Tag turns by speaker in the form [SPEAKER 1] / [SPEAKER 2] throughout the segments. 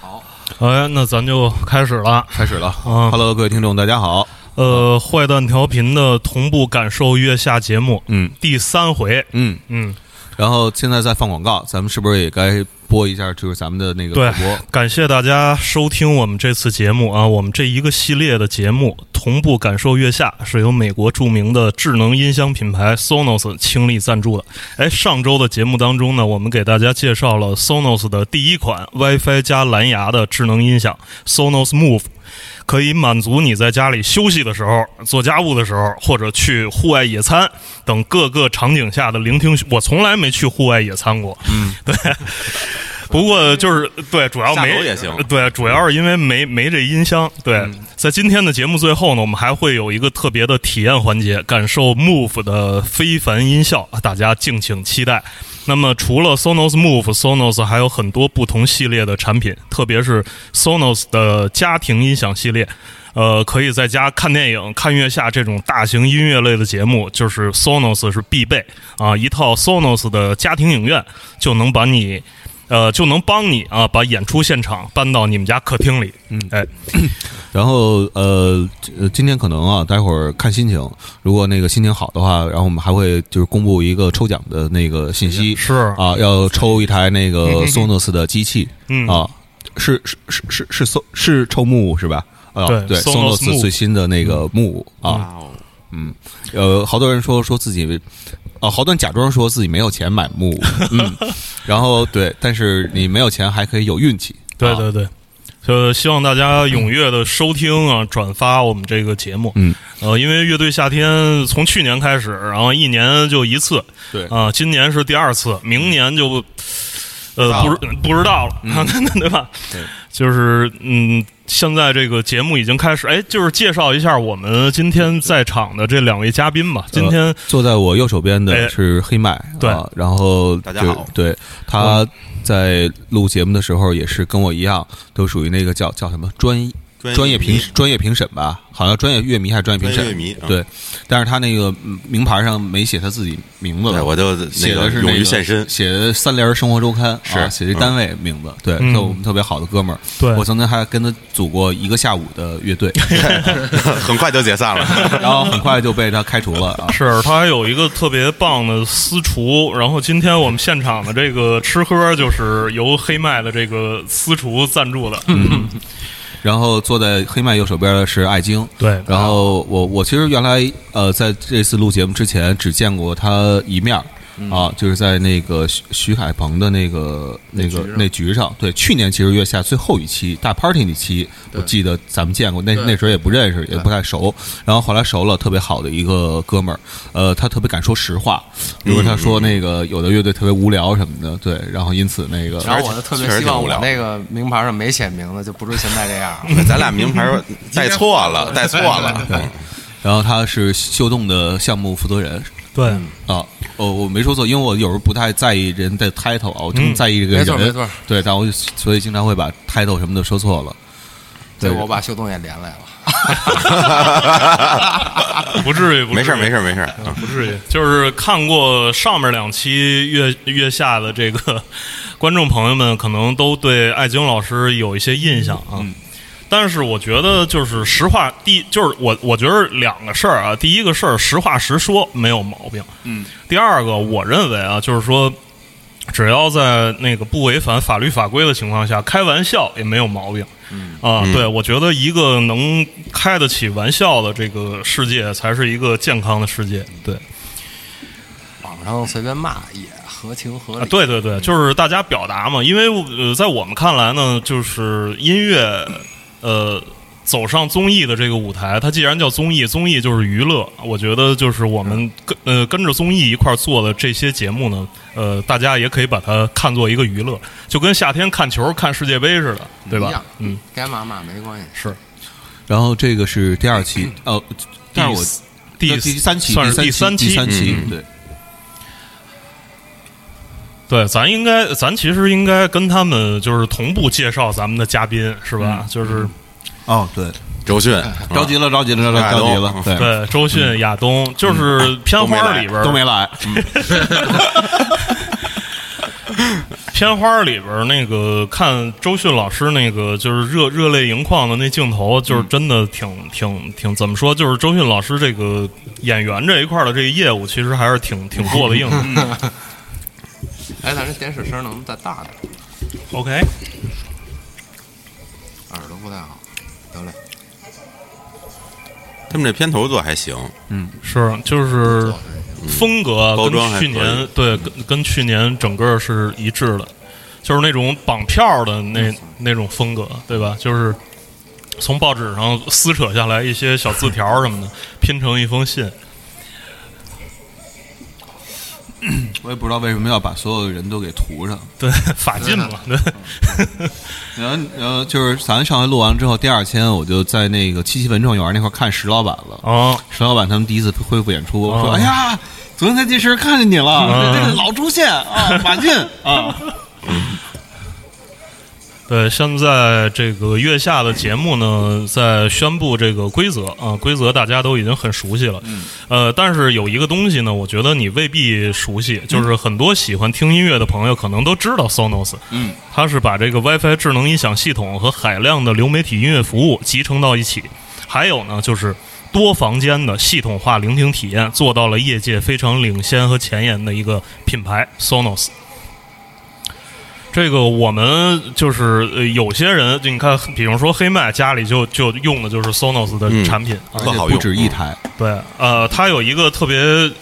[SPEAKER 1] 好，
[SPEAKER 2] 哎，那咱就开始了。
[SPEAKER 1] 开始了。
[SPEAKER 2] 嗯
[SPEAKER 1] Hello，各位听众，大家好。
[SPEAKER 2] 呃，坏蛋调频的同步感受月下节目
[SPEAKER 1] 嗯
[SPEAKER 2] 第三回，
[SPEAKER 1] 嗯，
[SPEAKER 2] 嗯，
[SPEAKER 1] 然后现在在放广告，咱们是不是也该播一下？就是咱们的那个
[SPEAKER 2] 对
[SPEAKER 1] 主播，
[SPEAKER 2] 感谢大家收听我们这次节目啊。我们这一个系列的节目《同步感受月下》是由美国著名的智能音箱品牌 Sonos 倾力赞助的。哎，上周的节目当中呢，我们给大家介绍了 Sonos 的第一款 WiFi 加蓝牙的智能音响 Sonos Move。可以满足你在家里休息的时候、做家务的时候，或者去户外野餐等各个场景下的聆听需。我从来没去户外野餐过，嗯，对。不过就是对，主要
[SPEAKER 1] 嗯下
[SPEAKER 2] 没
[SPEAKER 1] 楼也行嗯
[SPEAKER 2] 对，主要是因为没没这音箱。对，在今天的节目最后呢，我们还会有一个特别的体验环节，感受 Move 的非凡音效，啊大家敬请期待。那么除了 Sonos Move、Sonos 还有很多不同系列的产品，特别是 Sonos 的家庭音响系列，呃，可以在家看电影、看月下这种大型音乐类的节目，就是 Sonos 是必备啊！一套 Sonos 的家庭影院就能把你，呃，就能帮你啊，把演出现场搬到你们家客厅里。嗯，哎，
[SPEAKER 1] 然后呃，呃今天可能啊，待会儿看心情，如果那个心情好的话，然后我们还会就是公布一个抽奖的那个信息，
[SPEAKER 2] 是
[SPEAKER 1] 啊，要抽一台那个 Sonos 的机器，
[SPEAKER 2] 嗯
[SPEAKER 1] 啊，是是是是是搜是抽木是吧？啊，
[SPEAKER 2] 对
[SPEAKER 1] 对
[SPEAKER 2] Sonos Move
[SPEAKER 1] ，Sonos 最新的那个木啊，
[SPEAKER 3] 哦，
[SPEAKER 1] 嗯，呃，好多人说说自己。啊，好多人假装说自己没有钱买木，嗯，然后对，但是你没有钱还可以有运气，
[SPEAKER 2] 对
[SPEAKER 1] 啊
[SPEAKER 2] 对对，就希望大家踊跃的收听啊，转发我们这个节目。
[SPEAKER 1] 嗯，
[SPEAKER 2] 呃，因为乐队夏天从去年开始，然后一年就一次，
[SPEAKER 1] 对
[SPEAKER 2] 啊、今年是第二次，明年就呃
[SPEAKER 1] 到
[SPEAKER 2] 不
[SPEAKER 1] 了嗯
[SPEAKER 2] 知不知道了， 对吧？
[SPEAKER 1] 对，
[SPEAKER 2] 就是嗯，现在这个节目已经开始，哎，就是介绍一下我们今天在场的这两位嘉宾吧。今天、
[SPEAKER 1] 呃坐在我右手边
[SPEAKER 2] 哎
[SPEAKER 1] 的是黑麦，
[SPEAKER 2] 对
[SPEAKER 1] 啊然后
[SPEAKER 3] 大家
[SPEAKER 1] 就
[SPEAKER 3] 好
[SPEAKER 1] 对，他在录节目的时候也是跟我一样，都属于那个叫叫什么专专业
[SPEAKER 3] 迷
[SPEAKER 1] 评专业评审吧，好像专业乐迷还是专业评
[SPEAKER 3] 专业乐
[SPEAKER 1] 审，
[SPEAKER 3] 迷，啊
[SPEAKER 1] 对，但是他那个嗯名牌上没写他自己名字
[SPEAKER 3] 对，
[SPEAKER 1] 了。
[SPEAKER 3] 哎我就
[SPEAKER 1] 嗯写的
[SPEAKER 3] 那个
[SPEAKER 1] 是
[SPEAKER 3] 勇
[SPEAKER 1] 那
[SPEAKER 3] 于
[SPEAKER 1] 个
[SPEAKER 3] 现身，
[SPEAKER 1] 写的三联生活周刊
[SPEAKER 3] 是
[SPEAKER 1] 啊写的单位名字，对，
[SPEAKER 2] 嗯
[SPEAKER 1] 特我们特别好的哥们儿，
[SPEAKER 2] 对
[SPEAKER 1] 我曾经还跟他组过一个下午的乐队，
[SPEAKER 3] 很快就解 散了。
[SPEAKER 1] 然后很快就被他开除了 啊，
[SPEAKER 2] 是他还有一个特别棒的私厨，然后今天我们现场的这个吃喝就是由黑麦的这个私厨赞助的。嗯，
[SPEAKER 1] 然后坐在黑麦右手边的是艾晶，
[SPEAKER 2] 对
[SPEAKER 1] 然后我我其实原来呃在这次录节目之前只见过他一面儿啊，就是在那个徐徐海鹏的那个那个那局上，对，去年其实月下最后一期大 party 那期，我记得咱们见过，那那时候也不认识，也不太熟，然后后来熟了，特别好的一个哥们儿，呃，他特别敢说实话，比如说他说那个有的乐队特别无聊什么的，对，然后因此那个
[SPEAKER 4] 然后我就特别希
[SPEAKER 3] 确实
[SPEAKER 4] 望
[SPEAKER 3] 挺无
[SPEAKER 4] 我
[SPEAKER 3] 聊
[SPEAKER 4] 那个名牌上没写名字，就不是现在这样。
[SPEAKER 3] 咱俩名牌儿带错了，带错 了。嗯
[SPEAKER 1] 然后他是秀动的项目负责人，
[SPEAKER 2] 对，
[SPEAKER 1] 啊，哦，我没说错，因为我有时候不太在意人的 title 啊，我真在意这个
[SPEAKER 4] 没
[SPEAKER 1] 人，
[SPEAKER 4] 错没错
[SPEAKER 1] 对，但我就所以经常会把 title 什么的说错了。对
[SPEAKER 4] 对，我把秀东也连来了。
[SPEAKER 2] 不至于，不至于
[SPEAKER 3] 没事儿，没事儿，没事儿。嗯
[SPEAKER 2] 不至于。就是看过上面两期月月下的这个观众朋友们，可能都对艾晶老师有一些印象啊。但是我觉得，就是实话，第就是我，我觉得两个事儿啊。第一个事儿，实话实说，没有毛病。嗯。第二个，我认为啊，就是说，只要在那个不违反法律法规的情况下，开玩笑也没有毛病。嗯啊，对，我觉得一个能开得起玩笑的这个世界，才是一个健康的世界。对，
[SPEAKER 4] 网上随便骂也合情合
[SPEAKER 2] 啊，
[SPEAKER 4] 理。
[SPEAKER 2] 对对对，就是大家表达嘛，因为呃，在我们看来呢，就是音乐，呃。走上综艺的这个舞台，它既然叫综艺，综艺就是娱乐。我觉得就是我们跟呃跟着综艺一块儿做的这些节目呢，呃，大家也可以把它看作一个娱乐，就跟夏天看球、看世界杯似的，对
[SPEAKER 4] 一
[SPEAKER 2] 吧
[SPEAKER 4] 样？
[SPEAKER 2] 嗯，
[SPEAKER 4] 该骂骂没关系。
[SPEAKER 2] 是。
[SPEAKER 1] 然后这个是第二期，哦，但是我
[SPEAKER 2] 第
[SPEAKER 1] 第三期，
[SPEAKER 2] 算是
[SPEAKER 1] 第
[SPEAKER 2] 三
[SPEAKER 1] 期，嗯第三期，对，
[SPEAKER 2] 对，咱应该，咱其实应该跟他们就是同步介绍咱们的嘉宾，是吧？
[SPEAKER 1] 嗯
[SPEAKER 2] 就是
[SPEAKER 1] 哦，对，嗯
[SPEAKER 3] 周迅，嗯
[SPEAKER 1] 着急了，着急了，着急了，对，
[SPEAKER 2] 对周迅、亚东，
[SPEAKER 1] 嗯
[SPEAKER 2] 就是片花里边儿
[SPEAKER 1] 都没来，嗯
[SPEAKER 2] 片花里边那个看周迅老师那个就是热热泪盈眶的那镜头，就是真的挺、挺挺怎么说？就是周迅老师这个演员这一块的这个业务，其实还是挺挺做的硬的。
[SPEAKER 4] 哎，咱这电视声能不能再大点？
[SPEAKER 2] OK，
[SPEAKER 4] 耳朵不太好。得嘞，
[SPEAKER 3] 他们这片头做还行，
[SPEAKER 2] 是就是风格
[SPEAKER 3] 包装
[SPEAKER 2] 跟
[SPEAKER 3] 还
[SPEAKER 2] 去
[SPEAKER 3] 可
[SPEAKER 2] 年
[SPEAKER 3] 以
[SPEAKER 2] 对跟跟去年整个是一致的，就是那种绑票的那
[SPEAKER 3] 嗯
[SPEAKER 2] 那种风格，对吧？就是从报纸上撕扯下来一些小字条什么的，拼成一封信。
[SPEAKER 1] 我也不知道为什么要把所有人都给涂上。
[SPEAKER 2] 对， 法禁嘛，对，
[SPEAKER 1] 然后，然后就是咱上回录完之后，第二天我就在那个七七文创园那块看石老板了。
[SPEAKER 3] 嗯
[SPEAKER 2] 哦，
[SPEAKER 1] 石老板他们第一次恢复演出，我说：“
[SPEAKER 2] 哦
[SPEAKER 1] 哎呀，昨天在电视看见你了，这个老出现啊，马进啊。
[SPEAKER 2] 对，现在这个月下的节目呢，在宣布这个规则啊，规则大家都已经很熟悉了。呃，但是有一个东西呢，我觉得你未必熟悉，就是很多喜欢听音乐的朋友可能都知道 Sonos，
[SPEAKER 1] 嗯，
[SPEAKER 2] 它是把这个 WiFi 智能音响系统和海量的流媒体音乐服务集成到一起，还有呢就是。多房间的系统化聆听体验，做到了业界非常领先和前沿的一个品牌 Sonos。这个我们就是呃，有些人，就你看，比如说黑麦家里就就用的就是 Sonos 的
[SPEAKER 3] 嗯
[SPEAKER 2] 产品，”啊
[SPEAKER 1] 而
[SPEAKER 3] 特
[SPEAKER 1] 且
[SPEAKER 3] 好
[SPEAKER 1] 不
[SPEAKER 3] 用。
[SPEAKER 1] 止一台，
[SPEAKER 2] 对，呃，它有一个特别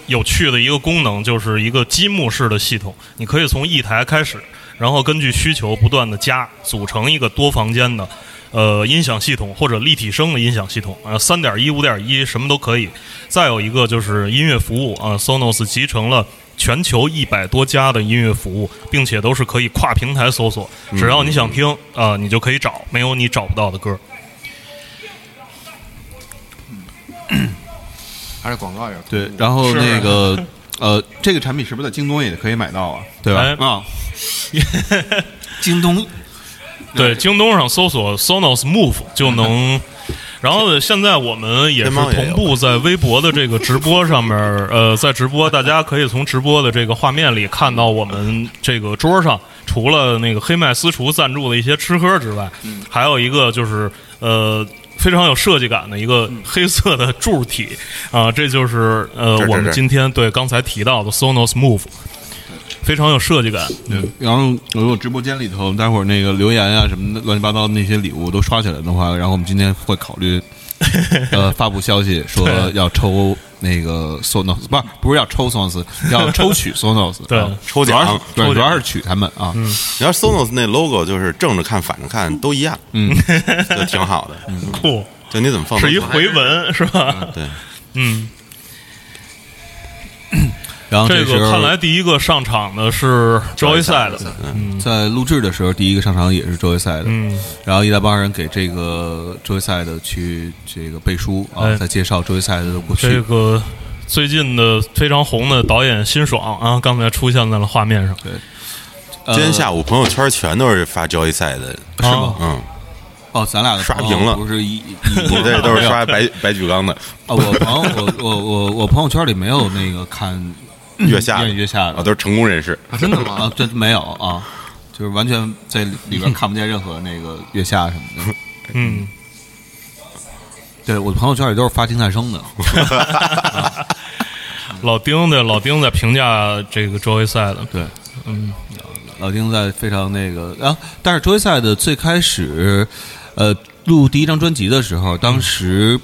[SPEAKER 2] 有趣的一个功能，就是一个积木式的系统，你可以从一台开始，然后根据需求不断的加，组成一个多房间的。呃，音响系统或者立体声的音响系统，呃，三点一、五点一什么都可以。再有一个就是音乐服务啊、s o n o s 集成了全球一百多家的音乐服务，并且都是可以跨平台搜索，只要你想听啊、呃你就可以找，没有你找不到的歌。
[SPEAKER 4] 还是广告也是
[SPEAKER 1] 对，然后那个呃，这个产品是不是在京东也可以买到啊？对吧？
[SPEAKER 2] 哎
[SPEAKER 1] 啊，京东
[SPEAKER 2] 对，京东上搜索 Sonos Move 就 能。然后现在我们也是
[SPEAKER 3] 天猫也有
[SPEAKER 2] 同步在微博的这个直播上面， 呃，在直播，大家可以从直播的这个画面里看到我们这个桌上，除了那个黑麦私厨赞助的一些吃喝之外，
[SPEAKER 3] 嗯
[SPEAKER 2] 还有一个就是呃非常有设计感的一个
[SPEAKER 3] 嗯
[SPEAKER 2] 黑色的柱体啊、这就是呃
[SPEAKER 3] 这这
[SPEAKER 2] 我们
[SPEAKER 3] 这
[SPEAKER 2] 今天对刚才提到的 Sonos Move，非常有设计感。
[SPEAKER 3] 嗯
[SPEAKER 1] 对，然后如果直播间里头，待会儿那个留言啊什么的乱七八糟的那些礼物都刷起来的话，然后我们今天会考虑，呃，发布消息说要抽那个 Sonos，不是不是要抽 Sonos，要抽取 Sonos，
[SPEAKER 2] 对
[SPEAKER 1] 啊
[SPEAKER 3] 抽
[SPEAKER 1] 主
[SPEAKER 3] 奖
[SPEAKER 1] 要是对，
[SPEAKER 2] 抽奖
[SPEAKER 1] 主要是取他们啊，
[SPEAKER 3] 你要 Sonos 那 logo 就是正着看、反着看都一样，嗯，就挺好的。
[SPEAKER 1] 嗯
[SPEAKER 2] 酷，
[SPEAKER 3] 就你怎么放都
[SPEAKER 2] 是一
[SPEAKER 3] 好
[SPEAKER 2] 回文是吧？
[SPEAKER 3] 对，
[SPEAKER 2] 嗯。
[SPEAKER 1] 然后
[SPEAKER 2] 啊这
[SPEAKER 1] 时
[SPEAKER 2] 个
[SPEAKER 1] 候
[SPEAKER 2] 看来第一个上场的是 Joyside，
[SPEAKER 1] 在录制的时候，第一个上场也是周围赛的，
[SPEAKER 2] 嗯，
[SPEAKER 1] 然后一大帮人给这个周围赛的去这个背书啊，
[SPEAKER 2] 哎
[SPEAKER 1] 在介绍周围赛的过
[SPEAKER 2] 这
[SPEAKER 1] 去，
[SPEAKER 2] 个最近的非常红的导演辛爽啊，刚才出现在了画面上，
[SPEAKER 1] 呃
[SPEAKER 3] 今天下午朋友圈全都是发交易赛的，
[SPEAKER 1] 是吗？
[SPEAKER 3] 嗯，
[SPEAKER 1] 哦，咱俩的
[SPEAKER 3] 刷
[SPEAKER 1] 朋
[SPEAKER 3] 屏
[SPEAKER 1] 友
[SPEAKER 3] 了
[SPEAKER 1] 不是 一，一
[SPEAKER 3] 你这都是刷白白举纲的，
[SPEAKER 1] 啊，我朋友，我我我我朋友圈里没有那个看
[SPEAKER 3] 月下
[SPEAKER 1] 嗯愿意月下
[SPEAKER 3] 啊，
[SPEAKER 1] 的
[SPEAKER 3] 都是成功人士。
[SPEAKER 4] 啊真的
[SPEAKER 1] 啊
[SPEAKER 4] 吗？，
[SPEAKER 1] 这没有啊，就是完全在里边看不见任何那个月下什么的。
[SPEAKER 2] 嗯，
[SPEAKER 1] 对，我的朋友圈里都是发金泰生的，
[SPEAKER 2] 老丁的老丁在评价这个 Joyside，
[SPEAKER 1] 对，嗯，老丁在非常那个，然、后但是周赛的最开始，呃，录第一张专辑的时候，当时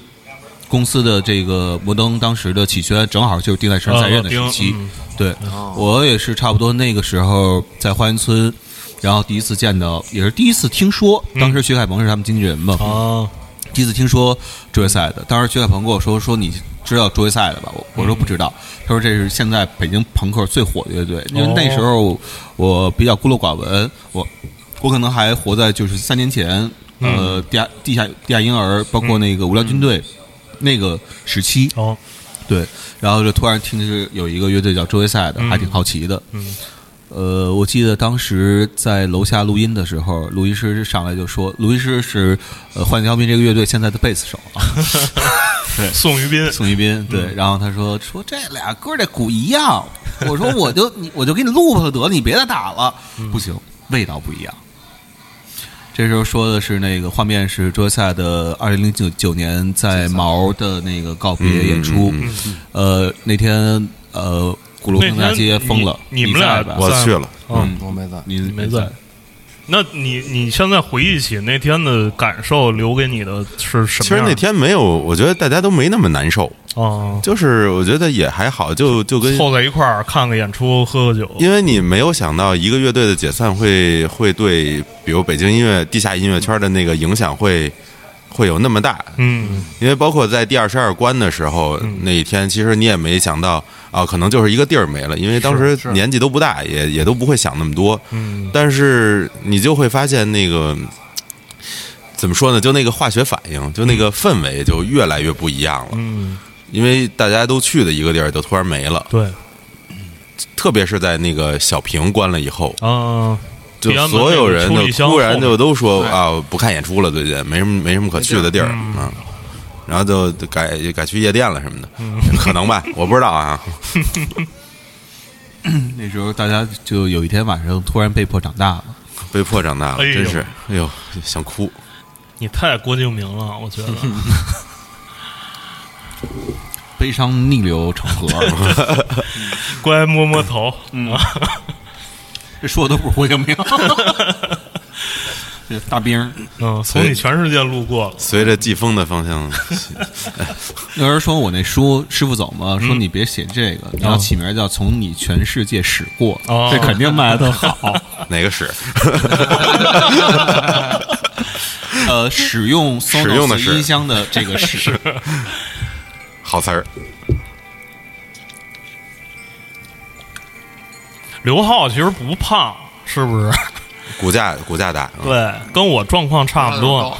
[SPEAKER 1] 公司的这个摩登当时的起宣正好就是丁在生在任的时期
[SPEAKER 2] 啊老，丁嗯
[SPEAKER 1] 对我也是差不多那个时候在花园村。然后第一次见到，也是第一次听说，当时
[SPEAKER 2] 嗯
[SPEAKER 1] 徐凯鹏是他们经纪人嘛，
[SPEAKER 2] 啊，
[SPEAKER 1] 第一次听说追赛的，当时薛凯鹏跟我说说你知道追赛的吧？我我说不知道，他说这是现在北京朋克最火的乐队，因为那时候我我比较孤陋寡闻，我我可能还活在就是三年前，呃，地下地下地下婴儿，包括那个无聊军队那个时期，
[SPEAKER 2] 哦，
[SPEAKER 1] 对，然后就突然听是有一个乐队叫周围赛的，还挺好奇的。
[SPEAKER 2] 嗯
[SPEAKER 1] 呃，我记得当时在楼下录音的时候，录音师上来就说，录音师是呃《幻想调频》这个乐队现在的贝斯手啊。对
[SPEAKER 2] 宋于斌，
[SPEAKER 1] 宋一斌对，然后他说说这俩歌这鼓一 样，我说我就你我就给你录了得了，你别再打了，
[SPEAKER 2] 嗯
[SPEAKER 1] 不行，味道不一样。这时候说的是那个画面是周赛的二零零九九年在毛的那个告别演出，
[SPEAKER 2] 嗯
[SPEAKER 1] 呃那天呃鼓楼
[SPEAKER 2] 那
[SPEAKER 1] 东大
[SPEAKER 2] 天
[SPEAKER 1] 街封了，
[SPEAKER 2] 嗯你你们
[SPEAKER 1] 在
[SPEAKER 2] 俩
[SPEAKER 1] 吧
[SPEAKER 3] 我
[SPEAKER 2] 在
[SPEAKER 3] 去了，
[SPEAKER 2] 嗯，
[SPEAKER 4] 我没在，
[SPEAKER 1] 你
[SPEAKER 2] 你没在。那你你现在回忆起那天的感受，留给你的是什
[SPEAKER 3] 其
[SPEAKER 2] 么
[SPEAKER 3] 实
[SPEAKER 2] 样的？
[SPEAKER 3] 那天没有，我觉得大家都没那么难受，
[SPEAKER 2] 啊，
[SPEAKER 3] 就是我觉得也还好，就就跟
[SPEAKER 2] 凑在一块儿看个演出，喝个酒，
[SPEAKER 3] 因为你没有想到一个乐队的解散会会对，比如北京音乐地下音乐圈的那个影响会会有那么大，
[SPEAKER 2] 嗯
[SPEAKER 3] 因为包括在第二十二关的时候、那一天，其实你也没想到啊，可能就是一个地儿没了，因为当时
[SPEAKER 4] 是
[SPEAKER 3] 年纪都不大，也也都不会想那么多，
[SPEAKER 2] 嗯
[SPEAKER 3] 但是你就会发现那个。怎么说呢？就那个化学反应，就那个氛围就越来越不一样了。
[SPEAKER 2] 嗯，
[SPEAKER 3] 因为大家都去的一个地儿就突然没了，
[SPEAKER 2] 对
[SPEAKER 3] 特别是在那个小屏关了以后，
[SPEAKER 2] 啊，
[SPEAKER 3] 就
[SPEAKER 2] 天安门
[SPEAKER 3] 所有
[SPEAKER 2] 那个
[SPEAKER 3] 人
[SPEAKER 2] 出
[SPEAKER 3] 就
[SPEAKER 2] 力箱
[SPEAKER 3] 突然就都说
[SPEAKER 4] 对
[SPEAKER 3] 啊，不看演出了，最近没什么没什么可去的地儿
[SPEAKER 2] 嗯
[SPEAKER 3] 啊，然后就就改改去夜店了什么的，
[SPEAKER 2] 嗯
[SPEAKER 3] 可能吧，我不知道啊。
[SPEAKER 1] 那时候大家就有一天晚上突然被迫长大了，
[SPEAKER 3] 被迫长大了，
[SPEAKER 2] 哎呦
[SPEAKER 3] 真是，哎呦，想哭。
[SPEAKER 2] 你太郭敬明了，我觉得。
[SPEAKER 1] 悲伤逆流成河，
[SPEAKER 2] 乖，摸摸头。
[SPEAKER 1] 这说的都不是郭敬 明，这大兵儿。
[SPEAKER 2] 嗯，从你全世界路过了。
[SPEAKER 3] 随着季风的方向，
[SPEAKER 1] 有人说我那书师傅走嘛，说你别写这个，你要起名叫《从你全世界驶过》，
[SPEAKER 2] 哦
[SPEAKER 1] 这肯定卖的特 好。
[SPEAKER 3] 哪个使？
[SPEAKER 1] 呃，使用 s o
[SPEAKER 3] 使用
[SPEAKER 1] n
[SPEAKER 3] 的
[SPEAKER 1] o
[SPEAKER 3] 是
[SPEAKER 1] 音箱的这个 使，
[SPEAKER 3] 好词儿。
[SPEAKER 2] 刘浩其实不胖，是不是？
[SPEAKER 3] 骨架骨架大，嗯
[SPEAKER 2] 对，跟我状况差不
[SPEAKER 4] 啊
[SPEAKER 2] 多。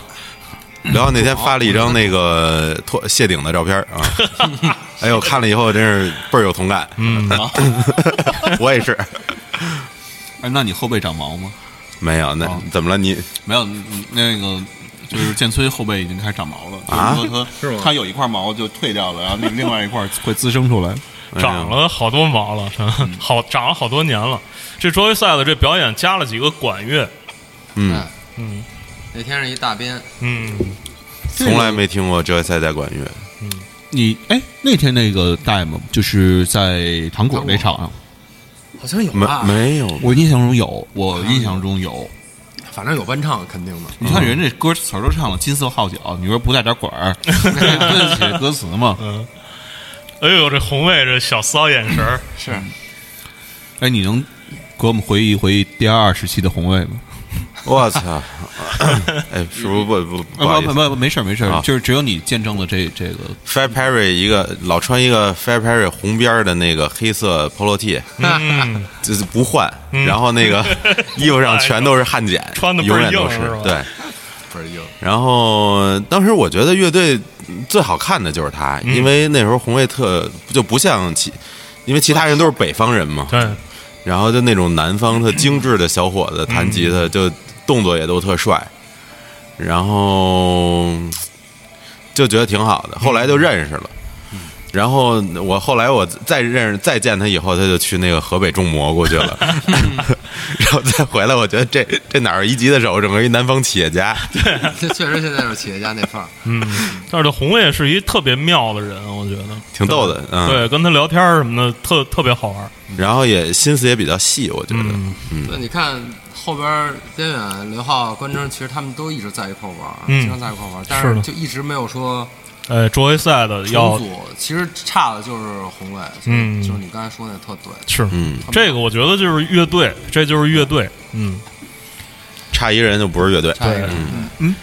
[SPEAKER 3] 然后那天发了一张那个脱谢顶的照片啊， 哎呦，看了以后真是倍儿有同感，
[SPEAKER 2] 嗯，
[SPEAKER 3] 我也是。
[SPEAKER 1] 啊哎那你后背长毛吗？
[SPEAKER 3] 没有，那
[SPEAKER 1] 哦
[SPEAKER 3] 怎么了？你
[SPEAKER 1] 没有，嗯那个就是建崔后背已经开始长毛了
[SPEAKER 3] 啊
[SPEAKER 1] 就是说他他有一块毛就退掉了，然后另另外一块 会滋生出来。
[SPEAKER 2] 长了好多毛了，好长了好多年了。这周围赛的这表演加了几个管乐，
[SPEAKER 3] 嗯
[SPEAKER 4] 哎，
[SPEAKER 2] 嗯
[SPEAKER 4] 那天是一大编，
[SPEAKER 2] 嗯，
[SPEAKER 3] 从来没听过这赛在管乐。
[SPEAKER 1] 你哎，那天那个 demo 就是在糖果那场上，
[SPEAKER 4] 好像有
[SPEAKER 3] 没
[SPEAKER 4] 吧，
[SPEAKER 3] 没有，
[SPEAKER 1] 我印象中有，我
[SPEAKER 2] 啊
[SPEAKER 1] 印象中有。
[SPEAKER 4] 反正有伴唱肯定的。
[SPEAKER 1] 你
[SPEAKER 2] 嗯
[SPEAKER 1] 看人家歌词儿都唱了“金色号角”，你说不带点管儿， 对得起歌词吗？
[SPEAKER 2] 嗯哎呦，这红卫这小骚眼神儿，
[SPEAKER 4] 是，
[SPEAKER 1] 哎，你能给我们回忆回忆第二时期的红卫吗？
[SPEAKER 3] 我操！哎，是不是不不不好
[SPEAKER 1] 啊
[SPEAKER 3] 意
[SPEAKER 1] 不
[SPEAKER 3] 思
[SPEAKER 1] 不不，没事儿没事儿
[SPEAKER 3] 啊，
[SPEAKER 1] 就是只有你见证了这这个。
[SPEAKER 3] ？Fat Perry 一个老穿一个 Fat Perry 红边儿的那个黑色 polo T，
[SPEAKER 2] 嗯，
[SPEAKER 3] 就是不换，然后那个衣服上全都是汗碱，
[SPEAKER 2] 穿得倍
[SPEAKER 3] 永
[SPEAKER 2] 儿
[SPEAKER 3] 远都
[SPEAKER 2] 硬
[SPEAKER 3] 是
[SPEAKER 2] 是吧
[SPEAKER 3] 对。
[SPEAKER 4] 倍儿硬。
[SPEAKER 3] 然后当时我觉得乐队最好看的就是他，因为那时候红卫特就不像其，因为其他人都是北方人嘛，
[SPEAKER 2] 对，
[SPEAKER 3] 然后就那种南方特精致的小伙子弹吉
[SPEAKER 4] 嗯
[SPEAKER 3] 他，就动作也都特帅，然后嗯就觉得挺好
[SPEAKER 4] 嗯
[SPEAKER 3] 的。后来就认识了，然后我后来我再认识再见他以后，他就去那个河北种蘑菇去了，
[SPEAKER 4] 嗯
[SPEAKER 3] 然后再回来，我觉得这这哪儿一级的手，整个一南方企业家，
[SPEAKER 4] 这 确实现在是企业家那范儿，
[SPEAKER 2] 嗯，但是这红卫是一特别妙的人，我觉得
[SPEAKER 3] 挺逗的，嗯。
[SPEAKER 2] 对，跟他聊天儿什么的，特特别好玩儿。
[SPEAKER 3] 然后也心思也比较细，我觉得，
[SPEAKER 2] 嗯
[SPEAKER 4] 对，你看后边儿边远、刘浩、关征，其实他们都一直在一块儿玩儿，
[SPEAKER 2] 嗯
[SPEAKER 4] 经常在一块儿玩儿，但
[SPEAKER 2] 是的
[SPEAKER 4] 是就一直没有说
[SPEAKER 2] 哎，周围赛的
[SPEAKER 4] 重
[SPEAKER 2] 要
[SPEAKER 4] 组。其实差的就是红卫，就是
[SPEAKER 2] 嗯
[SPEAKER 4] 就是你刚才说那特对，
[SPEAKER 2] 是
[SPEAKER 3] 嗯，
[SPEAKER 2] 这个，我觉得就是乐队，这就是乐队，嗯，
[SPEAKER 3] 差一个人就不是乐队，
[SPEAKER 4] 差
[SPEAKER 2] 哎
[SPEAKER 4] 一个人
[SPEAKER 2] 嗯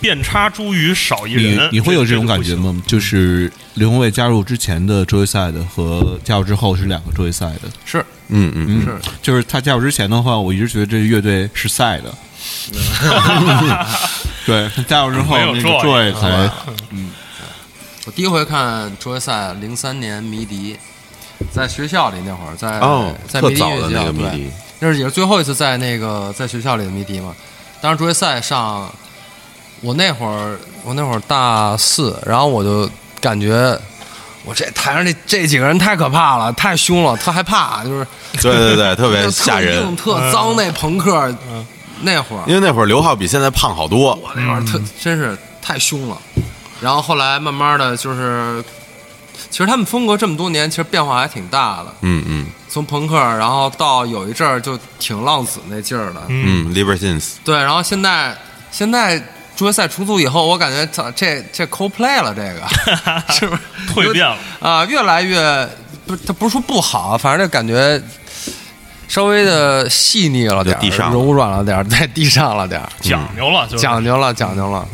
[SPEAKER 2] 遍插茱萸少一
[SPEAKER 1] 你
[SPEAKER 2] 人，
[SPEAKER 1] 嗯你会有
[SPEAKER 2] 这
[SPEAKER 1] 这种感觉？吗？就是刘宏伟加入之前的周易赛的和加入之后是两个周易赛的。
[SPEAKER 4] 是
[SPEAKER 3] 嗯嗯嗯，
[SPEAKER 4] 是，
[SPEAKER 1] 就是他加入之前的话，我一直觉得这乐队是赛 的。对，他加入之后
[SPEAKER 2] 没有
[SPEAKER 1] 那个
[SPEAKER 2] Joy
[SPEAKER 1] Joy 才
[SPEAKER 4] 我第一回看卓越赛，零三年迷笛，在学校里那会儿，在、
[SPEAKER 3] 哦，
[SPEAKER 4] 在
[SPEAKER 3] 特
[SPEAKER 4] 迷笛
[SPEAKER 3] 早的
[SPEAKER 4] 乐
[SPEAKER 3] 那个
[SPEAKER 4] 校，
[SPEAKER 3] 迷
[SPEAKER 4] 对，
[SPEAKER 3] 笛，
[SPEAKER 4] 那是也是最后一次在那个在学校里的迷笛嘛。当时卓越赛上，我那会儿我那会儿大四，然后我就感觉我这台上这这几个人太可怕了，太凶了，特害怕，就是
[SPEAKER 3] 对对对， 特别吓
[SPEAKER 4] 就特
[SPEAKER 3] 人
[SPEAKER 4] 硬。特脏那朋克，那会儿
[SPEAKER 3] 因为那会儿刘浩比现在胖好多，
[SPEAKER 4] 我那会儿特真是太凶了。然后后来慢慢的就是，其实他们风格这么多年，其实变化还挺大的。
[SPEAKER 3] 嗯嗯
[SPEAKER 4] 从朋克，然后到有一阵儿就挺浪子那劲儿的，
[SPEAKER 3] 嗯，Libertines，
[SPEAKER 4] 对。然后现在现在朱赛重组以后，我感觉操这这 CoPlay 了，这 个是不是
[SPEAKER 2] 蜕变了
[SPEAKER 4] 啊、越来越不是，他不是说不好，反正这感觉稍微的细腻了点儿，
[SPEAKER 3] 就地上了
[SPEAKER 4] 柔软了点儿，对，地上了点儿，
[SPEAKER 2] 讲究了，就是
[SPEAKER 4] 讲究了，讲 究了。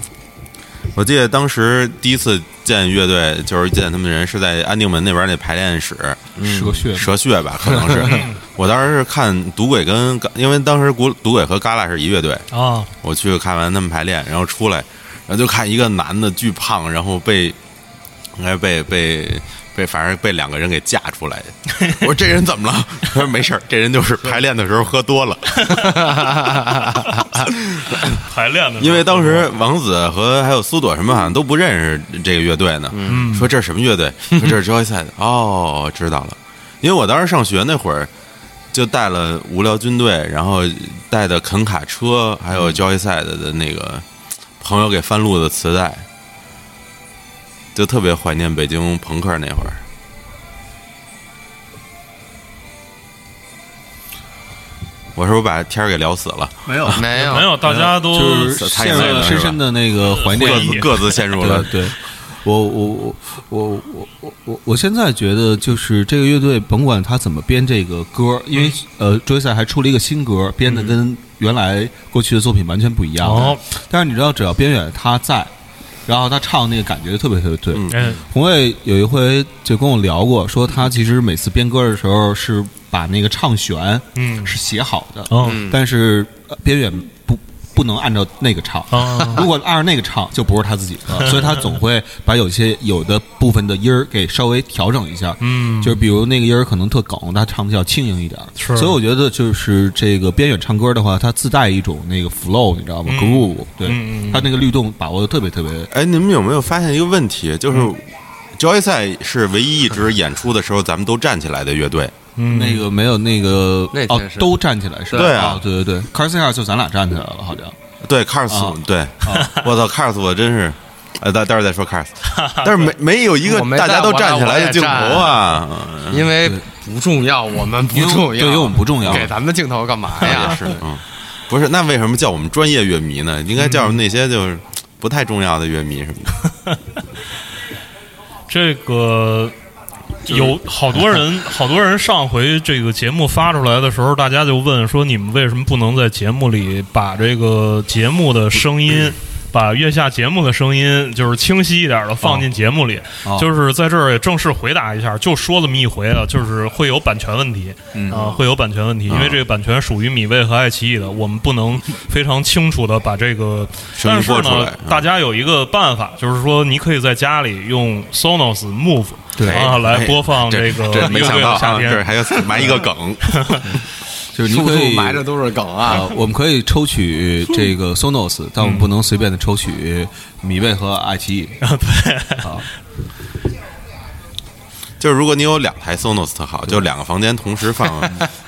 [SPEAKER 3] 我记得当时第一次见乐队，就是见他们人是在安定门那边那排练室，
[SPEAKER 2] 嗯
[SPEAKER 1] 蛇血
[SPEAKER 3] 蛇血吧，可能是。 我当时是看赌鬼跟，因为当时赌赌鬼和嘎啦是一乐队，
[SPEAKER 2] 啊，
[SPEAKER 3] 我去看完他们排练，然后出来，然后就看一个男的巨胖，然后被应该被被被反正被两个人给架出来。我说这人怎么了？ 他说没事儿，这人就是排练的时候喝多了。
[SPEAKER 2] 排练的时候，
[SPEAKER 3] 因为当时王子和还有苏朵什么好像都不认识这个乐队呢，说这是什么乐队？说这是 Joyce 的。哦，知道了。因为我当时上学那会儿，就带了无聊军队，然后带的肯卡车，还有 Joyce 的那个朋友给翻录的磁带，就特别怀念北京朋克那会儿。我是不是把天儿给聊死了？
[SPEAKER 2] 没 有
[SPEAKER 4] 没有
[SPEAKER 2] 没有，大家都
[SPEAKER 1] 就是
[SPEAKER 3] 太
[SPEAKER 1] 陷入
[SPEAKER 3] 累了
[SPEAKER 1] 了深深的那个怀
[SPEAKER 2] 回
[SPEAKER 1] 念
[SPEAKER 3] 各
[SPEAKER 2] 忆
[SPEAKER 3] 自各自陷入了
[SPEAKER 1] 对对，我我我我我我我我现在觉得就是这个乐队，甭管他怎么编这个歌，因为
[SPEAKER 2] 嗯
[SPEAKER 1] 呃，追赛还出了一个新歌，编的跟原来过去的作品完全不一样。
[SPEAKER 2] 哦，
[SPEAKER 1] 但是你知道，只要边远他在，然后他唱那个感觉特别特别对。
[SPEAKER 3] 嗯
[SPEAKER 2] 哎，
[SPEAKER 1] 红卫有一回就跟我聊过，说他其实每次编歌的时候是把那个唱旋
[SPEAKER 2] 嗯，
[SPEAKER 1] 是写好的，
[SPEAKER 2] 哦
[SPEAKER 1] 但是呃边远不不能按照那个唱。
[SPEAKER 2] 啊，
[SPEAKER 1] 如果按照那个唱，就不是他自己
[SPEAKER 2] 嗯
[SPEAKER 1] 的，所以他总会把有些有的部分的音儿给稍微调整一下。
[SPEAKER 2] 嗯，
[SPEAKER 1] 就是比如那个音儿可能特梗，他唱的要轻盈一点儿。
[SPEAKER 2] 是
[SPEAKER 1] 所以我觉得就是这个边远唱歌的话，他自带一种那个 flow，你知道吗？groove，对
[SPEAKER 2] 嗯嗯嗯，
[SPEAKER 1] 他那个律动把握的特别特别。
[SPEAKER 3] 哎，你们有没有发现一个问题？就是 Joy 赛是唯一一支演出的时候咱们都站起来的乐队。
[SPEAKER 2] 嗯
[SPEAKER 1] 那个没有那个
[SPEAKER 4] 那
[SPEAKER 1] 哦
[SPEAKER 4] 天是，
[SPEAKER 1] 都站起来是吧？
[SPEAKER 3] 对啊
[SPEAKER 1] 哦对对对 c a r s i a 就咱俩站起来了，好像
[SPEAKER 3] 对，Cars，、
[SPEAKER 1] 啊
[SPEAKER 3] 对， 我操，Cars，我真是，呃，待待会儿再说 Cars，但是没没有一个
[SPEAKER 4] 我没
[SPEAKER 3] 大家
[SPEAKER 4] 站
[SPEAKER 3] 都
[SPEAKER 4] 我
[SPEAKER 3] 站
[SPEAKER 4] 也
[SPEAKER 3] 起来
[SPEAKER 4] 我
[SPEAKER 3] 的
[SPEAKER 4] 也
[SPEAKER 3] 镜头
[SPEAKER 4] 站
[SPEAKER 3] 啊，
[SPEAKER 4] 因为不重要，我们不
[SPEAKER 1] 因为
[SPEAKER 4] 重要，
[SPEAKER 1] 对因为我们不重要
[SPEAKER 4] 给咱们的镜头干嘛
[SPEAKER 3] 嗯
[SPEAKER 4] 呀
[SPEAKER 3] 也？是，嗯，不是，那为什么叫我们专业乐迷呢？应该叫那些就是不太重要的乐迷什么的。
[SPEAKER 2] 这个有好多 人，好多人上回这个节目发出来的时候，大家就问说，你们为什么不能在节目里把这个节目的声音？ 把月下节目的声音就是清晰一点的放进节目里，
[SPEAKER 1] 哦
[SPEAKER 2] 就是在这儿也正式回答一下，就说这么一回啊，就是会有版权问题，
[SPEAKER 3] 嗯
[SPEAKER 2] 啊，会有版权问题，因为这个版权属于米未和爱奇艺的，我们不能非常清楚的把这个，
[SPEAKER 3] 声音
[SPEAKER 2] 但是
[SPEAKER 3] 播出来
[SPEAKER 2] 呢
[SPEAKER 3] 啊，
[SPEAKER 2] 大家有一个办法，就是说你可以在家里用 Sonos Move
[SPEAKER 1] 对
[SPEAKER 2] 啊来
[SPEAKER 3] 哎
[SPEAKER 2] 播放
[SPEAKER 3] 这
[SPEAKER 2] 个
[SPEAKER 3] 这没
[SPEAKER 2] 乐
[SPEAKER 3] 想
[SPEAKER 2] 队
[SPEAKER 3] 到
[SPEAKER 2] 的
[SPEAKER 3] 啊，
[SPEAKER 2] 夏
[SPEAKER 3] 这
[SPEAKER 2] 天，
[SPEAKER 3] 还有埋一个梗，
[SPEAKER 1] 就是你
[SPEAKER 4] 处
[SPEAKER 1] 可
[SPEAKER 4] 处
[SPEAKER 1] 以
[SPEAKER 4] 埋着都是梗啊
[SPEAKER 1] 啊！，我们可以抽取这个 Sonos，但我
[SPEAKER 3] 嗯
[SPEAKER 1] 们不能随便的抽取米未和爱奇 艺。
[SPEAKER 3] 就是如果你有两台 Sonos 特好，就两个房间同时放，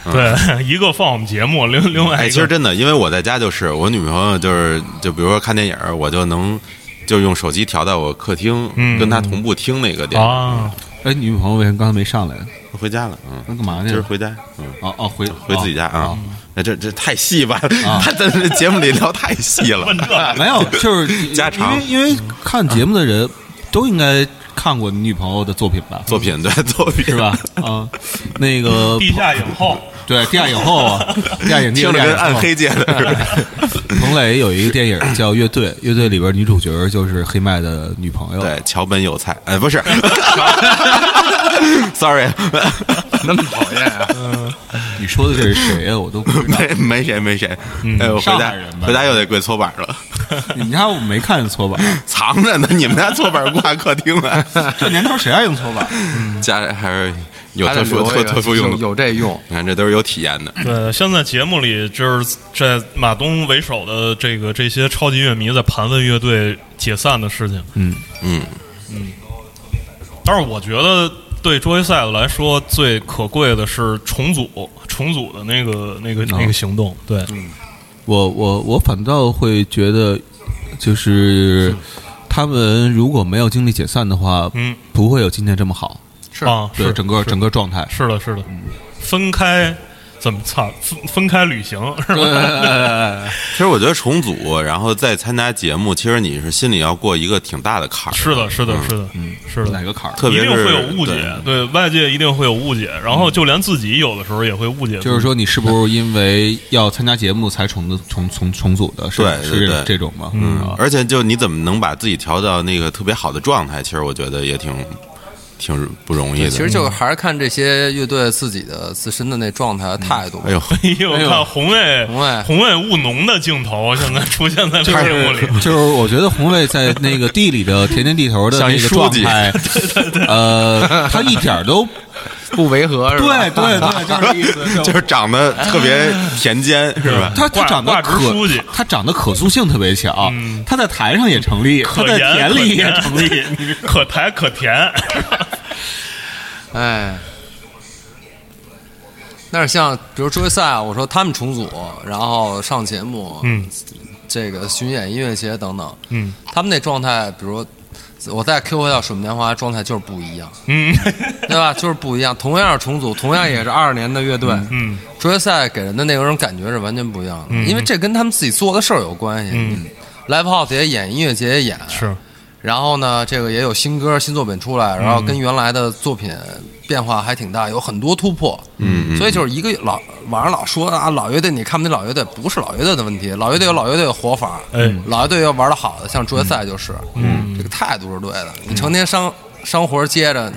[SPEAKER 2] 对，一个放我们节目，另另外
[SPEAKER 3] 嗯哎，
[SPEAKER 2] 一
[SPEAKER 3] 其实
[SPEAKER 2] 个
[SPEAKER 3] 真的，因为我在家就是我女朋友就是就比如说看电影儿，我就能就用手机调到我客厅，
[SPEAKER 2] 嗯
[SPEAKER 3] 跟她同步听那个电影。
[SPEAKER 2] 啊，
[SPEAKER 1] 哎，你女朋友为什么刚才没上来？
[SPEAKER 3] 回家了，嗯，
[SPEAKER 1] 那干嘛
[SPEAKER 3] 今
[SPEAKER 1] 去
[SPEAKER 3] 儿
[SPEAKER 1] 了？
[SPEAKER 3] 回家，嗯，
[SPEAKER 1] 哦哦，回
[SPEAKER 3] 回自己家啊
[SPEAKER 1] 哦。
[SPEAKER 3] 那这这太细吧？ 他在这节目里聊太细 了。
[SPEAKER 2] 问这
[SPEAKER 1] 没有， 就是
[SPEAKER 3] 家常
[SPEAKER 1] 因为因为看节目的人都应该看过你女朋友的作品吧？
[SPEAKER 3] 作品对作品
[SPEAKER 1] 是？ 吧？啊，那个
[SPEAKER 2] 地下影后，
[SPEAKER 1] 对地下影后 啊，地下影帝
[SPEAKER 3] 听着
[SPEAKER 1] 地下
[SPEAKER 3] 跟
[SPEAKER 1] 影后啊
[SPEAKER 3] 暗黑界的似 的。
[SPEAKER 1] 彭磊有一个电影叫《乐队》，乐队里边女主角就是黑麦的女朋友。
[SPEAKER 3] 对，桥本有菜，哎，不 是，sorry，
[SPEAKER 4] 那么讨厌啊！
[SPEAKER 1] 你说的这是谁呀？我都不知道。
[SPEAKER 3] 没没谁没谁。哎，我回
[SPEAKER 1] 上
[SPEAKER 3] 家
[SPEAKER 1] 海人吧
[SPEAKER 3] 回家又得跪搓板了，
[SPEAKER 1] 你家我没看见搓 板，
[SPEAKER 3] 藏着呢。你们家搓板挂客厅了。
[SPEAKER 1] 这年头谁爱用搓板？
[SPEAKER 3] 家里还是有
[SPEAKER 4] 还得
[SPEAKER 3] 特殊
[SPEAKER 4] 留
[SPEAKER 3] 特
[SPEAKER 4] 一个
[SPEAKER 3] 特殊用
[SPEAKER 4] 有
[SPEAKER 3] 途。
[SPEAKER 4] 有这用，
[SPEAKER 3] 你看，这都是有体验的。
[SPEAKER 2] 对，现在节目里就是在马东为首的这个这些超级乐迷在盘问乐队解散的事情，
[SPEAKER 3] 嗯，
[SPEAKER 2] 但是我觉得对桌球赛来说，最可贵的是重组，重组的那个那个
[SPEAKER 3] 哦
[SPEAKER 2] 那个行动。
[SPEAKER 3] 嗯
[SPEAKER 2] 对，
[SPEAKER 1] 我我我反倒会觉得，就是他们如果没有经历解散的话，
[SPEAKER 2] 嗯，
[SPEAKER 1] 不会有今天这么好。
[SPEAKER 4] 是
[SPEAKER 2] 啊，
[SPEAKER 1] 对，
[SPEAKER 2] 是
[SPEAKER 1] 整个整个状态，
[SPEAKER 2] 是的，是的，分开怎么操分分开旅行是吧？
[SPEAKER 3] 其实我觉得重组，然后再参加节目，其实你是心里要过一个挺大的坎儿，
[SPEAKER 2] 是的，是的，是的，是
[SPEAKER 1] 嗯哪
[SPEAKER 2] 的。
[SPEAKER 1] 个坎儿？
[SPEAKER 3] 特
[SPEAKER 2] 一
[SPEAKER 3] 别
[SPEAKER 2] 定
[SPEAKER 3] 是
[SPEAKER 2] 会有误解，对外界一定会有误解，然后就连自己有的时候也会误解。
[SPEAKER 1] 就是，说，你是不是因为要参加节目才重的重重重组的？是
[SPEAKER 3] 对对
[SPEAKER 1] 是
[SPEAKER 3] 对
[SPEAKER 1] 这种吗？
[SPEAKER 2] 嗯
[SPEAKER 1] 啊
[SPEAKER 3] 而且就你怎么能把自己调到那个特别好的状态？其实我觉得也挺挺不容易的。
[SPEAKER 4] 其实就还是看这些乐队自己的自身的那状态和态度。
[SPEAKER 3] 哎 呦，
[SPEAKER 2] 哎 呦，
[SPEAKER 1] 哎呦
[SPEAKER 2] 看红卫
[SPEAKER 4] 红卫
[SPEAKER 2] 红卫务农的镜头现在出现在节目里，
[SPEAKER 1] 就是我觉得红卫在那个地里的田间地头的
[SPEAKER 3] 像一
[SPEAKER 1] 那个
[SPEAKER 3] 书
[SPEAKER 1] 状
[SPEAKER 3] 记
[SPEAKER 1] 态，呃，他一点儿都
[SPEAKER 4] 不违和是吧？
[SPEAKER 1] 对对对，就是这意思。
[SPEAKER 3] 就是长得特别田 间，是吧？
[SPEAKER 1] 他他
[SPEAKER 2] 挂
[SPEAKER 1] 长得
[SPEAKER 2] 挂职
[SPEAKER 1] 可
[SPEAKER 2] 书记嗯
[SPEAKER 1] 他长得可塑性特别强，他在台上也成立， 他
[SPEAKER 2] 可
[SPEAKER 1] 在
[SPEAKER 2] 盐
[SPEAKER 1] 田里也
[SPEAKER 2] 可
[SPEAKER 1] 成立。
[SPEAKER 2] 甜可台可甜。
[SPEAKER 4] 哎，但是像比如桌球赛，啊我说他们重组，然后上节目，
[SPEAKER 2] 嗯
[SPEAKER 4] 这个巡演音乐节等等，
[SPEAKER 2] 嗯
[SPEAKER 4] 他们那状态，比如我再 Q 回到《水木年华》，状态就是不一样，
[SPEAKER 2] 嗯
[SPEAKER 4] 对吧？就是不一样。同样是重组，同样也是二十年的乐队，
[SPEAKER 2] 嗯，
[SPEAKER 4] 桌球赛给人的那种感觉是完全不一样的，因为这跟他们自己做的事儿有关系。
[SPEAKER 2] 嗯
[SPEAKER 4] Live House 也演，音乐节也演，
[SPEAKER 2] 是
[SPEAKER 4] 然后呢，这个也有新歌、新作品出来，然后跟原来的作品变化还挺大，有很多突破。嗯，所以就是一个老网上老说啊，老乐队，你看不起老乐队，不是老乐队的问题，老乐队有老乐队的活法，
[SPEAKER 2] 哎
[SPEAKER 4] 老乐队要玩的好的，像卓越赛就是，嗯，这个态度是对的。你成天伤伤活接着，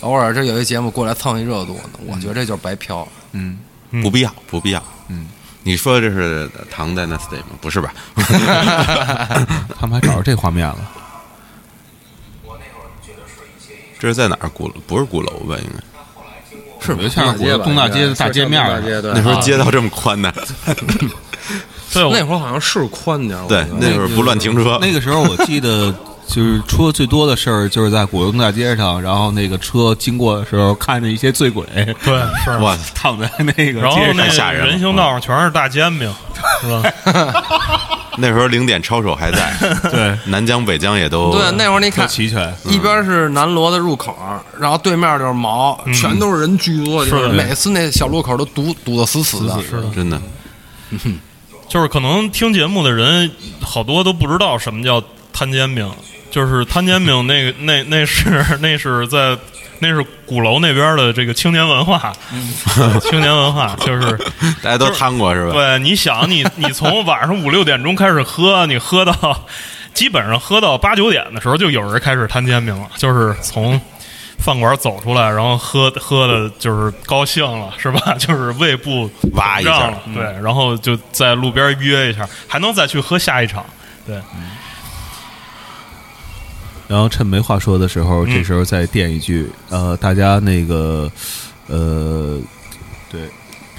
[SPEAKER 4] 偶尔这有一节目过来蹭一热度，我觉得这就是白嫖。
[SPEAKER 3] 不必要，不必要。嗯，你说这是唐代那 stay 吗？不是 吧？
[SPEAKER 4] 嗯
[SPEAKER 1] 他们还找着这画面了，
[SPEAKER 3] 这是在哪儿鼓楼？不是鼓楼吧？应该
[SPEAKER 1] 是没像我东大街的大街面儿，
[SPEAKER 3] 那
[SPEAKER 2] 啊
[SPEAKER 1] 啊
[SPEAKER 3] 时候街道这么宽呢？
[SPEAKER 2] 对，我
[SPEAKER 4] 那会儿好像是宽点儿，我
[SPEAKER 3] 对
[SPEAKER 4] 觉，得
[SPEAKER 3] 那时候不乱停车。
[SPEAKER 1] 那个时候我记 得。就是出的最多的事儿，就是在鼓楼东大街上，然后那个车经过的时候，看见一些醉鬼
[SPEAKER 2] 对是。
[SPEAKER 3] 哇，
[SPEAKER 1] 躺在那个
[SPEAKER 2] 然后
[SPEAKER 1] 街
[SPEAKER 2] 那
[SPEAKER 1] 上，
[SPEAKER 3] 太吓人了
[SPEAKER 2] 人行道上全是大煎饼，是吧？
[SPEAKER 3] 那时候零点抄手还在，
[SPEAKER 1] 对，
[SPEAKER 3] 南疆北疆也都
[SPEAKER 4] 对，啊那会儿你
[SPEAKER 1] 特
[SPEAKER 4] 看
[SPEAKER 1] 齐全。
[SPEAKER 4] 一边是南锣的入口，然后对面就是毛，全都是人居多，嗯就是
[SPEAKER 2] 是
[SPEAKER 4] 每次那小路口都堵堵得死死的。
[SPEAKER 3] 真的
[SPEAKER 2] 就是可能听节目的人好多都不知道什么叫摊煎饼，就是摊煎饼那个 那那是那是在那是鼓楼那边的这个青年文化，青年文化就是
[SPEAKER 3] 大家都摊过是吧？
[SPEAKER 2] 对，你想你你从晚上五六点钟开始喝，你喝到基本上喝到八九点的时候，就有人开始摊煎饼了，就是从。饭馆走出来，然后喝 喝的就是高兴了，是吧？ 就是胃部
[SPEAKER 3] 哇一下
[SPEAKER 2] 膨胀了，嗯对，然后就在路边约一下，还能再去喝下一场，对，
[SPEAKER 1] 然后趁没话说的时候，
[SPEAKER 2] 嗯
[SPEAKER 1] 这时候再垫一句，呃，大家那个，呃，对，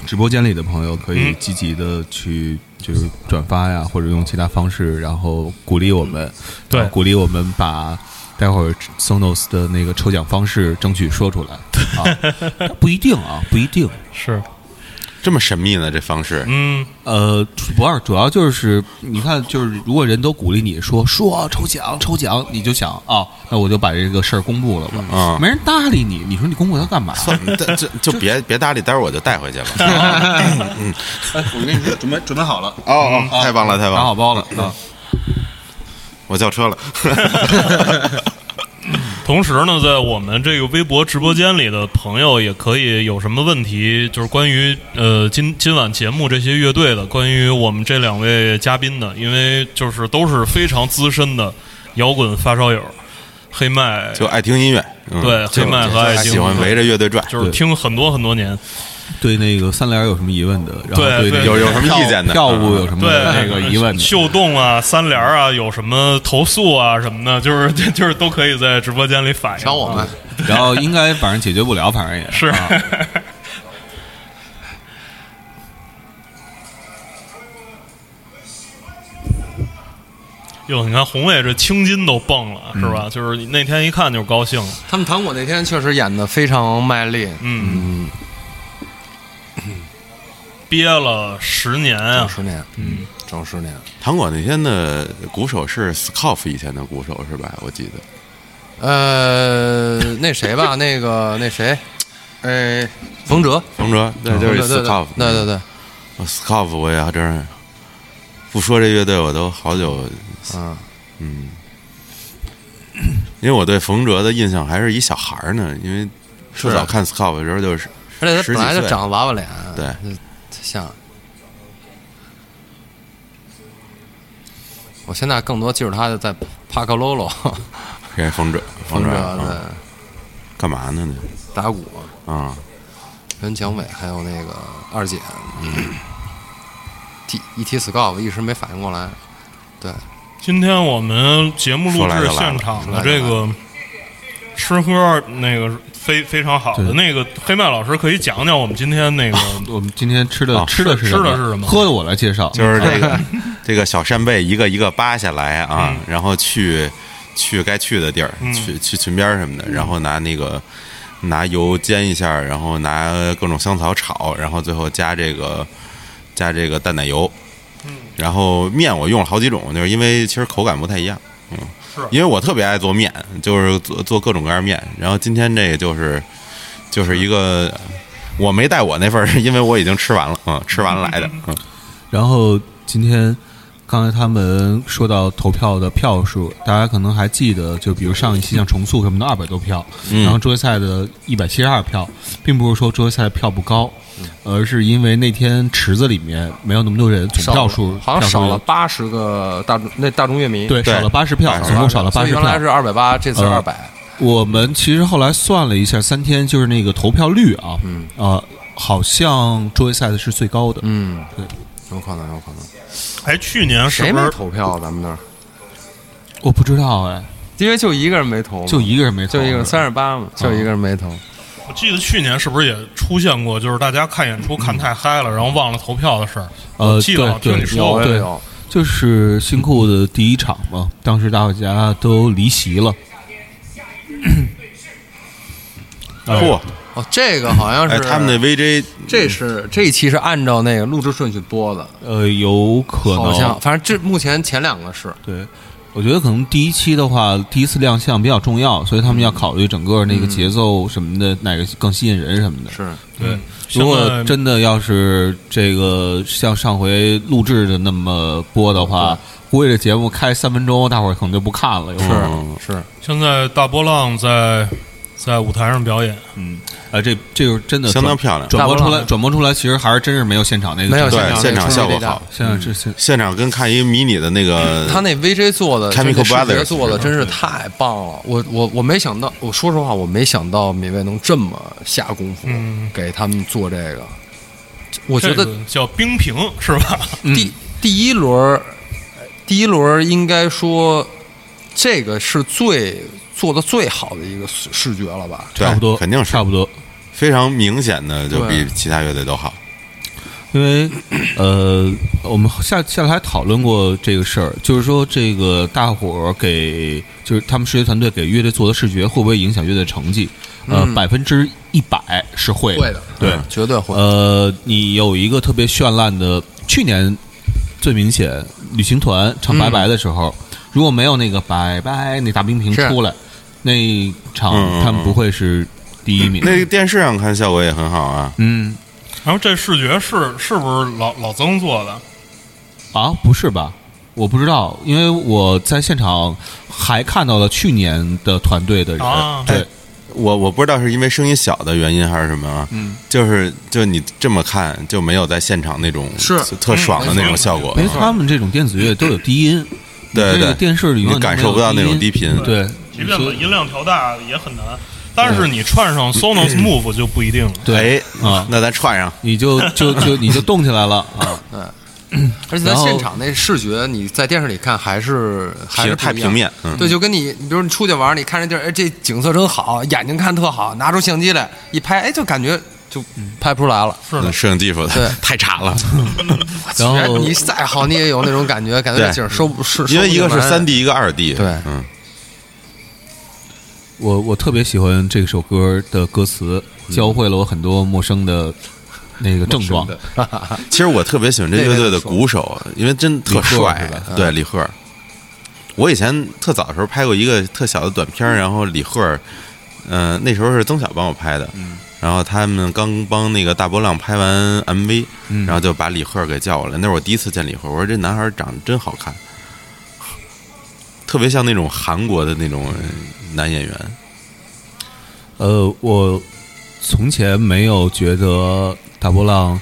[SPEAKER 1] 直播间里的朋友可以
[SPEAKER 2] 嗯
[SPEAKER 1] 积极的去就是转发呀，或者用其他方式，然后鼓励我们，
[SPEAKER 2] 对
[SPEAKER 1] 然后鼓励我们把待会儿 Sonos 的那个抽奖方式争取说出来 啊，不一定啊，不一定，
[SPEAKER 2] 是，
[SPEAKER 3] 这么神秘呢？这方式
[SPEAKER 2] 嗯，
[SPEAKER 1] 呃，不二主要就是你看，就是如果人都鼓励你说说抽奖抽奖，你就想啊，那我就把这个事儿公布了吧，
[SPEAKER 3] 嗯
[SPEAKER 1] 没人搭理你，你说你公布它干嘛？
[SPEAKER 3] 但这就别别搭理，待会儿我就带回去了。 嗯，我跟你说，准备准备好了。哦哦，太棒了，太棒
[SPEAKER 1] 打
[SPEAKER 3] 了
[SPEAKER 1] 好！包了
[SPEAKER 3] 嗯
[SPEAKER 1] 啊！
[SPEAKER 3] 我叫车了。
[SPEAKER 2] 同时呢，在我们这个微博直播间里的朋友，也可以有什么问题，就是关于呃今今晚节目这些乐队的，关于我们这两位嘉宾的，因为就是都是非常资深的摇滚发烧友，黑麦
[SPEAKER 3] 就爱听音乐，嗯
[SPEAKER 2] 对
[SPEAKER 3] 就
[SPEAKER 2] 黑麦和爱听
[SPEAKER 3] 喜欢围着乐队转，
[SPEAKER 2] 就是听很多很多年，
[SPEAKER 1] 对那个三联有什么疑问的？然后
[SPEAKER 2] 对
[SPEAKER 1] 那个
[SPEAKER 2] 对
[SPEAKER 3] 有有什么
[SPEAKER 1] 跳
[SPEAKER 3] 意见的嗯
[SPEAKER 1] 跳舞有什么
[SPEAKER 2] 对
[SPEAKER 1] 嗯那个疑问的？
[SPEAKER 2] 秀动啊、三联啊，有什么投诉啊什么的，就是 就是都可以在直播间里反映。
[SPEAKER 4] 瞧我们，
[SPEAKER 1] 然后应该反正解决不了，反正也
[SPEAKER 2] 是。
[SPEAKER 1] 啊
[SPEAKER 2] 哟，你看红卫这青筋都蹦了，是吧？就是那天一看就高兴了。
[SPEAKER 4] 他们糖果那天确实演的非常卖力，
[SPEAKER 2] 嗯，憋了十年
[SPEAKER 4] 整
[SPEAKER 2] 啊，
[SPEAKER 4] 十年，嗯，整十年。
[SPEAKER 3] 糖果那天的鼓手是 Scoff 以前的鼓手是吧？我记得
[SPEAKER 4] 呃，那谁吧， 那个那谁，哎，冯哲，
[SPEAKER 3] 冯哲，对，就
[SPEAKER 4] 对
[SPEAKER 3] 是
[SPEAKER 4] 对对
[SPEAKER 3] Scoff，
[SPEAKER 4] 对对对，
[SPEAKER 3] 我 Scoff 嗯哦我也真是不说这乐队我都好久
[SPEAKER 4] 嗯，
[SPEAKER 3] 因为我对冯哲的印象还是一小孩儿呢，因为最早看 Scout 的时候就是，
[SPEAKER 4] 而且他
[SPEAKER 3] 十
[SPEAKER 4] 本
[SPEAKER 3] 几
[SPEAKER 4] 来就
[SPEAKER 3] 岁
[SPEAKER 4] 长娃娃脸，
[SPEAKER 3] 对，
[SPEAKER 4] 像。我现在更多记住他的在帕克罗罗，
[SPEAKER 3] 人冯哲，
[SPEAKER 4] 冯
[SPEAKER 3] 哲
[SPEAKER 4] 哲
[SPEAKER 3] 啊
[SPEAKER 4] 的
[SPEAKER 3] 干嘛呢呢？
[SPEAKER 4] 打鼓，
[SPEAKER 3] 啊，
[SPEAKER 4] 跟蒋伟还有那个二姐，提一提 scout 我一时没反应过来，对，
[SPEAKER 2] 今天我们节目录制现场的这个吃喝那个非非常好的
[SPEAKER 1] 对
[SPEAKER 2] 那个黑麦老师可以讲讲我们今天那个
[SPEAKER 1] 呃我们今天吃的、
[SPEAKER 3] 啊
[SPEAKER 1] 吃的
[SPEAKER 2] 吃
[SPEAKER 1] 什
[SPEAKER 2] 的是什么
[SPEAKER 1] 喝的我来介绍，
[SPEAKER 3] 就是这个 这个小扇贝一个一个扒下来啊，然后去去该去的地儿，去去裙边儿什么的，然后拿那个拿油煎一下，然后拿各种香草炒，然后最后加这个加这个淡奶油，然后面我用了好几种，就是因为其实口感不太一样，嗯，
[SPEAKER 2] 是
[SPEAKER 3] 因为我特别爱做面，就是做做各种各样面，然后今天这个就是就是一个。我没带我那份儿， 是因为我已经吃完了，嗯，吃完来的，嗯，
[SPEAKER 1] 然后今天刚才他们说到投票的票数，大家可能还记得，就比如上一期像重塑什么的二百多票，
[SPEAKER 3] 嗯
[SPEAKER 1] 然后桌游赛的一百七十二票，并不是说桌游赛票不高，
[SPEAKER 4] 嗯
[SPEAKER 1] 而是因为那天池子里面没有那么多人，总嗯票数
[SPEAKER 4] 好像
[SPEAKER 1] 票数
[SPEAKER 4] 少了八十个大众那大众乐迷，
[SPEAKER 1] 对
[SPEAKER 3] 对
[SPEAKER 1] 少了八十票，
[SPEAKER 3] 80
[SPEAKER 1] 总共少了
[SPEAKER 4] 所
[SPEAKER 1] 八
[SPEAKER 4] 以
[SPEAKER 1] 十
[SPEAKER 4] 原来
[SPEAKER 1] 票。
[SPEAKER 4] 是二百八，这次
[SPEAKER 1] 呃
[SPEAKER 4] 二百，
[SPEAKER 1] 我们其实后来算了一下，三天就是那个投票率啊，嗯啊、好像桌游赛的是最高的，
[SPEAKER 4] 嗯，
[SPEAKER 1] 对，
[SPEAKER 4] 有可能，有可能。
[SPEAKER 2] 哎，去年是
[SPEAKER 4] 谁
[SPEAKER 2] 不
[SPEAKER 4] 没
[SPEAKER 2] 是
[SPEAKER 4] 投票？啊咱们那儿，
[SPEAKER 1] 我不知道哎，
[SPEAKER 4] 因为就一个人没投嘛，
[SPEAKER 1] 就一个人没投，嗯
[SPEAKER 4] 就一个人三十八嘛，就一个人没投。
[SPEAKER 2] 我记得去年是不是也出现过，就是大家看演出看太嗨了，然后忘了投票的事儿？
[SPEAKER 1] 呃，
[SPEAKER 2] 我记得好像
[SPEAKER 1] 对
[SPEAKER 2] 听你
[SPEAKER 1] 对
[SPEAKER 2] 说
[SPEAKER 4] 有
[SPEAKER 2] 过，
[SPEAKER 1] 对
[SPEAKER 4] 有有，
[SPEAKER 1] 就是新裤的第一场嘛，当时大家都离席了。
[SPEAKER 3] 嚯，
[SPEAKER 4] 哦，这个好像
[SPEAKER 3] 哎，
[SPEAKER 4] 是
[SPEAKER 3] 他们那 VJ
[SPEAKER 4] 这是这一期是按照那个录制顺序播的，
[SPEAKER 1] 呃，有可能，
[SPEAKER 4] 好像反正这目前前两个是
[SPEAKER 1] 对，我觉得可能第一期的话，第一次亮相比较重要，所以他们要考虑整个那个节奏什么的，哪个更吸引人什么的。
[SPEAKER 4] 是
[SPEAKER 2] 对，
[SPEAKER 1] 如
[SPEAKER 2] 现
[SPEAKER 1] 果
[SPEAKER 2] 在
[SPEAKER 1] 真的要是这个像上回录制的那么播的话，估计这节目开三分钟，大伙儿可能就不看了。有可能
[SPEAKER 3] 嗯
[SPEAKER 4] 是，
[SPEAKER 2] 现在大波浪在在舞台上表演，
[SPEAKER 1] 啊，这这就是真的
[SPEAKER 3] 相当
[SPEAKER 1] 转
[SPEAKER 3] 漂亮，
[SPEAKER 1] 转播出
[SPEAKER 4] 大波
[SPEAKER 1] 来，
[SPEAKER 4] 浪
[SPEAKER 1] 转播出来，其实还是真是没有现场那个
[SPEAKER 4] 没有
[SPEAKER 1] 震撼
[SPEAKER 3] 对，
[SPEAKER 4] 现
[SPEAKER 3] 现场
[SPEAKER 4] 场那
[SPEAKER 3] 效
[SPEAKER 4] 冲击
[SPEAKER 3] 果
[SPEAKER 4] 力大
[SPEAKER 3] 好，
[SPEAKER 1] 现在这
[SPEAKER 4] 嗯
[SPEAKER 1] 现
[SPEAKER 3] 现场跟看一迷你的那个，
[SPEAKER 4] 他那 VJ 做的，
[SPEAKER 3] Chemical
[SPEAKER 4] 这视
[SPEAKER 3] Brothers
[SPEAKER 4] 觉做的真是太棒了。我我我没想到，我说实话，我没想到米未能这么下功夫
[SPEAKER 2] 嗯
[SPEAKER 4] 给他们做这个。我觉
[SPEAKER 2] 这
[SPEAKER 4] 得
[SPEAKER 2] 个嗯叫冰屏是吧？
[SPEAKER 4] 第第一轮儿，第一轮儿应该说这个是最做的最好的一个视视觉了吧？
[SPEAKER 3] 对
[SPEAKER 1] 差不多，
[SPEAKER 3] 肯定是
[SPEAKER 1] 差不多。
[SPEAKER 3] 非常明显的，就
[SPEAKER 4] 对
[SPEAKER 3] 比其他乐队都好。
[SPEAKER 1] 因为呃，我们下下来讨论过这个事儿，就是说这个大伙儿给就是他们视觉团队给乐队做的视觉会不会影响乐队成绩？呃，百分之一百是会
[SPEAKER 4] 嗯会的，
[SPEAKER 1] 对。
[SPEAKER 3] 嗯
[SPEAKER 4] 绝对会。
[SPEAKER 1] 呃，你有一个特别绚烂的，去年最明显，旅行团唱《拜拜》的时候，如果没有那个“拜拜”那大冰屏
[SPEAKER 4] 嗯是
[SPEAKER 1] 出来，那场
[SPEAKER 3] 嗯嗯
[SPEAKER 1] 他们不会是第一名。
[SPEAKER 3] 那个电视上看效果也很好啊，
[SPEAKER 1] 嗯
[SPEAKER 2] 然后这视觉是是不是老老曾做的？
[SPEAKER 1] 啊，不是吧？我不知道，因为我在现场还看到了去年的团队的人，
[SPEAKER 2] 啊
[SPEAKER 1] 对，
[SPEAKER 3] 我我不知道是因为声音小的原因还是什么啊，嗯，就是就你这么看就没有在现场那种
[SPEAKER 4] 是
[SPEAKER 3] 特爽的那种效果
[SPEAKER 1] 因，为他们这种电子乐都有低音，
[SPEAKER 3] 对
[SPEAKER 1] 你这个
[SPEAKER 3] 对
[SPEAKER 1] 电视里永远
[SPEAKER 3] 你感受不到那种低频
[SPEAKER 1] 都没有音
[SPEAKER 2] 即
[SPEAKER 1] 对，
[SPEAKER 2] 便把
[SPEAKER 1] 所以
[SPEAKER 2] 音量调大也很难，但是你串上 Sonos Move 就不一定了。
[SPEAKER 1] 对
[SPEAKER 3] 哎
[SPEAKER 1] 啊，
[SPEAKER 3] 那咱串上，
[SPEAKER 1] 你就就 就你就动起来了啊，
[SPEAKER 4] 而且在
[SPEAKER 1] 然后
[SPEAKER 4] 现场那视觉，你在电视里看还是还是
[SPEAKER 3] 太
[SPEAKER 4] 不一样
[SPEAKER 3] 平。面，嗯，
[SPEAKER 4] 对，就跟你，你比如你出去玩，你看这地儿，哎，这景色真好，眼睛看特好，拿出相机来一拍，哎，就感觉就拍不出来了。
[SPEAKER 2] 是的
[SPEAKER 3] 嗯摄影技术
[SPEAKER 4] 对
[SPEAKER 3] 太差了，
[SPEAKER 1] 然后
[SPEAKER 4] 你再好，你也有那种感觉，感觉
[SPEAKER 3] 对
[SPEAKER 4] 这景儿收不是，
[SPEAKER 3] 因为一个是三
[SPEAKER 4] D，
[SPEAKER 3] D，一个二 D。
[SPEAKER 4] 对
[SPEAKER 3] 嗯，
[SPEAKER 1] 我我特别喜欢这首歌的歌词，教会了我很多陌生的那个症状。
[SPEAKER 3] 其实我特别喜欢这乐队的鼓手，因为真特帅
[SPEAKER 1] 李赫是吧，
[SPEAKER 3] 对李赫。我以前特早的时候拍过一个特小的短片儿，然后李赫，嗯、那时候是曾晓帮我拍的，然后他们刚帮那个大波浪拍完 MV，然后就把李赫给叫过来，那是我第一次见李赫，我说这男孩长得真好看，特别像那种韩国的那种男演员，
[SPEAKER 1] 呃，我从前没有觉得大波浪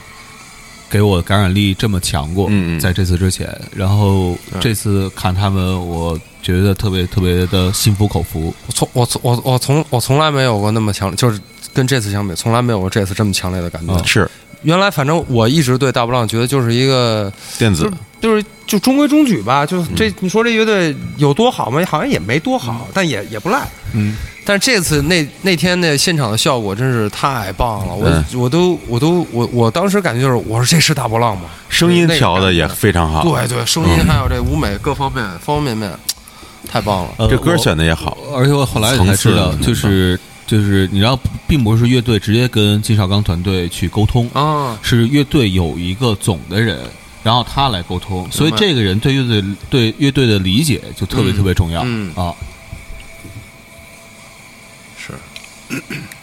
[SPEAKER 1] 给我感染力这么强过，
[SPEAKER 3] 嗯嗯
[SPEAKER 1] 在这次之前，然后这次看他们，我觉得特别特别的心服口服。
[SPEAKER 4] 我从我从我我从我从来没有过那么强烈，就是跟这次相比，从来没有过这次这么强烈的感觉
[SPEAKER 1] 嗯。
[SPEAKER 3] 是
[SPEAKER 4] 原来反正我一直对大波浪觉得就是一个
[SPEAKER 3] 电子
[SPEAKER 5] 就，就是就中规中矩吧，就这你说这乐队有多好吗？好像也没多好，但也也不赖。
[SPEAKER 1] 嗯，
[SPEAKER 4] 但是这次那那天那现场的效果真是太棒了，我、
[SPEAKER 3] 嗯
[SPEAKER 4] 我都我都我我当时感觉就是我说这是大波浪吗？
[SPEAKER 3] 声音
[SPEAKER 4] 那个
[SPEAKER 3] 调的也
[SPEAKER 4] 感觉
[SPEAKER 3] 非常好，
[SPEAKER 4] 对对，声音还有这舞美各方面方方面面，太棒了。
[SPEAKER 1] 呃、
[SPEAKER 3] 这歌
[SPEAKER 1] 我
[SPEAKER 3] 选的也好，
[SPEAKER 1] 而且我后来也才知道
[SPEAKER 3] 层，次
[SPEAKER 1] 就是就是你知道，并不是乐队直接跟金少刚团队去沟通，
[SPEAKER 4] 啊，
[SPEAKER 1] 是乐队有一个总的人，然后他来沟通，所以这个人对乐队对乐队的理解就特别特别重要、
[SPEAKER 4] 嗯
[SPEAKER 1] 啊。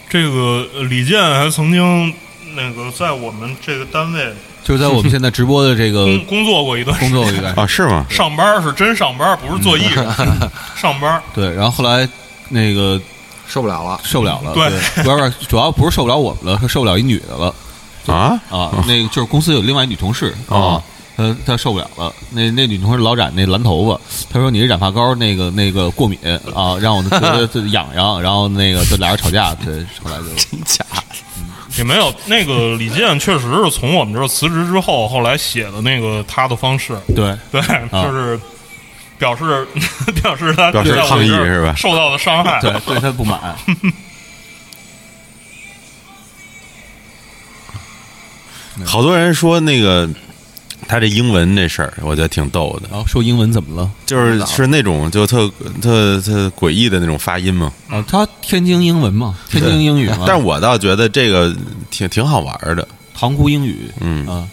[SPEAKER 2] 这个呃李健还曾经那个在我们这个单位
[SPEAKER 1] 就是在我们现在直播的这个
[SPEAKER 2] 工工作过一段时
[SPEAKER 1] 呃工
[SPEAKER 2] 间，
[SPEAKER 1] 作一 段，
[SPEAKER 3] 啊，是吗？
[SPEAKER 2] 上班儿是真上班儿，不是做艺人，上班儿。
[SPEAKER 1] 对，然后后来那个
[SPEAKER 4] 受不了了，
[SPEAKER 1] 受不了了，
[SPEAKER 2] 对
[SPEAKER 1] 对，不是不是，主要不是受不了我们了，是受不了一女的了
[SPEAKER 3] 啊，
[SPEAKER 1] 啊，那个就是公司有另外一女同事
[SPEAKER 3] 哦
[SPEAKER 1] 啊。她她受不了了，那那女同事老染那蓝头发，她说你这染发膏那个那个过敏啊，让我觉得就痒痒，然后那个就俩人吵架，对，后来就
[SPEAKER 2] 也没有那个李健，确实是从我们这儿辞职之后，后来写的那个他的方式，
[SPEAKER 1] 对，
[SPEAKER 2] 对，就是表示 表示他
[SPEAKER 3] 啊表示
[SPEAKER 2] 在我们
[SPEAKER 3] 抗议
[SPEAKER 2] 这儿
[SPEAKER 3] 是吧
[SPEAKER 2] 受到的伤害，
[SPEAKER 1] 对，对他不满。
[SPEAKER 3] 好多人说那个他这英文这事儿，我觉得挺逗的，
[SPEAKER 1] 然后说英文怎么了？
[SPEAKER 3] 就是是那种就特特特诡异的那种发音嘛。
[SPEAKER 1] 啊，他天津英文嘛，天津英语
[SPEAKER 4] 啊
[SPEAKER 1] 嘛，
[SPEAKER 3] 但是我倒觉得这个挺挺好玩儿的，
[SPEAKER 1] 塘沽英语
[SPEAKER 3] 嗯
[SPEAKER 1] 啊。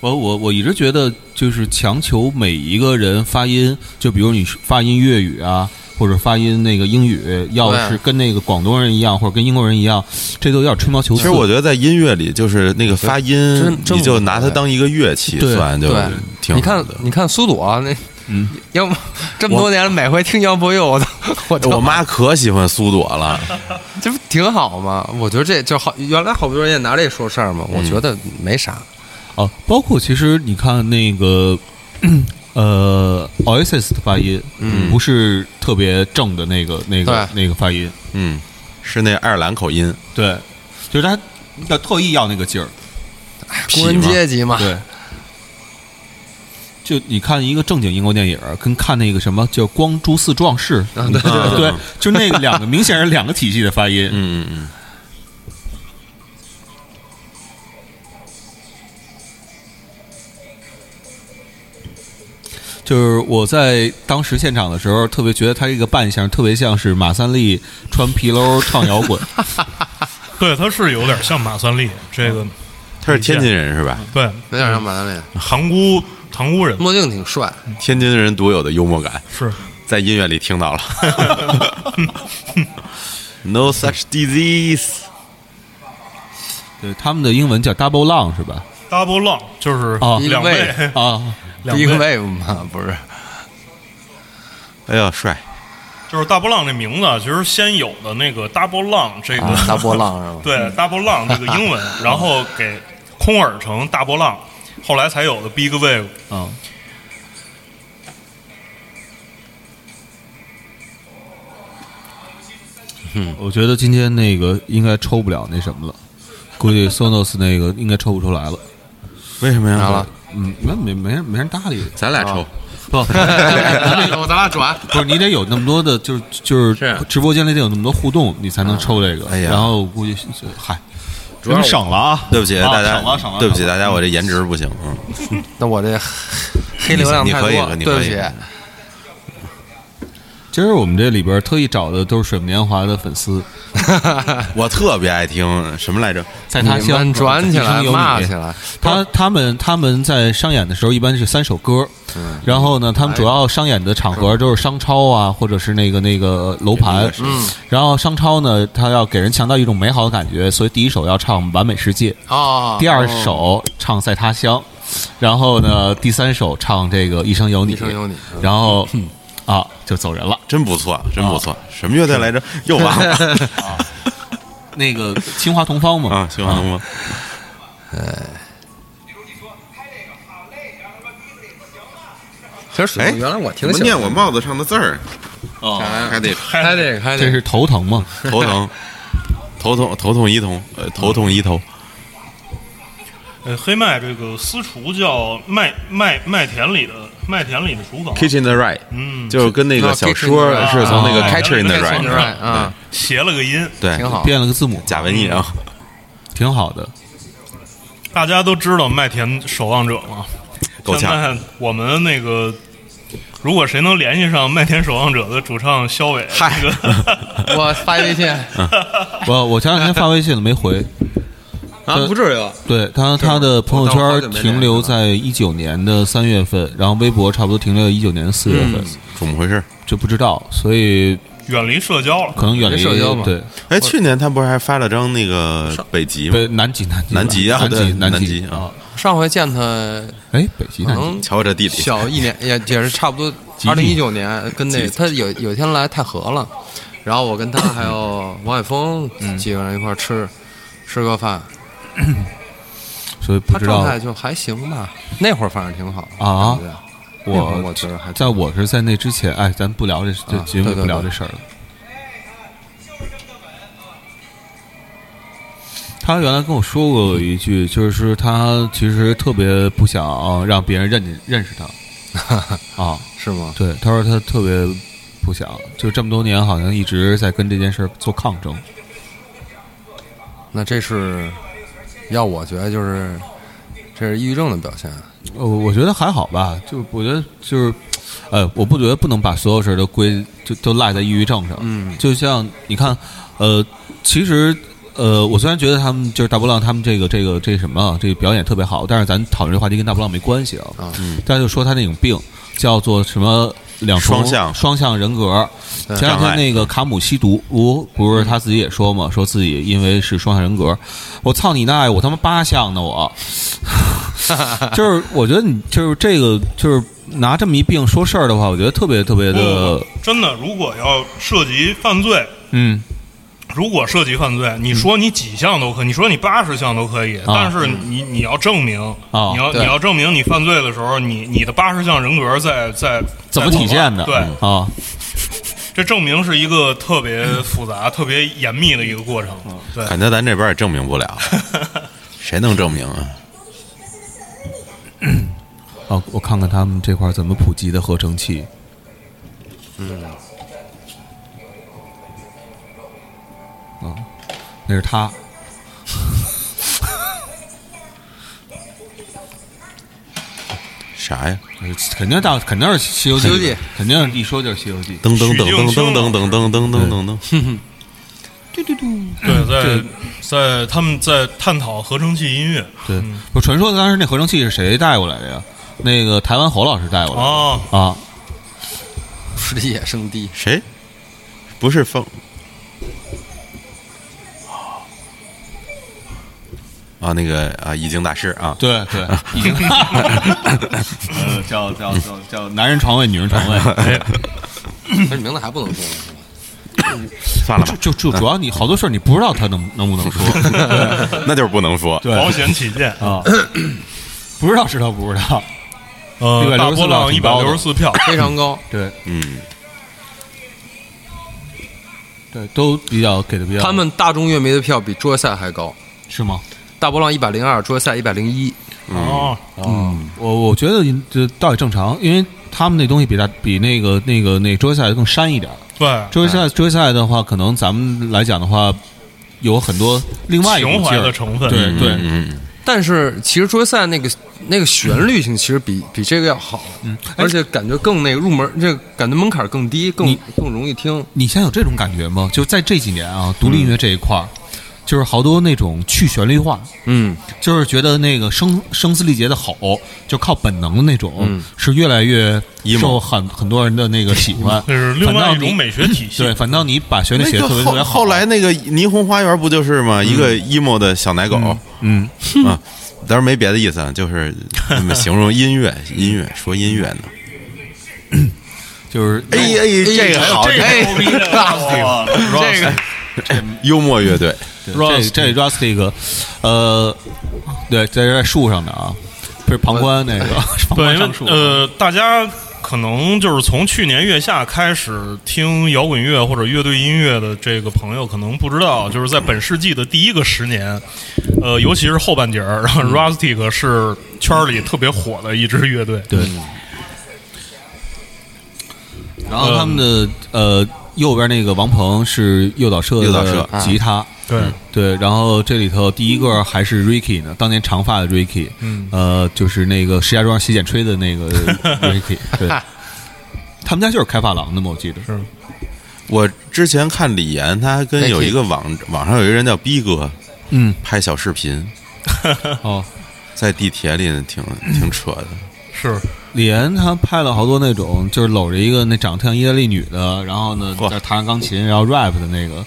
[SPEAKER 1] 我我我一直觉得，就是强求每一个人发音，就比如你发音粤语啊，或者发音那个英语，要
[SPEAKER 3] 啊
[SPEAKER 4] 对
[SPEAKER 1] 是跟那个广东人一样，或者跟英国人一样，这都有点吹毛求疵。
[SPEAKER 3] 其实我觉得在音乐里，就是那个发音
[SPEAKER 4] 真，真
[SPEAKER 3] 你就
[SPEAKER 4] 不
[SPEAKER 3] 拿它当一个乐器
[SPEAKER 1] 对
[SPEAKER 3] 算，就
[SPEAKER 4] 对
[SPEAKER 3] 挺
[SPEAKER 4] 你
[SPEAKER 3] 好
[SPEAKER 4] 看
[SPEAKER 3] 的。
[SPEAKER 4] 你看苏朵啊，那
[SPEAKER 1] 嗯，
[SPEAKER 4] 要不这么多年了，每回听杨博佑，我都 我都
[SPEAKER 3] 我妈可喜欢苏朵了，
[SPEAKER 4] 这不挺好吗？我觉得这就好，原来好多人也拿这说事儿嘛，我觉得没啥。
[SPEAKER 1] 哦、包括其实你看那个。呃，Oasis 的发音，
[SPEAKER 4] 嗯
[SPEAKER 1] 不是特别正的那个、那个、那个发音，
[SPEAKER 3] 嗯，是那爱尔兰口音，
[SPEAKER 1] 对，就是他要特意要那个劲儿，
[SPEAKER 4] 哎工人阶级嘛，
[SPEAKER 1] 对，就你看一个正经英国电影儿，跟看那个什么叫《光珠四壮士》
[SPEAKER 4] 啊对
[SPEAKER 3] 对
[SPEAKER 1] 对，就那个两个明显是两个体系的发音。
[SPEAKER 3] 嗯嗯嗯。
[SPEAKER 1] 就是我在当时现场的时候，特别觉得他这个扮相特别像是马三立穿皮褛唱摇 滚，
[SPEAKER 2] 对，他是有点像马三立这个，
[SPEAKER 3] 她是天津人是吧？
[SPEAKER 4] 嗯
[SPEAKER 2] 对，
[SPEAKER 4] 有点像马德里。
[SPEAKER 2] 塘沽塘沽人
[SPEAKER 4] 墨镜挺帅，
[SPEAKER 3] 天津人独有的幽默感，
[SPEAKER 2] 是
[SPEAKER 3] 在音乐里听到了。No such disease。
[SPEAKER 1] 对，他们的英文叫 double 浪是吧？
[SPEAKER 2] double 浪，就是
[SPEAKER 1] 哦
[SPEAKER 2] 两
[SPEAKER 4] 一
[SPEAKER 2] 位
[SPEAKER 4] 位
[SPEAKER 1] 啊，
[SPEAKER 2] 两
[SPEAKER 4] 第一个
[SPEAKER 2] 位，
[SPEAKER 4] wave 嘛，不是？
[SPEAKER 3] 哎呦，帅！
[SPEAKER 2] 就是大波浪这名字啊，其实先有的那个 double 浪这个
[SPEAKER 4] 啊，大波浪是吧？
[SPEAKER 2] 对大波浪这个英文，然后给空耳成大波浪，后来才有的 Big Wave。
[SPEAKER 1] 啊，嗯，我觉得今天那个应该抽不了那什么了，估计 Sonos 那个应该抽不出来了。
[SPEAKER 3] 为什么呀？
[SPEAKER 4] 咋了？
[SPEAKER 1] 嗯，没没没人没人搭理，
[SPEAKER 3] 咱俩抽，
[SPEAKER 1] 不，
[SPEAKER 4] 我咱俩转，
[SPEAKER 1] 不是你得有那么多的，就是就是
[SPEAKER 4] 是
[SPEAKER 1] 直播间里得有那么多互动，你才能抽这个。
[SPEAKER 3] 哎呀
[SPEAKER 1] 然后估计嗨，
[SPEAKER 3] 主要
[SPEAKER 1] 你们省了啊，
[SPEAKER 3] 对不起
[SPEAKER 1] 啊
[SPEAKER 3] 大家
[SPEAKER 1] 省了省了，
[SPEAKER 3] 对不起
[SPEAKER 1] 省了
[SPEAKER 3] 大家，我这颜值不行，嗯，
[SPEAKER 4] 那我这黑流量
[SPEAKER 3] 你
[SPEAKER 4] 太
[SPEAKER 3] 可以
[SPEAKER 4] 多，
[SPEAKER 3] 你
[SPEAKER 4] 对
[SPEAKER 3] 可
[SPEAKER 4] 不
[SPEAKER 3] 以
[SPEAKER 4] 起。
[SPEAKER 1] 其实我们这里边特意找的都是水木年华的粉丝，
[SPEAKER 3] 我特别爱听什么来着？
[SPEAKER 1] 在他
[SPEAKER 4] 你们
[SPEAKER 1] 乡
[SPEAKER 4] 转起来，骂起
[SPEAKER 1] 来。
[SPEAKER 4] 来，
[SPEAKER 1] 他他们他们在商演的时候一般是三首歌，
[SPEAKER 4] 嗯
[SPEAKER 1] 然后呢，
[SPEAKER 4] 哎
[SPEAKER 1] 他们主要商演的场合都是商超啊，或者是那个那个楼盘。嗯，然后商超呢，他要给人强调一种美好的感觉，所以第一首要唱《完美世界》，
[SPEAKER 4] 哦，
[SPEAKER 1] 第二首唱《在他乡》，然后呢，第三首唱这个《一生有你
[SPEAKER 4] 一》，生有你
[SPEAKER 1] 然后啊就走人了。
[SPEAKER 3] 真不错，真不错，什么乐队来着？又忘了
[SPEAKER 1] 那个清华同方嘛，
[SPEAKER 3] 啊，行吗？行吗？
[SPEAKER 4] 其实水
[SPEAKER 3] 哎
[SPEAKER 4] 木原来我
[SPEAKER 3] 怎
[SPEAKER 4] 挺
[SPEAKER 3] 么
[SPEAKER 4] 喜
[SPEAKER 3] 念
[SPEAKER 4] 欢
[SPEAKER 3] 我帽子上的字儿？
[SPEAKER 1] 哦
[SPEAKER 3] 还得
[SPEAKER 4] 开这个开
[SPEAKER 1] 这
[SPEAKER 4] 这个，
[SPEAKER 1] 是头疼嘛？
[SPEAKER 3] 头疼，头痛头痛医头，呃，头痛医头。
[SPEAKER 2] 呃，黑麦这个私厨叫麦麦麦田里的麦田里的厨房，
[SPEAKER 3] Kitchen the Right，
[SPEAKER 2] 嗯，
[SPEAKER 3] 就是跟那个小说
[SPEAKER 4] 啊，Kitchen the Right
[SPEAKER 3] 是从那个
[SPEAKER 2] 啊
[SPEAKER 3] Catcher in the
[SPEAKER 2] 啊
[SPEAKER 3] Right，
[SPEAKER 2] Catcher in the
[SPEAKER 4] 对啊，
[SPEAKER 3] 嗯
[SPEAKER 2] 谐了个音。
[SPEAKER 3] 对，
[SPEAKER 4] 挺好。
[SPEAKER 1] 变了个字母，
[SPEAKER 3] 贾文艺啊，
[SPEAKER 1] 挺好的。
[SPEAKER 2] 大家都知道麦田守望者嘛，
[SPEAKER 3] 够
[SPEAKER 2] 现
[SPEAKER 3] 呛。
[SPEAKER 2] 在我们那个，如果谁能联系上麦田守望者的主唱肖伟，
[SPEAKER 3] 嗨
[SPEAKER 2] 这个
[SPEAKER 4] 我发一微信
[SPEAKER 1] 我我前两天发微信了没回，
[SPEAKER 4] 啊，不至于吧。
[SPEAKER 1] 对他他的朋友
[SPEAKER 4] 我当时好久
[SPEAKER 1] 圈
[SPEAKER 4] 没
[SPEAKER 1] 停留在一九年的三月份，然后微博差不多停留在一九年的四月
[SPEAKER 4] 嗯
[SPEAKER 1] 份，
[SPEAKER 3] 嗯怎么回事？
[SPEAKER 1] 就不知道，所以
[SPEAKER 2] 远离社交了。
[SPEAKER 1] 可能远离
[SPEAKER 4] 没社交嘛
[SPEAKER 1] 对
[SPEAKER 3] 哎，去年他不是还发了张那个北极吗？
[SPEAKER 1] 北南极南极
[SPEAKER 3] 南极啊
[SPEAKER 1] 南
[SPEAKER 3] 对
[SPEAKER 1] 极
[SPEAKER 3] 南
[SPEAKER 1] 极
[SPEAKER 3] 极啊，
[SPEAKER 4] 上回见他
[SPEAKER 1] 哎北极
[SPEAKER 4] 可
[SPEAKER 1] 南极
[SPEAKER 4] 能
[SPEAKER 3] 瞧我这地理，
[SPEAKER 4] 小一年，也也是差不多。二零一九年跟那他有有一天来太和了，然后我跟他还有王海峰
[SPEAKER 3] 嗯
[SPEAKER 4] 几个人一块儿吃吃个饭，
[SPEAKER 1] 所以不
[SPEAKER 4] 他
[SPEAKER 1] 知
[SPEAKER 4] 状
[SPEAKER 1] 道
[SPEAKER 4] 态就还行吧。那会儿反正挺好
[SPEAKER 1] 啊
[SPEAKER 4] 感觉那会儿
[SPEAKER 1] 我
[SPEAKER 4] 我觉得还
[SPEAKER 1] 啊在我是在那之前，哎，咱不聊这这
[SPEAKER 4] 啊
[SPEAKER 1] 节目
[SPEAKER 4] 对对
[SPEAKER 1] 不聊
[SPEAKER 4] 对
[SPEAKER 1] 这事儿了。他原来跟我说过一句，就是他其实特别不想啊让别人认识认识他 啊。
[SPEAKER 4] 是吗？
[SPEAKER 1] 对，他说他特别不想，就这么多年好像一直在跟这件事儿做抗争。
[SPEAKER 4] 那这是要我觉得就是这是抑郁症的表现。
[SPEAKER 1] 呃，我觉得还好吧，就我觉得就是，呃，我不觉得不能把所有事儿都归就都赖在抑郁症上。嗯，就像你看，呃，其实呃，我虽然觉得他们就是大波浪他们这个这个这什么啊这个表演特别好，但是咱讨论这话题跟大波浪没关系啊。
[SPEAKER 4] 啊
[SPEAKER 1] 嗯，大家就说他那种病叫做什么两重
[SPEAKER 3] 双向嗯
[SPEAKER 1] 双向人格。
[SPEAKER 4] 对
[SPEAKER 1] 前两
[SPEAKER 3] 障
[SPEAKER 1] 天
[SPEAKER 3] 碍嗯
[SPEAKER 1] 那个卡姆吸毒，哦不是他自己也说嘛，说自己因为是双向人格。我操你大爷，我他妈八项呢我。就是我觉得你就是这个就是拿这么一病说事儿的话，我觉得特别特别的
[SPEAKER 2] 不，真的，如果要涉及犯罪，
[SPEAKER 1] 嗯
[SPEAKER 2] 如果涉及犯罪，你说你几项都可以，你说你八十项都可以，但是你你要证明，
[SPEAKER 1] 啊
[SPEAKER 2] 你要
[SPEAKER 4] 对
[SPEAKER 2] 你要证明你犯罪的时候，你你的八十项人格在在
[SPEAKER 1] 怎么
[SPEAKER 2] 在
[SPEAKER 1] 体现的？
[SPEAKER 2] 对，
[SPEAKER 1] 啊，
[SPEAKER 2] 这证明是一个特别复杂、特别严密的一个过程。
[SPEAKER 1] 嗯
[SPEAKER 2] 对，
[SPEAKER 3] 感觉咱这边也证明 不了，谁能证明啊？
[SPEAKER 1] 哦，我看看他们这块儿怎么普及的合成器。嗯。啊，那是他。
[SPEAKER 3] 啥呀？
[SPEAKER 1] 肯定大，肯定是《西游记》的，
[SPEAKER 4] 西游记
[SPEAKER 1] 肯定一说就是《西游记》。
[SPEAKER 3] 噔噔噔噔噔噔噔噔噔噔噔噔，
[SPEAKER 2] 对，在在他们在探讨合成器音乐
[SPEAKER 1] 对，不，传说当时那合成器是谁带过来的呀？那个台湾侯老师带过来的、
[SPEAKER 2] 哦，
[SPEAKER 4] 嗯
[SPEAKER 1] 啊。
[SPEAKER 4] 是野生低，
[SPEAKER 3] 谁？不是风啊？那个啊，易经大师啊，
[SPEAKER 1] 对 对，已经，呃，叫叫叫叫男人床位，女人床位，
[SPEAKER 2] 哎
[SPEAKER 1] 哎
[SPEAKER 4] 但是名字还不能说。是吧
[SPEAKER 3] 算了吧
[SPEAKER 1] 就，就就主要你好多事儿你不知道他能能不 能说，
[SPEAKER 3] 那就是不能说。
[SPEAKER 1] 对
[SPEAKER 2] 保险起 见，
[SPEAKER 1] 啊，不知道是他不知道，
[SPEAKER 2] 呃，
[SPEAKER 1] 164
[SPEAKER 2] 大波浪一
[SPEAKER 1] 挺
[SPEAKER 2] 百
[SPEAKER 1] 高的
[SPEAKER 2] 六十四票，
[SPEAKER 4] 非常 高，
[SPEAKER 1] 对
[SPEAKER 3] 嗯，
[SPEAKER 1] 对，都比较给的比较，
[SPEAKER 4] 他们大众乐迷的票比桌赛还高。
[SPEAKER 1] 是吗？
[SPEAKER 4] 大波浪一百零二，桌赛一百零一，
[SPEAKER 2] 哦，
[SPEAKER 1] 嗯，我我觉得这倒也正常，因为他们那东西比大比那个那个那个桌游赛更煽一点儿，
[SPEAKER 2] 对，
[SPEAKER 1] 桌游赛桌游赛的话，可能咱们来讲的话，有很多另外一股
[SPEAKER 2] 情
[SPEAKER 1] 劲
[SPEAKER 2] 怀
[SPEAKER 1] 儿
[SPEAKER 2] 的成分
[SPEAKER 1] 对对，
[SPEAKER 3] 嗯，
[SPEAKER 4] 但是其实桌游赛那个那个旋律性其实比比这个要好，嗯，而且感觉更那个入门，这个感觉门槛更低，更
[SPEAKER 1] 你
[SPEAKER 4] 更容易听。
[SPEAKER 1] 你现在有这种感觉吗？就在这几年啊，独立音乐这一块儿，就是好多那种去旋律化，
[SPEAKER 4] 嗯，
[SPEAKER 1] 就是觉得那个声声嘶力竭的吼，就靠本能的那种，
[SPEAKER 2] 嗯
[SPEAKER 1] 是越来越
[SPEAKER 3] emo
[SPEAKER 1] 受很很多人的那个喜 欢。
[SPEAKER 2] 这是另
[SPEAKER 1] 反
[SPEAKER 2] 外
[SPEAKER 1] 倒
[SPEAKER 2] 一种
[SPEAKER 1] 你
[SPEAKER 2] 美学体系。
[SPEAKER 1] 对，反倒你把旋律
[SPEAKER 3] 那
[SPEAKER 1] 写
[SPEAKER 3] 个
[SPEAKER 1] 的特别特别
[SPEAKER 3] 后
[SPEAKER 1] 好，
[SPEAKER 3] 后来那个霓虹花园不就是吗？一个 emo 的小奶狗，
[SPEAKER 1] 嗯，
[SPEAKER 3] 啊，当然没别的意思啊，就是那么形容音乐，音乐说音乐呢。
[SPEAKER 1] 就是
[SPEAKER 3] 哎哎，这个好，
[SPEAKER 2] 这
[SPEAKER 3] 这
[SPEAKER 1] 哎
[SPEAKER 2] 个牛逼 的， 哦哇
[SPEAKER 4] 这个
[SPEAKER 3] 幽默乐队，
[SPEAKER 1] 对这这 Rustic，呃，对，在这树上的啊，不是旁观那个
[SPEAKER 2] 对，
[SPEAKER 1] 旁观
[SPEAKER 2] 因为
[SPEAKER 1] 上树，
[SPEAKER 2] 呃，大家可能就是从去年月下开始听摇滚乐或者乐队音乐的这个朋友，可能不知道，就是在本世纪的第一个十年，呃，尤其是后半截儿，然后 Rustic 是圈儿里特别火的一支乐队。
[SPEAKER 1] 对。然后他们的呃右边那个王鹏是诱导社
[SPEAKER 3] 诱导
[SPEAKER 1] 的
[SPEAKER 3] 社
[SPEAKER 2] 啊
[SPEAKER 1] 吉他，
[SPEAKER 2] 对，
[SPEAKER 1] 对，然后这里头第一个还是 Ricky 呢，当年长发的 Ricky，
[SPEAKER 2] 嗯
[SPEAKER 1] 呃，就是那个石家庄洗剪吹的那个 Ricky，对，他们家就是开发廊的嘛，我记得
[SPEAKER 2] 是
[SPEAKER 3] 我之前看李岩，他还跟有一个网网上有一个人叫逼哥
[SPEAKER 1] 嗯，
[SPEAKER 3] 拍小视频，
[SPEAKER 1] 哦，嗯
[SPEAKER 3] 在地铁里挺挺扯的。
[SPEAKER 2] 是
[SPEAKER 1] 李岩他拍了好多那种，就是搂着一个那长得像意大利女的，然后呢
[SPEAKER 3] 嚯
[SPEAKER 1] 在弹着钢琴，然后 rap 的那个，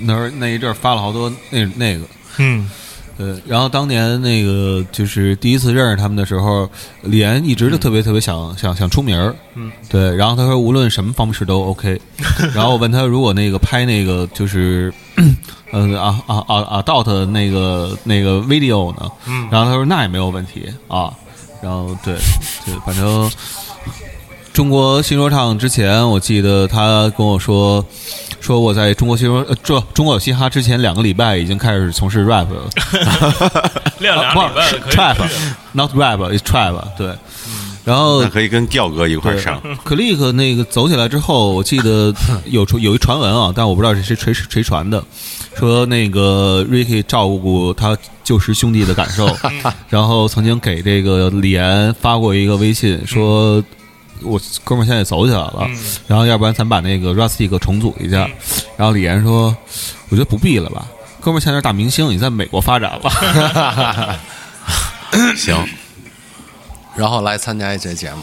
[SPEAKER 1] 那那那一阵儿发了好多那那个，
[SPEAKER 2] 嗯，
[SPEAKER 1] 呃，然后当年那个就是第一次认识他们的时候，李岩一直就特别特别想、想想出名儿，
[SPEAKER 2] 嗯，
[SPEAKER 1] 对。然后他说无论什么方式都 OK。然后我问他，如果那个拍那个就是，嗯啊啊啊啊 dot 那个那个 video 呢？
[SPEAKER 2] 嗯
[SPEAKER 1] 然后他说那也没有问题啊。然后对，对，反正中国新说唱之前，我记得他跟我说。说我在中国新说呃，中中国有嘻哈之前两个礼拜已经开始从事 rap 了，
[SPEAKER 2] 练俩
[SPEAKER 1] 啊不
[SPEAKER 2] 礼拜可以
[SPEAKER 1] ，trap
[SPEAKER 2] 去
[SPEAKER 1] not rap is trap 对，然后
[SPEAKER 3] 那可以跟调哥一块儿上，
[SPEAKER 1] click 那个走起来之后，我记得有传有一传闻啊，但我不知道是谁谁谁传的，说那个 Ricky 照顾他旧时兄弟的感受，
[SPEAKER 2] 嗯
[SPEAKER 1] 然后曾经给这个李岩发过一个微信说。我哥们儿现在也走起来了，
[SPEAKER 2] 嗯
[SPEAKER 1] 然后要不然咱把那个 Rustic 重组一下。然后李岩说：“我觉得不必了吧，哥们儿现在是大明星，你在美国发展吧。”
[SPEAKER 3] 行。
[SPEAKER 4] 然后来参加一节节目，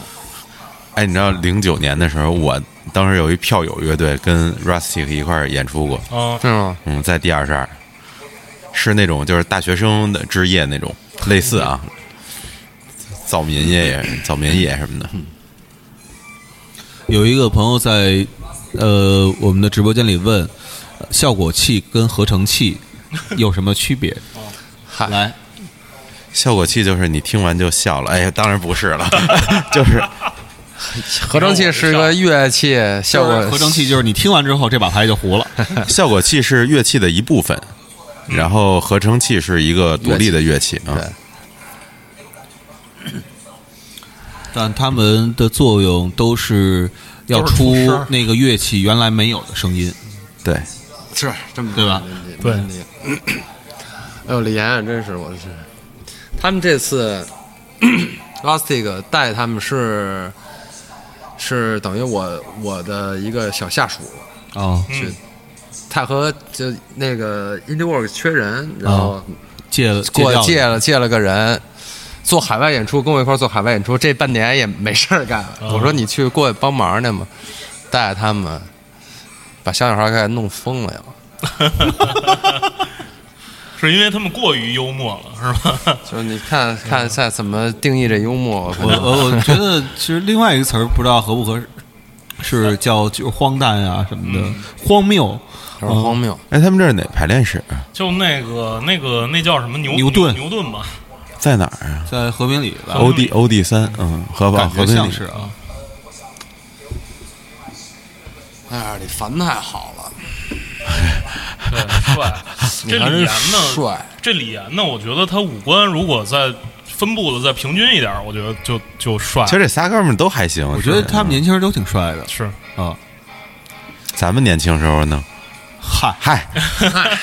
[SPEAKER 3] 哎，你知道零九年的时候，我当时有一票友乐队跟 Rustic 一块儿演出过，
[SPEAKER 2] 啊，
[SPEAKER 1] 哦
[SPEAKER 4] 是吗？
[SPEAKER 3] 嗯，在第二十二，是那种就是大学生的之夜那种，类似啊，
[SPEAKER 1] 嗯
[SPEAKER 3] 早民夜也早民夜什么的，
[SPEAKER 1] 有一个朋友在呃我们的直播间里问，呃效果器跟合成器有什么区 别？
[SPEAKER 4] 嗨
[SPEAKER 1] 来，
[SPEAKER 3] 效果器就是你听完就笑了，哎呀，当然不是了， 就是
[SPEAKER 4] 合成器是个乐器，效果
[SPEAKER 1] 就是合成器就是你听完之后这把牌就 糊了。
[SPEAKER 3] 效果器是乐器的一部分，然后合成器是一个独立的乐器啊
[SPEAKER 4] 对。
[SPEAKER 1] 但它们的作用都是要出那个乐器原来没有的声音，
[SPEAKER 3] 对，
[SPEAKER 4] 是这么
[SPEAKER 1] 对吧？
[SPEAKER 2] 对
[SPEAKER 4] 没问题。哎呦，李岩真是，我是他们这次 Rustic 带他们是是等于我我的一个小下属，
[SPEAKER 1] 哦，
[SPEAKER 2] 嗯
[SPEAKER 4] 泰和就那个 IndieWorks 缺人，然后
[SPEAKER 1] 借了
[SPEAKER 4] 给我
[SPEAKER 1] 掉了
[SPEAKER 4] 借了借了个人。做海外演出，跟我一块儿做海外演出，这半年也没事儿干。我说你去过去帮忙去嘛，带着他们，把小女孩给弄疯了呀！
[SPEAKER 2] 是因为他们过于幽默了，是吧？
[SPEAKER 4] 就是你看看现在怎么定义这幽默？
[SPEAKER 1] 我我我觉得其实另外一个词儿不知道合不合适，是叫就是荒诞啊什么的，荒谬。
[SPEAKER 4] 很荒谬。
[SPEAKER 3] 哎，他们这是哪排练室啊？
[SPEAKER 2] 就那个那个那叫什么牛
[SPEAKER 1] 牛顿
[SPEAKER 2] 牛顿吧，
[SPEAKER 3] 在哪儿啊？
[SPEAKER 1] 在和平里吧，
[SPEAKER 3] 欧 D 欧 D 三，嗯，和吧
[SPEAKER 1] 感
[SPEAKER 3] 和
[SPEAKER 1] 觉
[SPEAKER 3] 平
[SPEAKER 1] 像
[SPEAKER 3] 里
[SPEAKER 1] 是啊。
[SPEAKER 4] 哎呀，李凡太好了，
[SPEAKER 2] 对，帅。这
[SPEAKER 4] 你还
[SPEAKER 2] 李
[SPEAKER 4] 是
[SPEAKER 2] 岩呢？
[SPEAKER 4] 帅，
[SPEAKER 2] 这李岩呢？我觉得他五官如果再分布的再平均一点儿，我觉得就就帅
[SPEAKER 3] 其。实这仨哥们儿都还
[SPEAKER 1] 哦
[SPEAKER 3] 行，
[SPEAKER 1] 我觉得他们
[SPEAKER 3] 是
[SPEAKER 1] 年轻人都挺帅的
[SPEAKER 2] 是
[SPEAKER 1] 啊。
[SPEAKER 3] 咱们年轻时候呢，
[SPEAKER 1] 嗨，
[SPEAKER 3] 嗨，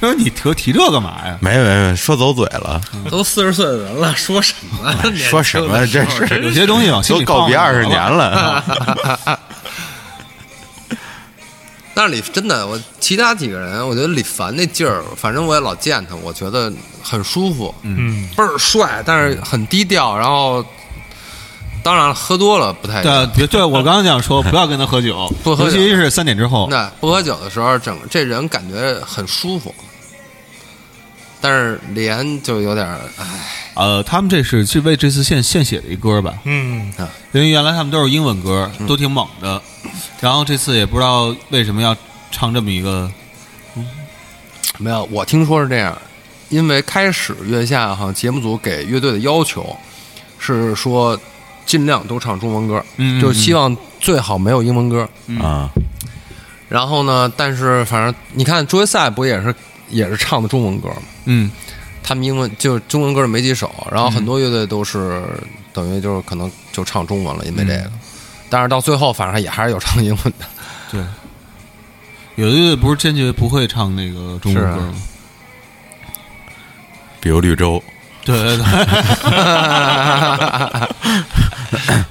[SPEAKER 1] 那你提提这干嘛呀？
[SPEAKER 3] 没没没，说走嘴了，
[SPEAKER 4] 都四十岁的人了，说什么？啊
[SPEAKER 3] 说什么？真 是
[SPEAKER 1] 有些东西往心
[SPEAKER 3] 都
[SPEAKER 1] 里
[SPEAKER 3] 告别
[SPEAKER 1] 放
[SPEAKER 3] 二十年
[SPEAKER 1] 好吧
[SPEAKER 3] 了。嗯
[SPEAKER 4] 但是李真的，我其他几个人，我觉得李凡那劲儿，反正我也老见他，我觉得很舒服，
[SPEAKER 2] 嗯，
[SPEAKER 4] 倍儿帅，但是很低调。然后，当然了，喝多了不太一样
[SPEAKER 1] 对别对，我刚刚讲 说不要跟他喝酒，
[SPEAKER 4] 不喝
[SPEAKER 1] 尤
[SPEAKER 4] 酒
[SPEAKER 1] 其是三点之后。
[SPEAKER 4] 那不喝酒的时候，整这人感觉很舒服。但是李岩就有点儿，哎，
[SPEAKER 1] 呃，他们这是是为这次献献血的一歌吧？
[SPEAKER 2] 嗯，
[SPEAKER 1] 因为原来他们都是英文歌，
[SPEAKER 4] 嗯
[SPEAKER 1] 都挺猛的，然后这次也不知道为什么要唱这么一个，
[SPEAKER 4] 没有，我听说是这样，啊因为开始月下哈节目组给乐队的要求是说，尽量都唱中文歌，
[SPEAKER 1] 嗯
[SPEAKER 4] 就希望最好没有英文歌。
[SPEAKER 3] 啊，
[SPEAKER 4] 然后呢，但是反正你看周杰赛不也是也是唱的中文歌吗？
[SPEAKER 1] 嗯
[SPEAKER 4] 他们英文就中文歌没几首，然后很多乐队都是、等于就是可能就唱中文了，因为这个。但是到最后，反正也还是有唱英文的。
[SPEAKER 1] 对。有的乐队不是坚决不会唱那个中文歌
[SPEAKER 4] 是
[SPEAKER 1] 吗
[SPEAKER 4] 啊？
[SPEAKER 3] 比如绿洲，
[SPEAKER 1] 对对对，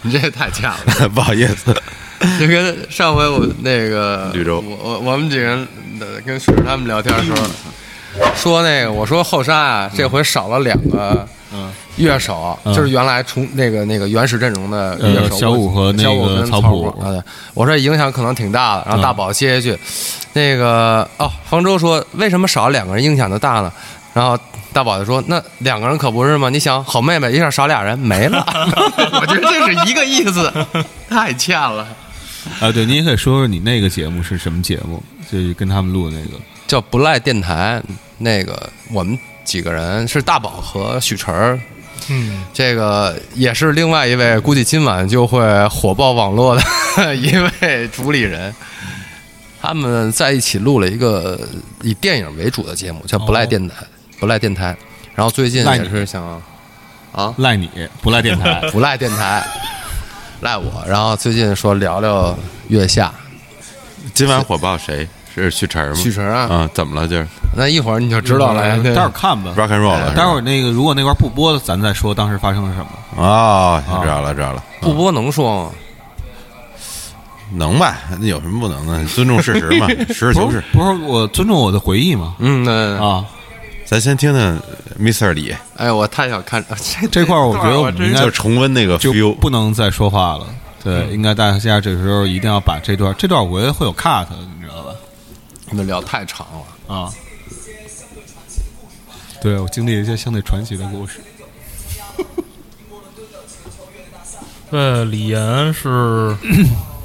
[SPEAKER 4] 你这也太欠了，
[SPEAKER 3] 不好意思，
[SPEAKER 4] 就跟上回我那个
[SPEAKER 3] 绿洲
[SPEAKER 4] 我我我们几个人呃跟水儿他们聊天的时候，说那个我说后沙啊，这回少了两个乐手，
[SPEAKER 1] 嗯
[SPEAKER 4] 就是原来从那个那个原始阵容的
[SPEAKER 1] 呃
[SPEAKER 4] 乐手
[SPEAKER 1] 小五和那个
[SPEAKER 4] 小五跟
[SPEAKER 1] 曹
[SPEAKER 4] 曹
[SPEAKER 1] 普
[SPEAKER 4] 啊，对，我说影响可能挺大的。然后大
[SPEAKER 1] 嗯
[SPEAKER 4] 宝接一句，那个哦，方舟说为什么少了两个人影响的大呢？然后大宝就说：“那两个人可不是吗？你想，好妹妹一下少俩人没了， 我觉得这是一个意 思，太欠了。
[SPEAKER 1] 啊，对，你也可以说说你那个节目是什么节目，就是跟他们录的那个。
[SPEAKER 4] 叫不赖电台，那个我们几个人是大宝和许晨儿，
[SPEAKER 2] 嗯，
[SPEAKER 4] 这个也是另外一位估计今晚就会火爆网络的 一位主理人。他们在一起录了一个以电影为主的节目，叫《不赖电台》，不赖电台。然后最近
[SPEAKER 1] 哦赖你
[SPEAKER 4] 也是想啊，，
[SPEAKER 1] 赖你不赖电台
[SPEAKER 4] 不赖电台，赖我。然后最近说聊聊月下，
[SPEAKER 3] 今晚火爆谁？是许晨吗？
[SPEAKER 4] 许晨啊
[SPEAKER 3] 啊，怎么了？就是
[SPEAKER 4] 那一会儿你就知道了哎呀。对
[SPEAKER 1] 嗯待会儿看吧。
[SPEAKER 3] rock and roll 了，
[SPEAKER 1] 待会儿那个如果那块儿不播，咱再说当时发生了什么。
[SPEAKER 3] 儿啊，知道了，知道了，
[SPEAKER 4] 不播能说吗？
[SPEAKER 3] 能吧？那有什么不能的？尊重事实嘛，实事求
[SPEAKER 1] 不是
[SPEAKER 3] 是。
[SPEAKER 1] 不是，我尊重我的回忆嘛。
[SPEAKER 4] 嗯，对对对。
[SPEAKER 1] 啊，
[SPEAKER 3] 咱先听听 Mr 李，
[SPEAKER 4] 哎，我太想看 这
[SPEAKER 1] 这块儿我觉得我们应
[SPEAKER 3] 就
[SPEAKER 1] 该
[SPEAKER 3] 重温那个
[SPEAKER 1] 就嗯
[SPEAKER 3] feel，
[SPEAKER 1] 不能再说话了。对，应该大家这时候一定要把这段，这段我觉得会有 cut，你知道吧？
[SPEAKER 4] 你们聊太长了。
[SPEAKER 1] 啊，对我经历了一些相对传奇的故事。
[SPEAKER 2] 对，李岩是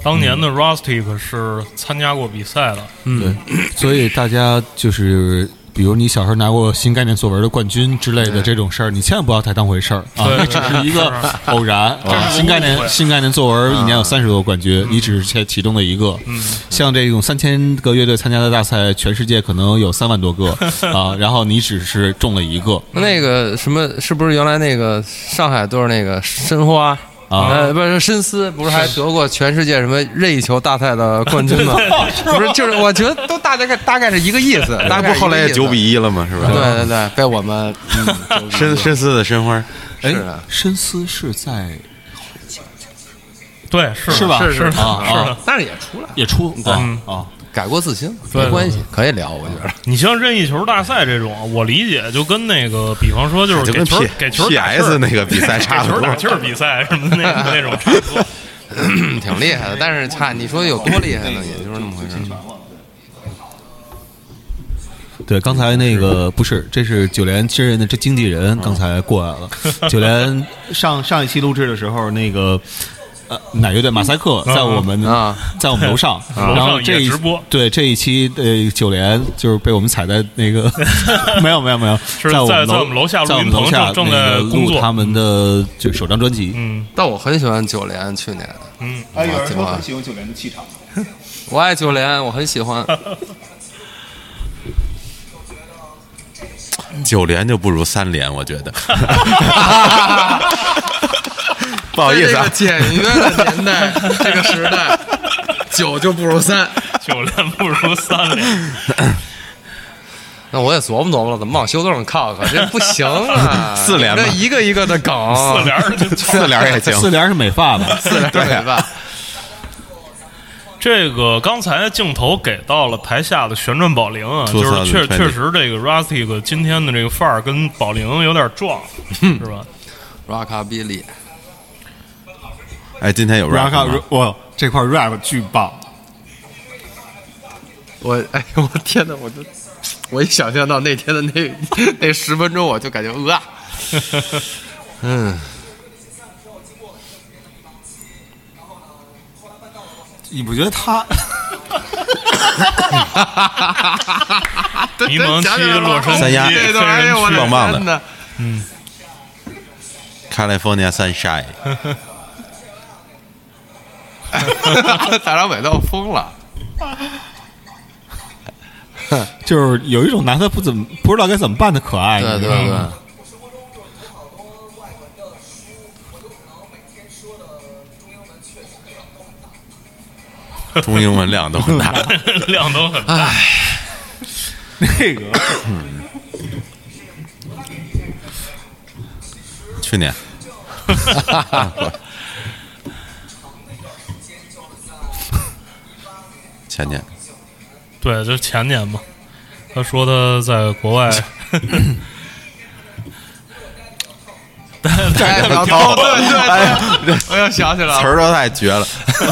[SPEAKER 2] 当年的 Rustic 是参加过比赛 的，
[SPEAKER 1] 对，所以大家就是，比如你小时候拿过新概念作文的冠军之类的这种事儿，你千万不要太当回事儿啊，
[SPEAKER 2] 对
[SPEAKER 1] 那只 是一个偶然啊。新概
[SPEAKER 2] 误会
[SPEAKER 1] 念新概念作文一年有三十多个冠军，你只是其其中的一个。
[SPEAKER 2] 嗯
[SPEAKER 1] 像这种三千个乐队参加的大赛，全世界可能有三万多 个啊，然后你只是中了一个
[SPEAKER 4] 那个什么，是不是原来那个上海队儿那个申花？
[SPEAKER 1] 啊
[SPEAKER 4] 呃，不是深思，不是还得过全世界什么任意球大赛的冠军吗？不 是，就是我觉得都大概大概是一个意 思，大概
[SPEAKER 3] 那
[SPEAKER 4] 是
[SPEAKER 3] 不后来
[SPEAKER 4] 一
[SPEAKER 3] 也
[SPEAKER 4] 个意思
[SPEAKER 3] 九比一了吗？是吧？
[SPEAKER 4] 对对对，被我们嗯
[SPEAKER 3] 深深思的申花，
[SPEAKER 1] 哎
[SPEAKER 4] 是啊，
[SPEAKER 1] 深思是在
[SPEAKER 2] 对，是
[SPEAKER 1] 是吧？
[SPEAKER 2] 是是
[SPEAKER 1] 啊啊
[SPEAKER 2] 是，，
[SPEAKER 4] 但是也出来
[SPEAKER 1] 也出过
[SPEAKER 2] 嗯
[SPEAKER 1] 啊，
[SPEAKER 4] 改过自新，
[SPEAKER 2] 对
[SPEAKER 4] 没关系，可以聊，我觉得。
[SPEAKER 2] 你像任意球大赛这种，我理解就跟那个，比方说就是
[SPEAKER 3] 啊就
[SPEAKER 2] 给
[SPEAKER 3] 跟
[SPEAKER 2] 球
[SPEAKER 3] P
[SPEAKER 2] 给球
[SPEAKER 3] P
[SPEAKER 2] 打气儿
[SPEAKER 3] S 那个比赛差
[SPEAKER 2] 给
[SPEAKER 3] 不
[SPEAKER 2] 球打
[SPEAKER 3] 多。
[SPEAKER 2] 气儿比赛什么的那那种差不 多。
[SPEAKER 4] 嗯挺厉害的，但是差你说有多厉害呢？也就是那么回事儿。
[SPEAKER 1] 对，刚才那个不是，这是九连真人的这经纪人刚才过来了。九连 上上一期录制的时候，那个呃奶乐队马赛克在我们
[SPEAKER 4] 啊
[SPEAKER 1] 在我们嗯楼上，
[SPEAKER 2] 啊
[SPEAKER 1] 然
[SPEAKER 2] 楼
[SPEAKER 1] 后
[SPEAKER 2] 上也
[SPEAKER 1] 这一
[SPEAKER 2] 直播
[SPEAKER 1] 对这一期呃九连就是被我们踩在那 个没有没有没有，
[SPEAKER 2] 是
[SPEAKER 1] 我
[SPEAKER 2] 在
[SPEAKER 1] 们
[SPEAKER 2] 在
[SPEAKER 1] 楼
[SPEAKER 2] 我们楼下录
[SPEAKER 1] 在我
[SPEAKER 2] 音
[SPEAKER 1] 们楼
[SPEAKER 2] 棚
[SPEAKER 1] 下
[SPEAKER 2] 正正
[SPEAKER 1] 那个
[SPEAKER 2] 在工
[SPEAKER 1] 录
[SPEAKER 2] 作
[SPEAKER 1] 他们的就首张专辑，
[SPEAKER 2] 嗯
[SPEAKER 4] 但我很喜欢九连，去年
[SPEAKER 2] 嗯，
[SPEAKER 4] 啊，有人说很喜欢九连的气场。我爱九连，我很喜欢。
[SPEAKER 3] 九连就不如三连，我觉得。不好意思
[SPEAKER 4] 在这
[SPEAKER 3] 啊
[SPEAKER 4] 哦啊个，简约的年代，这个时代，九就不如三，
[SPEAKER 2] 九连不如三连，
[SPEAKER 4] 那我也琢磨琢磨了，怎么往修道上靠靠？这不行啊！
[SPEAKER 3] 四连吧
[SPEAKER 4] 这一个一个的梗，
[SPEAKER 3] 啊
[SPEAKER 2] 四连儿就
[SPEAKER 3] 四连儿也行，
[SPEAKER 1] 四连是美发吧？
[SPEAKER 4] 四连
[SPEAKER 3] 对
[SPEAKER 4] 对吧？
[SPEAKER 2] 这个刚才镜头给到了台下的旋转宝铃啊，
[SPEAKER 3] Two
[SPEAKER 2] 就是确
[SPEAKER 3] thousand twenty
[SPEAKER 2] 确实这个 Rustic 今天的这个范儿跟宝铃有点撞，是吧？
[SPEAKER 4] rockabilly，
[SPEAKER 3] 哎，今天有 rap 吗
[SPEAKER 1] 哇，这块 rap 巨棒！
[SPEAKER 4] 我哎呦我天哪，我就我一想象到那天的那那十分钟，我就感觉呃啊，嗯，
[SPEAKER 1] 你不觉得他
[SPEAKER 2] 迷茫期洛 杉矶
[SPEAKER 3] 三亚
[SPEAKER 2] 黑
[SPEAKER 4] 这段哎
[SPEAKER 2] 人
[SPEAKER 4] 呦我
[SPEAKER 2] 区
[SPEAKER 4] 的
[SPEAKER 3] 棒棒的
[SPEAKER 4] 天哪
[SPEAKER 3] California Sunshine，
[SPEAKER 4] 大张伟都要疯了，
[SPEAKER 1] 就是有一种拿他不怎么不知道该怎么办的可爱？
[SPEAKER 4] 对
[SPEAKER 1] 你知道
[SPEAKER 4] 对
[SPEAKER 1] 吗
[SPEAKER 4] 对，
[SPEAKER 3] 中英文量都很大。
[SPEAKER 2] 量都很大。
[SPEAKER 1] 那个
[SPEAKER 3] 去年 前年，
[SPEAKER 2] 对，就是前年嘛，他说他在国 外，
[SPEAKER 4] 哎老头，对对对，我又想起来
[SPEAKER 3] 词
[SPEAKER 4] 了，
[SPEAKER 3] 儿都太绝了，啊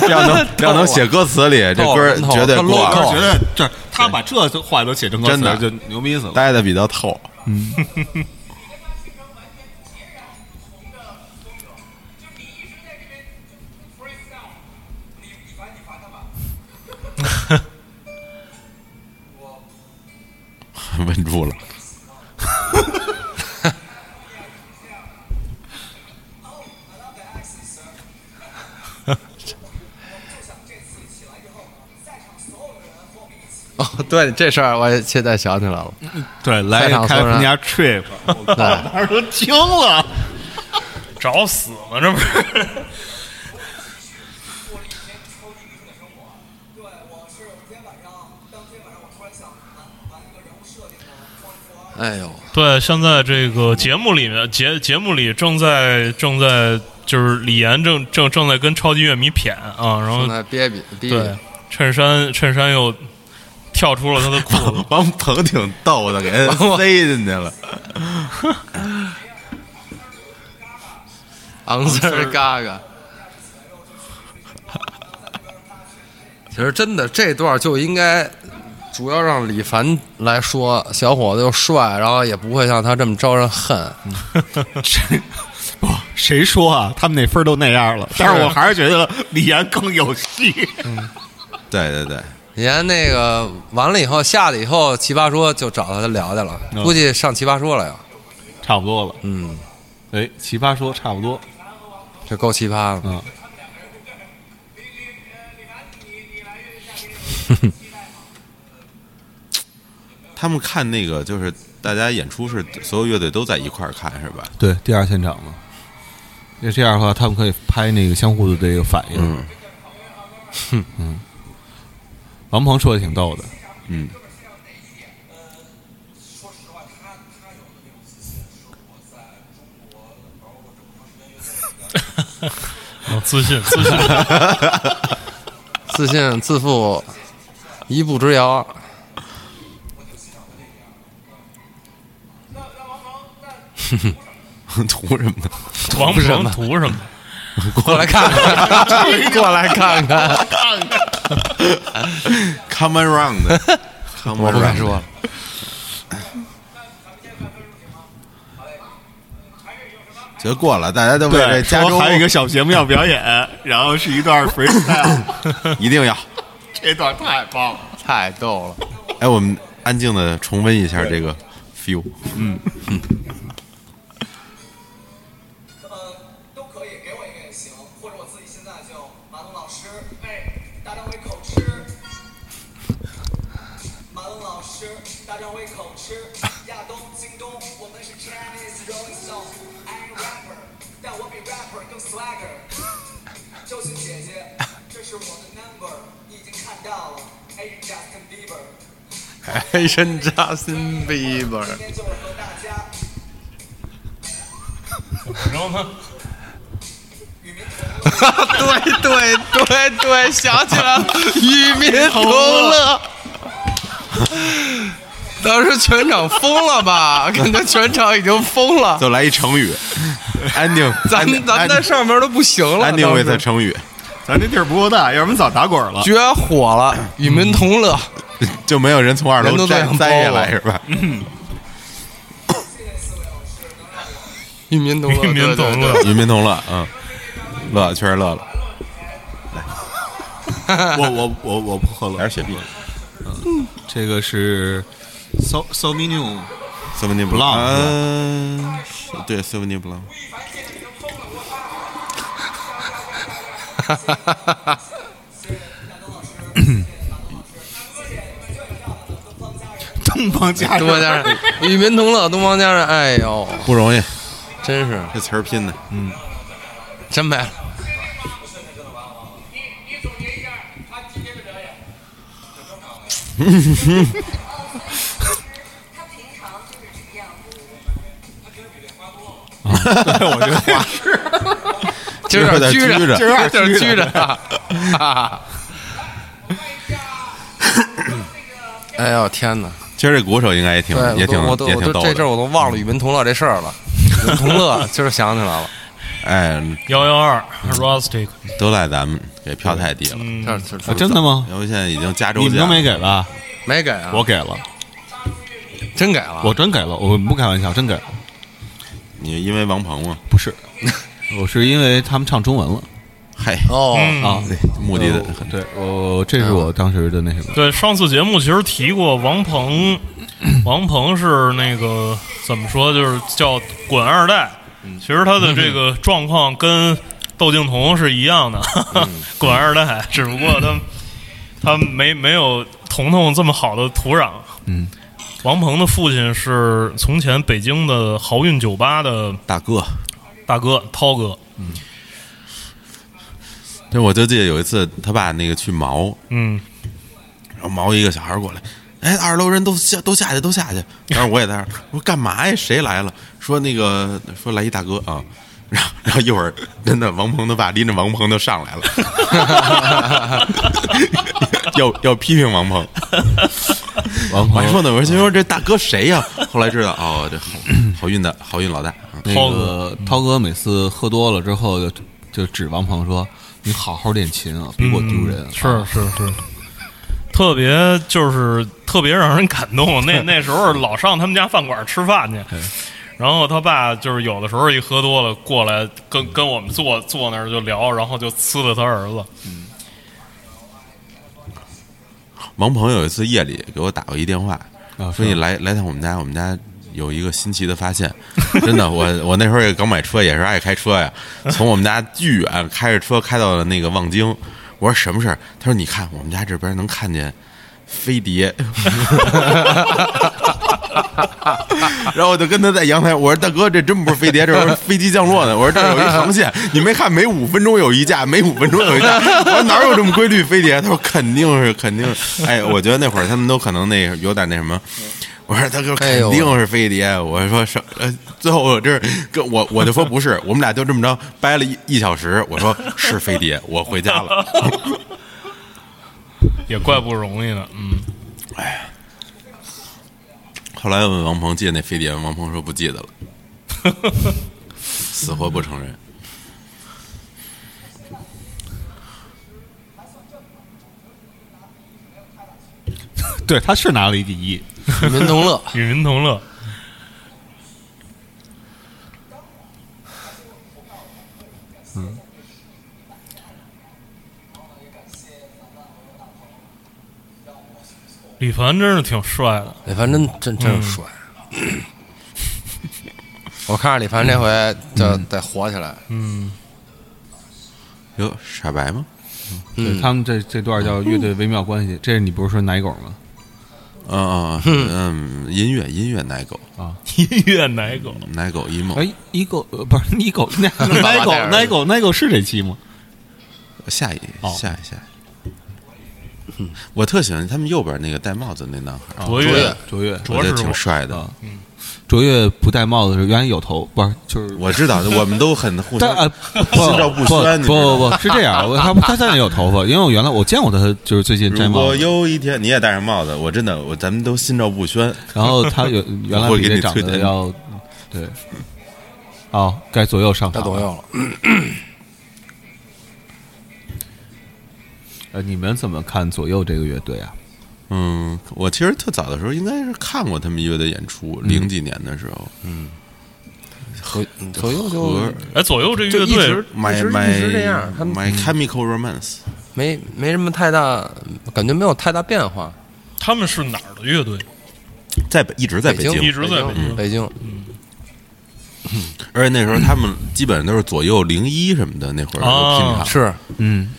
[SPEAKER 3] 要 能要能写歌词里，这歌儿绝对过
[SPEAKER 1] 我
[SPEAKER 4] 透
[SPEAKER 1] 是
[SPEAKER 4] 透
[SPEAKER 1] 觉
[SPEAKER 3] 了，
[SPEAKER 1] 得这他把这话都写成歌词
[SPEAKER 3] 真的
[SPEAKER 1] 就牛逼死了。
[SPEAKER 3] 待的比较透。 稳住了，，
[SPEAKER 4] 哦，对这事儿我也现在想起来了，哎
[SPEAKER 1] 对，来
[SPEAKER 4] 赛
[SPEAKER 1] 个
[SPEAKER 4] 场
[SPEAKER 1] 开
[SPEAKER 4] 所有人
[SPEAKER 1] 人家 trip，我
[SPEAKER 4] 对。
[SPEAKER 1] 当时都惊了。
[SPEAKER 2] 找死嘛，这不 是？
[SPEAKER 4] 哎呦，
[SPEAKER 2] 对，现在这个节目里面节节目里正在正在就是李岩正正正在跟超级乐迷谝啊，然后
[SPEAKER 4] 正在憋憋憋
[SPEAKER 2] 对衬衫衬衫又跳出了他的裤子
[SPEAKER 3] 王鹏挺逗的，给人塞进去了。
[SPEAKER 4] ，Answer Gaga。其实真的这段就应该主要让李凡来说，小伙子又帅，然后也不会像他这么招人恨。
[SPEAKER 1] 谁不谁说啊？他们那分儿都那样了，但是我还是觉得李岩更有戏。
[SPEAKER 3] 对对对，
[SPEAKER 4] 你看那个完了以后下了以后，奇葩说就找他聊去了，
[SPEAKER 1] 嗯
[SPEAKER 4] 估计上奇葩说了呀。
[SPEAKER 1] 差不多了，
[SPEAKER 4] 嗯，
[SPEAKER 1] 哎，奇葩说差不多，
[SPEAKER 4] 这够奇葩了。
[SPEAKER 1] 嗯。
[SPEAKER 3] 他们看那个就是大家演出是所有乐队都在一块儿看是吧？
[SPEAKER 1] 对，第二现场嘛。那这样的话，他们可以拍那个相互的这个反应。嗯，嗯，王鹏说的挺逗的，
[SPEAKER 3] 嗯，
[SPEAKER 2] 哦自信自 信。
[SPEAKER 4] 自信自负，一步之遥。
[SPEAKER 3] 图什么呢？
[SPEAKER 2] 王鹏图什么？
[SPEAKER 4] 过来看看， 过来看看。
[SPEAKER 3] Come around，Come
[SPEAKER 4] 我不敢
[SPEAKER 3] around
[SPEAKER 4] 说了。
[SPEAKER 3] 就过了，大家都为这加州
[SPEAKER 1] 说还有一个小节目要表演，然后是一段 freestyle，
[SPEAKER 3] 一定要。
[SPEAKER 1] 这段太棒了。
[SPEAKER 4] 太逗了。
[SPEAKER 3] 哎，我们安静的重温一下这个 feel。
[SPEAKER 6] 呃，都可以，给我一个也行，或者我自己现在就马东老师，哎，大张伟口吃，马东老师，大张伟口吃，亚东、京东，我们是 Chinese Rolling Stone，I am rapper，但我比 rapper 更 swagger，周迅姐姐，这是我的 number，你已经看到了。哎，Justin Bieber，
[SPEAKER 3] 还真 Justin Bieber，
[SPEAKER 6] 今天就是和大家
[SPEAKER 2] 然后呢？
[SPEAKER 6] 与民同乐。
[SPEAKER 3] 对对对对，想起来了，与民同 乐。
[SPEAKER 5] 当时全场疯了 吧？感觉全场已经疯了，
[SPEAKER 3] 就来一 成语，ending，
[SPEAKER 5] 咱们咱们在上面都不行了。
[SPEAKER 3] ending
[SPEAKER 5] 当
[SPEAKER 3] with
[SPEAKER 5] 时
[SPEAKER 3] 成语，
[SPEAKER 7] 咱这地儿不够大，要不然早打滚了。
[SPEAKER 5] 绝火了，与民同乐。
[SPEAKER 3] 就没有人从二
[SPEAKER 5] 人
[SPEAKER 3] 楼
[SPEAKER 5] 都
[SPEAKER 3] 摘
[SPEAKER 5] 在
[SPEAKER 3] 摘下
[SPEAKER 5] 包我嗯
[SPEAKER 3] 来是吧？
[SPEAKER 5] 与民同乐，
[SPEAKER 2] 与民同乐
[SPEAKER 5] 对。对对
[SPEAKER 3] 与民同乐，嗯，乐确实乐了，
[SPEAKER 1] 我我我我不喝了。
[SPEAKER 3] 还是雪碧。
[SPEAKER 1] 这个是 so so m i n u
[SPEAKER 3] Seventy
[SPEAKER 1] Blanc，
[SPEAKER 3] 嗯，对，Seventy Blanc。
[SPEAKER 1] 东方家
[SPEAKER 5] 东方家人，与民同乐，东方家人。哎呦，
[SPEAKER 3] 不容易，
[SPEAKER 5] 真是
[SPEAKER 3] 这词儿拼的。
[SPEAKER 5] 真没了。
[SPEAKER 6] 你总结一下他今天的表演。
[SPEAKER 5] 今儿有点
[SPEAKER 3] 今
[SPEAKER 5] 拘
[SPEAKER 3] 儿有点
[SPEAKER 5] 着，
[SPEAKER 3] 拘
[SPEAKER 5] 今儿
[SPEAKER 3] 着
[SPEAKER 5] 有点拘着。啊哈 哈哎呦天哪！
[SPEAKER 3] 其实这鼓手应该也挺
[SPEAKER 5] 对，
[SPEAKER 3] 也挺
[SPEAKER 5] 我都
[SPEAKER 3] 也
[SPEAKER 5] 我
[SPEAKER 3] 挺
[SPEAKER 5] 都
[SPEAKER 3] 逗
[SPEAKER 5] 这阵儿
[SPEAKER 3] 的。嗯
[SPEAKER 5] 我都忘了与民同乐这事 儿了。与民同乐，今儿想起来了，
[SPEAKER 3] 哎，
[SPEAKER 2] 幺幺二 Rustic，
[SPEAKER 3] 都赖咱们，给票太低了。
[SPEAKER 2] 嗯
[SPEAKER 5] 这这
[SPEAKER 1] 啊，真的吗？
[SPEAKER 3] 要不现在已经加州
[SPEAKER 1] 你们
[SPEAKER 3] 价
[SPEAKER 1] 都没给吧？
[SPEAKER 5] 没给啊？
[SPEAKER 1] 我给了，
[SPEAKER 5] 真给了，
[SPEAKER 1] 我真给了，我不开玩笑，真给了。
[SPEAKER 3] 你因为王鹏嘛，
[SPEAKER 1] 不是， 我是因为他们唱中文了
[SPEAKER 3] 嗨，
[SPEAKER 5] 哦，
[SPEAKER 2] 嗯
[SPEAKER 1] 啊。
[SPEAKER 3] 目的的很。
[SPEAKER 1] 对，我这是我当时的那什么。
[SPEAKER 2] 对，上次节目其实提过王鹏，王鹏是那个怎么说，就是叫“滚二代”。其实他的这个状况跟窦靖童是一样的， 滚二代，只不过他他没没有童童这么好的土壤。嗯，王鹏的父亲是从前北京的豪运酒吧的
[SPEAKER 3] 大哥，
[SPEAKER 2] 大哥涛哥，
[SPEAKER 3] 这我就记得有一次他爸那个去毛，
[SPEAKER 2] 嗯，
[SPEAKER 3] 然后毛一个小孩过来，哎，二楼人都下都下去，都下去。然后我也在那儿，我说干嘛呀？谁来了？说那个说来一大哥啊。然后，然后一会儿，真的，王鹏的爸拎着王鹏就上来了， 要要批评王鹏。
[SPEAKER 1] 王
[SPEAKER 3] 我还
[SPEAKER 1] 鹏
[SPEAKER 3] 说呢，我说说这大哥谁呀、后来知道，哦，这好好运的好运老大，嗯
[SPEAKER 1] 那
[SPEAKER 2] 涛
[SPEAKER 1] 个涛哥每次喝多了之后就就指王鹏说：“你好好练琴啊，别给我丢人。”
[SPEAKER 2] 是是是，啊特别就是特别让人感 动。那那时候老上他们家饭馆吃饭去，然后他爸就是有的时候一喝多了过来跟跟我们坐坐那儿就聊，然后就呲了他儿子。
[SPEAKER 3] 王鹏有一次夜里给我打过一电话，
[SPEAKER 1] 啊
[SPEAKER 3] 说你来来趟我们家，我们家有一个新奇的发现。 真的，我我那时候也刚买车，也是爱开车呀，从我们家巨远开着车开到了那个望京。我说什么事儿？他说你看我们家这边能看见飞碟。 然后我就跟他在阳台，我说大哥，这真不是飞碟，这是飞机降落呢。我说这儿有一航线， 你没看每五分钟有一架，每五分钟有一架。 我说哪有这么规律飞碟？他说肯定是，肯定是。哎，我觉得那会儿他们都可能那有点那什么。我说大哥，
[SPEAKER 5] 哎
[SPEAKER 3] 肯
[SPEAKER 5] 呦
[SPEAKER 3] 定是飞碟。我说是，呃，最后我这儿跟我我就说不是，我们俩就这么着掰了一一小时。我说是飞碟，我回家了。
[SPEAKER 2] 也怪不容易的，嗯，
[SPEAKER 3] 后来问王鹏借那飞碟，王鹏说不记得了， 死活不承认。
[SPEAKER 1] 对，他是拿了一第一。
[SPEAKER 5] 与民同 乐，
[SPEAKER 2] 与民同乐。嗯李凡真是挺帅的，
[SPEAKER 5] 李凡真真真是帅。 我看着李凡这回就
[SPEAKER 3] 嗯
[SPEAKER 5] 得火起来，
[SPEAKER 3] 哟，傻白吗？
[SPEAKER 1] 对他们这这段叫乐队微妙关系，这是你不是说奶狗吗？
[SPEAKER 3] 嗯嗯嗯，音乐音乐奶狗
[SPEAKER 2] 音乐奶狗，
[SPEAKER 3] 奶狗
[SPEAKER 1] 哎
[SPEAKER 3] emo，
[SPEAKER 1] 哎，一狗呃不是一狗，奶
[SPEAKER 5] 爸爸
[SPEAKER 1] 奶狗
[SPEAKER 5] 带儿子
[SPEAKER 1] 奶狗奶狗是这期吗？
[SPEAKER 3] 下一
[SPEAKER 1] 哦
[SPEAKER 3] 下一下一。我特喜欢他们右边那个戴帽子那男孩儿，
[SPEAKER 2] 卓
[SPEAKER 4] 卓
[SPEAKER 2] 越
[SPEAKER 4] 越，
[SPEAKER 1] 卓越，
[SPEAKER 2] 卓
[SPEAKER 3] 我觉得
[SPEAKER 2] 师
[SPEAKER 3] 挺
[SPEAKER 2] 傅
[SPEAKER 3] 帅的。
[SPEAKER 1] 啊卓越不戴帽子是原来有头，不是就是
[SPEAKER 3] 我知道，我们都很 互
[SPEAKER 1] 但
[SPEAKER 3] 相
[SPEAKER 1] 呃，
[SPEAKER 3] 心照不
[SPEAKER 1] 不
[SPEAKER 3] 宣你
[SPEAKER 1] 不
[SPEAKER 3] 知道
[SPEAKER 1] 不
[SPEAKER 3] 吗
[SPEAKER 1] 不不是这样，我他他现在有头发，因为我原来我见过他，就是最近摘
[SPEAKER 3] 如
[SPEAKER 1] 帽
[SPEAKER 3] 果
[SPEAKER 1] 子，
[SPEAKER 3] 有一天你也戴上帽子，我真的，我咱们都心照不宣。
[SPEAKER 1] 然后他有原来
[SPEAKER 3] 我会
[SPEAKER 1] 比
[SPEAKER 3] 给
[SPEAKER 1] 这
[SPEAKER 3] 你
[SPEAKER 1] 长
[SPEAKER 3] 推
[SPEAKER 1] 得
[SPEAKER 3] 荐
[SPEAKER 1] 要对，哦，该左右上
[SPEAKER 4] 该
[SPEAKER 1] 场
[SPEAKER 4] 左
[SPEAKER 1] 了
[SPEAKER 4] 右了。
[SPEAKER 3] 嗯
[SPEAKER 1] 呃，你们怎么看左右这个乐队啊？
[SPEAKER 3] 嗯，我其实特早的时候应该是看过他们乐队演出，零几年的时候，
[SPEAKER 4] 左嗯左右
[SPEAKER 3] 和
[SPEAKER 4] 就
[SPEAKER 2] 哎，左右这
[SPEAKER 5] 就
[SPEAKER 2] 乐
[SPEAKER 5] 一
[SPEAKER 2] 队
[SPEAKER 5] 直一
[SPEAKER 3] 买
[SPEAKER 5] 直
[SPEAKER 3] 买
[SPEAKER 5] 一直这样，他们嗯
[SPEAKER 3] 买 Chemical Romance，
[SPEAKER 4] 没没什么太大，感觉没有太大变化。
[SPEAKER 2] 他们是哪儿的乐队？
[SPEAKER 3] 在北一直在北
[SPEAKER 4] 京，
[SPEAKER 2] 一
[SPEAKER 4] 北
[SPEAKER 2] 直在北京
[SPEAKER 4] 北京，
[SPEAKER 3] 而且那时候他们基本上都是左右零一什么的那会儿
[SPEAKER 2] 啊
[SPEAKER 3] 拼场，
[SPEAKER 4] 是，
[SPEAKER 1] 嗯，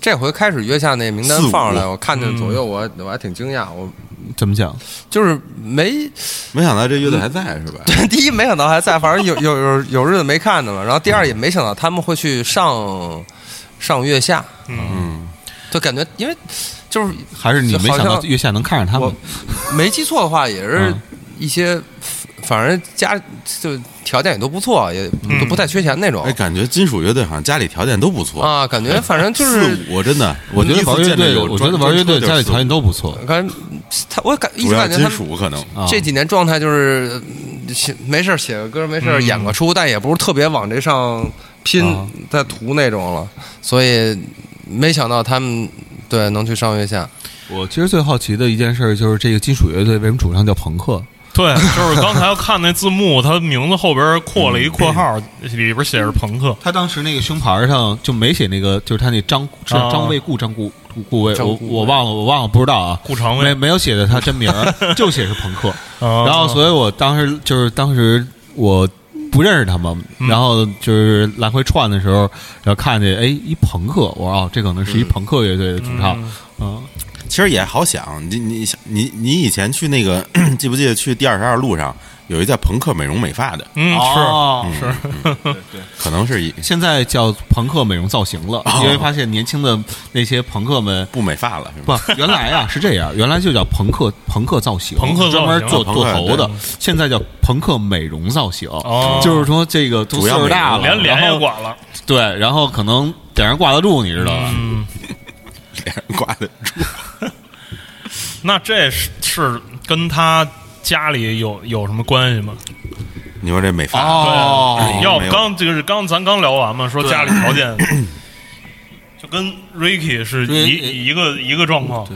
[SPEAKER 4] 这回开始约下那名单
[SPEAKER 3] 四五
[SPEAKER 4] 放上来，我看见左右，
[SPEAKER 2] 嗯
[SPEAKER 4] 我我还挺惊讶，我
[SPEAKER 1] 怎么讲？
[SPEAKER 4] 就是没
[SPEAKER 3] 没想到这
[SPEAKER 1] 嗯
[SPEAKER 3] 乐队还在是吧？
[SPEAKER 4] 第一没想到还在，反正有有有有日子没看的嘛。然后第二也没想到他们会去上上月下，
[SPEAKER 3] 嗯，
[SPEAKER 4] 就感觉因为就是
[SPEAKER 1] 还是你没想
[SPEAKER 4] 好
[SPEAKER 1] 到
[SPEAKER 4] 像
[SPEAKER 1] 月下能看上他
[SPEAKER 4] 我
[SPEAKER 1] 们？
[SPEAKER 4] 没记错的话，也是
[SPEAKER 3] 嗯
[SPEAKER 4] 一些反正家就条件也都不错，也都不太缺钱那种
[SPEAKER 3] 哎，感觉金属乐队好像家里条件都不错，
[SPEAKER 4] 啊，感觉反正就
[SPEAKER 3] 四
[SPEAKER 4] 是
[SPEAKER 3] 五我啊真的，
[SPEAKER 1] 我觉得
[SPEAKER 3] 第一次
[SPEAKER 1] 玩嗯乐
[SPEAKER 3] 见着
[SPEAKER 1] 队，
[SPEAKER 3] 有
[SPEAKER 1] 我觉
[SPEAKER 3] 专
[SPEAKER 1] 得玩乐队
[SPEAKER 3] 专车就
[SPEAKER 1] 家
[SPEAKER 3] 是
[SPEAKER 1] 里条件都不错。
[SPEAKER 4] 感觉他我感一
[SPEAKER 3] 主
[SPEAKER 4] 直
[SPEAKER 3] 要
[SPEAKER 4] 感觉
[SPEAKER 3] 金
[SPEAKER 4] 他们
[SPEAKER 3] 属可能。
[SPEAKER 1] 啊
[SPEAKER 4] 这几年状态就是嗯写没事儿写个歌，没事儿演个出，但也不是特别往这上拼
[SPEAKER 1] 啊、
[SPEAKER 4] 在图那种了，所以没想到他们对能去上月下，
[SPEAKER 1] 我其实最好奇的一件事儿就是这个金属乐队为什么主唱叫朋克？
[SPEAKER 2] 对，就是刚才看那字幕，他名字后边括了一括号，里边写着朋克。
[SPEAKER 1] 他当时那个胸牌上就没写那个，就是他那张是
[SPEAKER 2] 啊
[SPEAKER 1] 张卫顾张顾顾顾卫，
[SPEAKER 4] 张
[SPEAKER 1] 我
[SPEAKER 4] 顾
[SPEAKER 1] 我忘了，我忘了，不知道啊。
[SPEAKER 2] 顾长
[SPEAKER 1] 没
[SPEAKER 2] 卫，啊哦
[SPEAKER 1] 没有写的他真名 儿，就写是朋克。
[SPEAKER 2] 然
[SPEAKER 1] 然后，所以我当时就是当时我不认识他们，
[SPEAKER 2] 嗯
[SPEAKER 1] 然后就是来回串的时候，然后看见哎一朋克，我说哦，这可能
[SPEAKER 2] 嗯
[SPEAKER 1] 是一朋克乐队的主唱，嗯，
[SPEAKER 3] 其实也好想，你你想你你以前去那个 记不记得去第二十二路上有一叫朋克美容美发的，
[SPEAKER 2] 嗯，是
[SPEAKER 1] 哦
[SPEAKER 3] 是，可能是一
[SPEAKER 1] 现在叫朋克美容造型了，因为发现年轻的那些朋克们。
[SPEAKER 3] 不美发了是
[SPEAKER 1] 不
[SPEAKER 3] 吧？，
[SPEAKER 1] 原来啊是这样，原来就叫朋克朋克造型，
[SPEAKER 2] 朋克造型
[SPEAKER 1] 专门做
[SPEAKER 3] 啊朋
[SPEAKER 1] 做
[SPEAKER 3] 克
[SPEAKER 1] 头的，现在叫朋克美容造型，
[SPEAKER 2] 哦
[SPEAKER 1] 就是说这个都
[SPEAKER 3] 主
[SPEAKER 1] 岁
[SPEAKER 3] 要
[SPEAKER 1] 数大
[SPEAKER 3] 美容
[SPEAKER 1] 了，
[SPEAKER 2] 连脸
[SPEAKER 1] 然
[SPEAKER 2] 也
[SPEAKER 1] 后
[SPEAKER 2] 管了。
[SPEAKER 1] 对，然后可能顶上挂得住，你知道吧？
[SPEAKER 2] 嗯，
[SPEAKER 3] 脸上 挂的
[SPEAKER 2] 那这是是跟他家里有有什么关系吗？
[SPEAKER 3] 你说这美发
[SPEAKER 1] 哦
[SPEAKER 2] 要
[SPEAKER 3] 没有
[SPEAKER 2] 刚就是刚咱刚聊完嘛，说家里条件就跟 Ricky 是
[SPEAKER 1] 对
[SPEAKER 2] 一一个一个状况。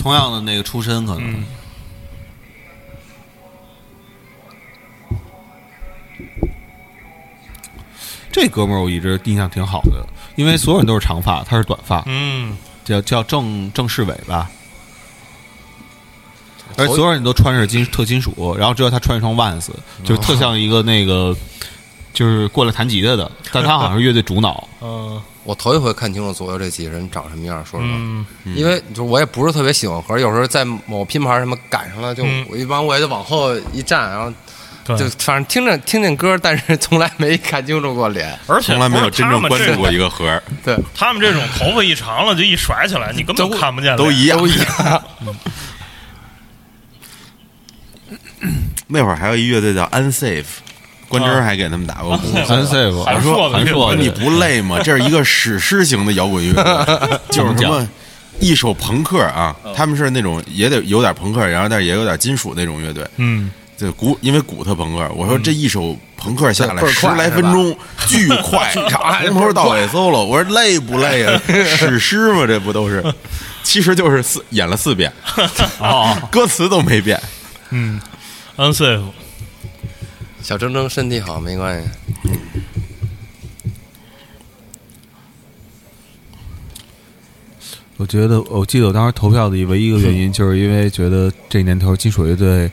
[SPEAKER 1] 同样的那个出身可能。
[SPEAKER 2] 嗯
[SPEAKER 1] 这哥们儿我一直印象挺好的，因为所有人都是长发，他是短发，
[SPEAKER 2] 嗯，
[SPEAKER 1] 叫叫郑郑世伟吧。而所有人都穿着金特金属，然后只有他穿一双 Vans，就是特像一个那个，就是过来弹吉他的，但他好像是乐队主脑。
[SPEAKER 2] 嗯
[SPEAKER 4] 我头一回看清楚左右这几个人长什么样，说实话。
[SPEAKER 2] 嗯，
[SPEAKER 4] 因为就是我也不是特别喜欢盒，有时候在某拼盘什么赶上了，就
[SPEAKER 2] 嗯
[SPEAKER 4] 我一般我也就往后一站，然后
[SPEAKER 2] 对
[SPEAKER 4] 就反正听着听见歌，但是从来没看清楚过脸。
[SPEAKER 2] 而且
[SPEAKER 3] 从来没有真正关注过
[SPEAKER 2] 不是
[SPEAKER 3] 一个 盒儿，
[SPEAKER 4] 对，
[SPEAKER 2] 他们这种他们这种头发一长了就一甩起来，你根本看不见脸
[SPEAKER 3] 都一样，都一样。嗯那会儿还有一乐队叫 Unsafe，关真儿还给他们打过 鼓。
[SPEAKER 1] 韩 s a f
[SPEAKER 2] 韩硕的
[SPEAKER 1] 韩
[SPEAKER 2] 乐
[SPEAKER 1] 硕
[SPEAKER 2] 队
[SPEAKER 1] 的，
[SPEAKER 3] 你不累吗？这是一个史诗型的摇滚乐 队，就是什么一首朋克啊，他们是那种也得有点朋克，然后但是也有点金属那种乐队。
[SPEAKER 2] 嗯，
[SPEAKER 3] 对鼓，因为鼓特朋克。我说这一首朋克下来
[SPEAKER 4] 对倍儿
[SPEAKER 3] 十
[SPEAKER 4] 快
[SPEAKER 3] 来分钟， 巨快，从头到尾 solo。我说累不累 啊？史诗嘛，这不都 是？其实就是四演了四遍，歌词都没变。
[SPEAKER 2] unsafe
[SPEAKER 4] 小铮铮身体好没关系，
[SPEAKER 1] 我觉得我记得我当时投票的唯一一个
[SPEAKER 7] 嗯
[SPEAKER 1] 原因，就是因为觉得这年头金属乐队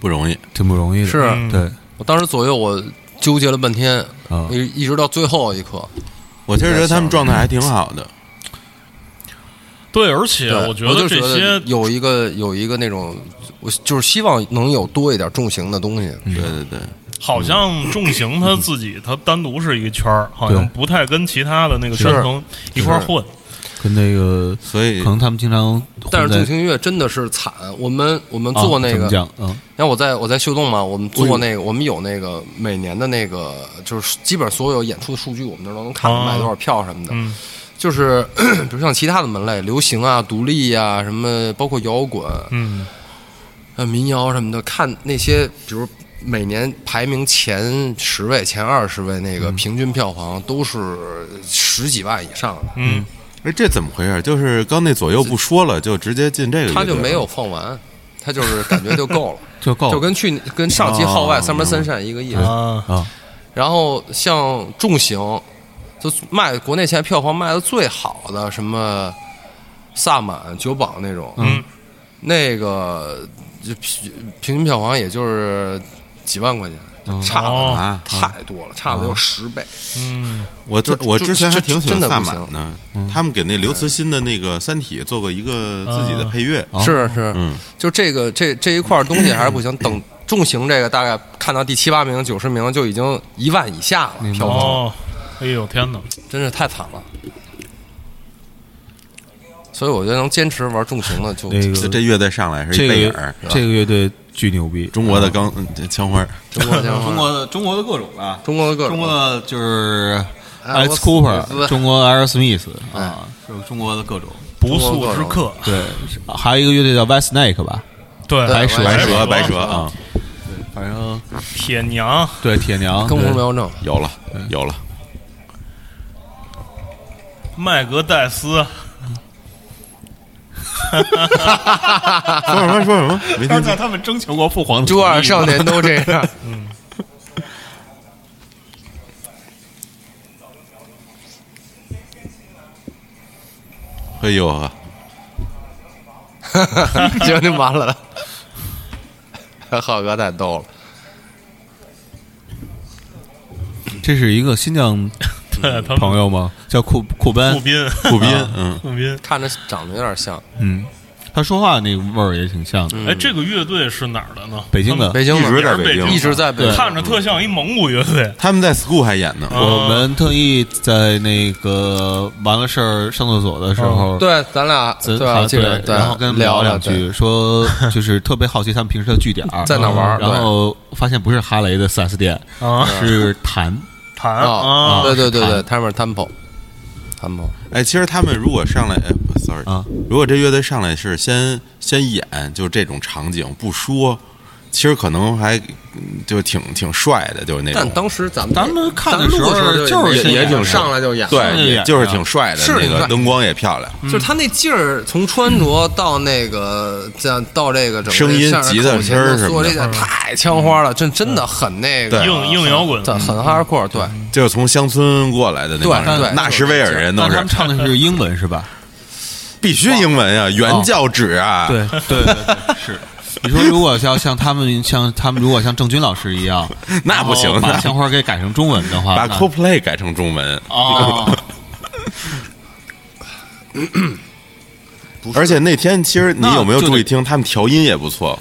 [SPEAKER 3] 不容易，
[SPEAKER 1] 挺不容易的，
[SPEAKER 4] 是
[SPEAKER 2] 嗯
[SPEAKER 1] 对，
[SPEAKER 4] 我当时左右我纠结了半天，
[SPEAKER 1] 啊
[SPEAKER 4] 一一直到最后一刻。
[SPEAKER 3] 我其实觉得他们状态还挺好的。
[SPEAKER 2] 对，而且
[SPEAKER 4] 对，
[SPEAKER 2] 我觉
[SPEAKER 4] 就
[SPEAKER 2] 得
[SPEAKER 4] 觉
[SPEAKER 2] 这
[SPEAKER 4] 得嗯
[SPEAKER 2] 些
[SPEAKER 4] 有
[SPEAKER 1] 嗯
[SPEAKER 4] 一
[SPEAKER 3] 嗯
[SPEAKER 4] 个有一个那种，我就是希望能有多一点重型的东西。
[SPEAKER 3] 对对对，
[SPEAKER 2] 好像重型它自己它单独是一个圈儿，好像
[SPEAKER 1] 对
[SPEAKER 2] 不太跟其他的那个圈层一块儿混。
[SPEAKER 1] 跟那个，
[SPEAKER 3] 所以
[SPEAKER 7] 嗯
[SPEAKER 1] 可能他们经常混
[SPEAKER 4] 但是
[SPEAKER 1] 在
[SPEAKER 4] 重型音乐真的是惨，我们我们做
[SPEAKER 1] 啊
[SPEAKER 4] 那
[SPEAKER 1] 怎么
[SPEAKER 4] 个，
[SPEAKER 1] 讲嗯
[SPEAKER 4] 然后我在我在秀动嘛，我们
[SPEAKER 2] 哎
[SPEAKER 4] 做那个，我们有那个每年的那个，就是基本所有演出的数据，我们那儿都能看
[SPEAKER 2] 哦
[SPEAKER 4] 卖多少票什么的。
[SPEAKER 2] 嗯
[SPEAKER 4] 就是 比如像其他的门类，流行啊、独立啊，什么包括摇滚、
[SPEAKER 2] 嗯
[SPEAKER 4] 呃民谣什么的，看那些比如每年排名前十位、前二十位那个
[SPEAKER 2] 嗯
[SPEAKER 4] 平均票房都是十几万以上的，
[SPEAKER 2] 嗯，
[SPEAKER 3] 哎，这怎么回事？就是刚那左右不说了，就直接进这个，
[SPEAKER 4] 他就没有。放完，他就是感觉就 够了。
[SPEAKER 1] 就够
[SPEAKER 4] 就
[SPEAKER 1] 了
[SPEAKER 4] 跟去年跟上期号外
[SPEAKER 3] 哦
[SPEAKER 4] 三门三扇一个意思。
[SPEAKER 2] 啊，
[SPEAKER 1] 啊，
[SPEAKER 4] 然后像重型，就卖国内现在票房卖的最好的什么萨满、九榜那种，
[SPEAKER 2] 嗯，
[SPEAKER 4] 那个就平平均票房也就是几万块钱，差
[SPEAKER 2] 哦
[SPEAKER 4] 了
[SPEAKER 3] 啊
[SPEAKER 4] 太多了，差了有十倍。
[SPEAKER 2] 嗯
[SPEAKER 3] 我之
[SPEAKER 4] 就
[SPEAKER 3] 我之前还挺喜欢
[SPEAKER 4] 真的
[SPEAKER 3] 萨
[SPEAKER 4] 不
[SPEAKER 3] 满的，他们给那刘慈欣的那个《三体》做过一个自己的配乐。
[SPEAKER 4] 是是，
[SPEAKER 3] 嗯，
[SPEAKER 4] 就这个这这一块儿东西还是不行。等重型这个大概看到第七八名、九十名就已经一万以下了，票房
[SPEAKER 2] 哦，哎呦天哪，
[SPEAKER 4] 真是太惨了。所以我觉得能坚持玩重型的就
[SPEAKER 1] 那
[SPEAKER 3] 这
[SPEAKER 1] 个
[SPEAKER 3] 这乐队上来是
[SPEAKER 1] 这
[SPEAKER 3] 一贝
[SPEAKER 1] 个
[SPEAKER 3] 尔，
[SPEAKER 1] 这个乐队巨牛逼，嗯
[SPEAKER 3] 中国的钢嗯枪花儿，
[SPEAKER 4] 中 国枪花
[SPEAKER 7] 中国的中国的各种啊，
[SPEAKER 4] 中国的各哎种
[SPEAKER 7] 中国的就是
[SPEAKER 4] Alice
[SPEAKER 1] Alex
[SPEAKER 4] Cooper
[SPEAKER 1] 哎 Cooper，中国 Aerosmith
[SPEAKER 4] 哎
[SPEAKER 1] 啊，就是中国的各种。
[SPEAKER 2] 不速之客，
[SPEAKER 7] 哎
[SPEAKER 1] 对，还有一个乐队叫 White Snake 吧，
[SPEAKER 2] 对，
[SPEAKER 4] 白
[SPEAKER 2] 蛇
[SPEAKER 4] 蛇
[SPEAKER 3] 白
[SPEAKER 2] 蛇
[SPEAKER 3] 蛇白蛇，啊，
[SPEAKER 1] 反正
[SPEAKER 2] 铁娘，
[SPEAKER 1] 对铁娘
[SPEAKER 4] 跟
[SPEAKER 1] 对
[SPEAKER 4] 红苗正，
[SPEAKER 3] 有了有了，
[SPEAKER 2] 麦格戴斯，
[SPEAKER 3] 说什么说什么没听
[SPEAKER 7] 刚才
[SPEAKER 3] 清，
[SPEAKER 7] 他们征求过父皇的
[SPEAKER 4] 朱二
[SPEAKER 7] 同意
[SPEAKER 4] 少年都这样。
[SPEAKER 3] 哎呦啊，
[SPEAKER 4] 行，就完了。浩哥太逗了，
[SPEAKER 1] 这是一个新疆
[SPEAKER 2] 对 他们
[SPEAKER 1] 朋友吗？叫库库
[SPEAKER 2] 库
[SPEAKER 1] 班，
[SPEAKER 2] 宾，
[SPEAKER 3] 库宾，嗯，
[SPEAKER 2] 库宾。
[SPEAKER 4] 看着长得有点像
[SPEAKER 1] 嗯，他说话那个味儿也挺像的，
[SPEAKER 2] 哎，这个乐队是哪儿的呢？
[SPEAKER 1] 嗯北京的。
[SPEAKER 4] 北京
[SPEAKER 3] 一直
[SPEAKER 4] 的，
[SPEAKER 2] 也
[SPEAKER 3] 在
[SPEAKER 2] 是北
[SPEAKER 3] 嗯北京
[SPEAKER 2] 京，
[SPEAKER 4] 一直在北京。
[SPEAKER 2] 看着特像一蒙古乐队。
[SPEAKER 3] 他们在 school 还演呢，
[SPEAKER 1] 我们特意在那个完了事儿上厕所的时候，
[SPEAKER 4] 对，咱俩
[SPEAKER 1] 咱
[SPEAKER 4] 哦对啊，记得对，
[SPEAKER 1] 然后跟他们聊
[SPEAKER 4] 聊聊
[SPEAKER 1] 两句，说就是特别好奇他们平时的据点儿
[SPEAKER 4] 在哪玩儿
[SPEAKER 1] 然后发现不是哈雷的4 S 店，
[SPEAKER 2] 啊
[SPEAKER 1] 是弹
[SPEAKER 2] 弹
[SPEAKER 4] 啊，
[SPEAKER 2] 啊，
[SPEAKER 4] 对对对对，他们是 temple。temple
[SPEAKER 3] 哎，其实他们如果上来、哎、，sorry，、
[SPEAKER 1] 啊
[SPEAKER 3] 如果这乐队上来是先先演，就这种场景不说，其实可能还嗯就挺挺帅的，就是那
[SPEAKER 4] 但
[SPEAKER 3] 种，
[SPEAKER 4] 当时咱们
[SPEAKER 1] 咱们看的
[SPEAKER 4] 咱们录
[SPEAKER 1] 时候
[SPEAKER 4] 的
[SPEAKER 1] 就是
[SPEAKER 4] 也
[SPEAKER 1] 先
[SPEAKER 4] 也
[SPEAKER 1] 演
[SPEAKER 4] 挺
[SPEAKER 1] 的
[SPEAKER 4] 上来就演，
[SPEAKER 1] 上来
[SPEAKER 3] 对，
[SPEAKER 1] 就
[SPEAKER 3] 也
[SPEAKER 1] 演
[SPEAKER 3] 就是挺帅的，
[SPEAKER 4] 是
[SPEAKER 3] 那
[SPEAKER 4] 挺帅
[SPEAKER 3] 个灯光也漂亮，
[SPEAKER 2] 嗯
[SPEAKER 4] 就是他那劲儿，从穿着到那个，这样到这个整个
[SPEAKER 3] 声音
[SPEAKER 4] 像是
[SPEAKER 3] 吉他
[SPEAKER 4] 口琴
[SPEAKER 3] 声儿
[SPEAKER 4] 的
[SPEAKER 3] 什么
[SPEAKER 4] 做
[SPEAKER 3] 的嗯
[SPEAKER 4] 这个太枪花了，真真的很那个
[SPEAKER 2] 嗯
[SPEAKER 3] 对嗯
[SPEAKER 2] 硬硬摇滚，嗯
[SPEAKER 4] 很很 hardcore，对，
[SPEAKER 3] 就是从乡村过来的那帮
[SPEAKER 4] 对
[SPEAKER 3] 人，
[SPEAKER 4] 对
[SPEAKER 3] 纳什维尔人都
[SPEAKER 1] 但他
[SPEAKER 3] 是
[SPEAKER 1] 们唱的是英文是 吧？
[SPEAKER 3] 必须英文啊，原教旨啊，
[SPEAKER 1] 哦对对对对， 是。你说如果要像他们像他们如果像郑钧老师一样，
[SPEAKER 3] 那不行
[SPEAKER 1] 然后哦把
[SPEAKER 3] 那
[SPEAKER 1] 香花给改成中文的话，
[SPEAKER 3] 把
[SPEAKER 1] 那
[SPEAKER 3] CoPlay 改成中文，
[SPEAKER 1] 哦，
[SPEAKER 3] 而且那天其实你
[SPEAKER 1] 那
[SPEAKER 3] 有没有
[SPEAKER 1] 就
[SPEAKER 3] 注意
[SPEAKER 1] 得
[SPEAKER 3] 听，他们调音也不错，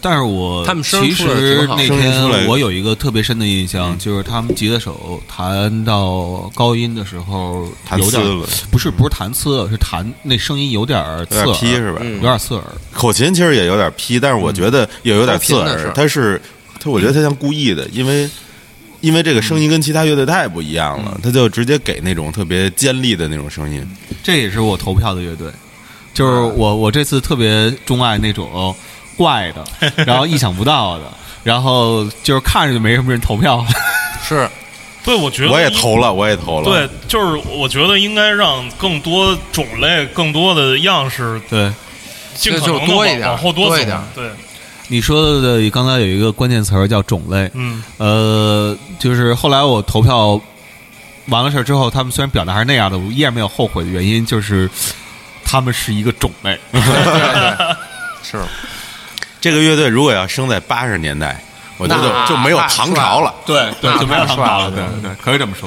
[SPEAKER 1] 但是我
[SPEAKER 4] 他们声
[SPEAKER 1] 其
[SPEAKER 4] 出来挺
[SPEAKER 1] 实
[SPEAKER 4] 好嗯
[SPEAKER 1] 那
[SPEAKER 3] 声出来
[SPEAKER 1] 天我有一个特别深的印象，就是他们吉他手弹到高音的时候
[SPEAKER 3] 弹
[SPEAKER 1] 有点
[SPEAKER 3] 呲了，
[SPEAKER 1] 不是不是弹呲了，是弹那声音有点儿
[SPEAKER 3] 有
[SPEAKER 1] 刺
[SPEAKER 3] 点劈
[SPEAKER 1] 耳，啊
[SPEAKER 3] 是
[SPEAKER 4] 嗯
[SPEAKER 3] 吧？
[SPEAKER 1] 有点刺耳。
[SPEAKER 3] 口琴其实也有点劈，但是我觉得也有点刺
[SPEAKER 4] 口琴的事
[SPEAKER 3] 耳
[SPEAKER 4] 儿。
[SPEAKER 3] 他是他，我觉得他像故意的，因为因为这个声音跟其他乐队太不一样了，他就直接给那种特别尖利的那种声音。
[SPEAKER 1] 这也是我投票的乐队，
[SPEAKER 4] 啊
[SPEAKER 1] 就是我我这次特别钟爱那种怪 的，然后意想不到的，然后就是看着就没什么人投票。
[SPEAKER 4] 是
[SPEAKER 2] 对，我觉得
[SPEAKER 3] 我也。投了，我也投了。
[SPEAKER 2] 对，就是我觉得应该让更多种类、更多的样式，
[SPEAKER 1] 对，
[SPEAKER 2] 尽可
[SPEAKER 4] 就
[SPEAKER 2] 能的
[SPEAKER 4] 多一
[SPEAKER 2] 往
[SPEAKER 4] 点
[SPEAKER 2] 往后
[SPEAKER 4] 多
[SPEAKER 2] 走
[SPEAKER 4] 一点。
[SPEAKER 2] 对，
[SPEAKER 1] 你说的刚才有一个关键词儿叫种类，
[SPEAKER 2] 嗯，
[SPEAKER 1] 呃，就是后来我投票完了事儿之后，他们虽然表达还是那样的，我依然没有后悔的原因就是他们是一个种类。
[SPEAKER 4] 是，
[SPEAKER 3] 这个乐队如果要生在八十年代，我觉得
[SPEAKER 4] 那
[SPEAKER 3] 就没有唐朝了。
[SPEAKER 1] 对对，就没有
[SPEAKER 4] 太
[SPEAKER 1] 他
[SPEAKER 4] 帅
[SPEAKER 1] 们
[SPEAKER 4] 了
[SPEAKER 1] 了，对对，可以这么说。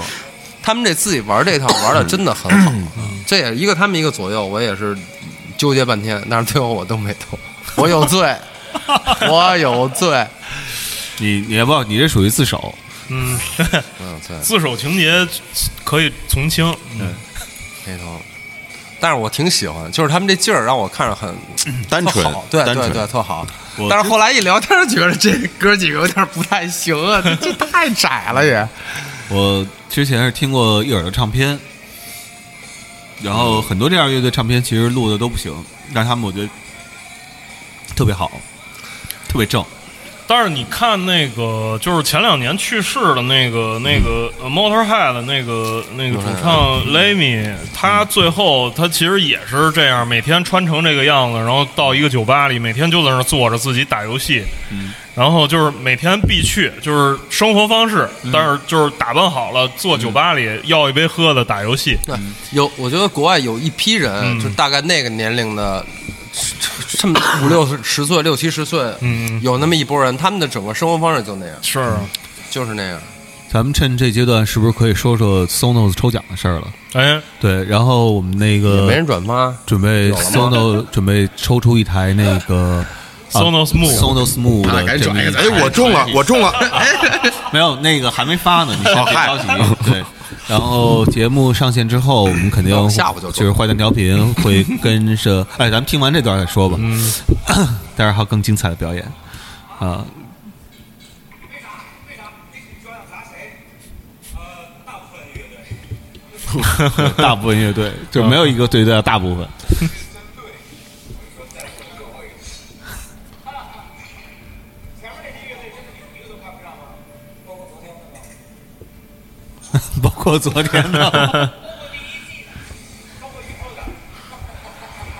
[SPEAKER 4] 他们这自己玩这套玩的真的很好，
[SPEAKER 3] 嗯
[SPEAKER 4] 嗯这也是一个他们一个左右，我也是纠结 半天，但是最后我都没动，我有罪，我有罪，
[SPEAKER 1] 你你要不要？你这属于自首，
[SPEAKER 2] 嗯，
[SPEAKER 4] 嗯，对，
[SPEAKER 2] 自首情节可以从轻，嗯
[SPEAKER 4] 黑头。但是我挺喜欢，就是他们这劲儿让我看着很
[SPEAKER 3] 单
[SPEAKER 4] 特
[SPEAKER 3] 纯
[SPEAKER 4] 好，对
[SPEAKER 3] 单
[SPEAKER 4] 对
[SPEAKER 3] 纯
[SPEAKER 4] 对，特好
[SPEAKER 1] 我。
[SPEAKER 4] 但是后来一聊天儿觉得这
[SPEAKER 5] 哥几个有点不太行 啊，这这太窄了也。
[SPEAKER 1] 我之前是听过一耳的唱片，然后很多这样乐队唱片其实录的都不行，但是他们我觉得特别好，特别正。
[SPEAKER 2] 但是你看那个，就是前两年去世的那个那个
[SPEAKER 1] 嗯
[SPEAKER 2] 呃 Motorhead 的那个那个主唱 Lemmy，他最后他其实也是这样，每天穿成这个样子，然后到一个酒吧里，每天就在那儿坐着自己打游戏，
[SPEAKER 1] 嗯
[SPEAKER 2] 然后就是每天必去，就是生活方式，
[SPEAKER 1] 嗯
[SPEAKER 2] 但是就是打扮好了，坐酒吧里要一杯喝的，打游戏，
[SPEAKER 4] 对，有我觉得国外有一批人，
[SPEAKER 2] 嗯
[SPEAKER 4] 就大概那个年龄的，这么五六十十岁、六七十岁，
[SPEAKER 2] 嗯
[SPEAKER 4] 有那么一波人，他们的整个生活方式就那样，
[SPEAKER 2] 是啊，
[SPEAKER 4] 就是那样。
[SPEAKER 1] 咱们趁这阶段，是不是可以说说 Sonos 抽奖的事儿了？
[SPEAKER 2] 哎，
[SPEAKER 1] 对，然后我们那
[SPEAKER 4] 也
[SPEAKER 1] 个
[SPEAKER 4] 没人转发，
[SPEAKER 1] 准备 Sonos 准备抽出一台那个啊
[SPEAKER 2] Sonos Move
[SPEAKER 1] Sonos Move 的这么一台，
[SPEAKER 3] 哎，我中了，我中了，
[SPEAKER 1] 没有那个还没发呢，你先别
[SPEAKER 3] 嗨
[SPEAKER 1] 着急。对，然后节目上线之后，我们肯定
[SPEAKER 4] 下午就做
[SPEAKER 1] 就是坏蛋调频会跟 着，哎，咱们听完这段再说吧。 待会儿还有更精彩的表演啊！
[SPEAKER 6] 为啥？那你说要砸谁？呃，大部分乐队。
[SPEAKER 1] 大部分乐队就没有一个对待大部分。
[SPEAKER 6] 前面这批乐队真是一个都看不上吗？包括昨天的 吗？
[SPEAKER 1] 包括昨天的，
[SPEAKER 6] 包括第一季的，包括以后的，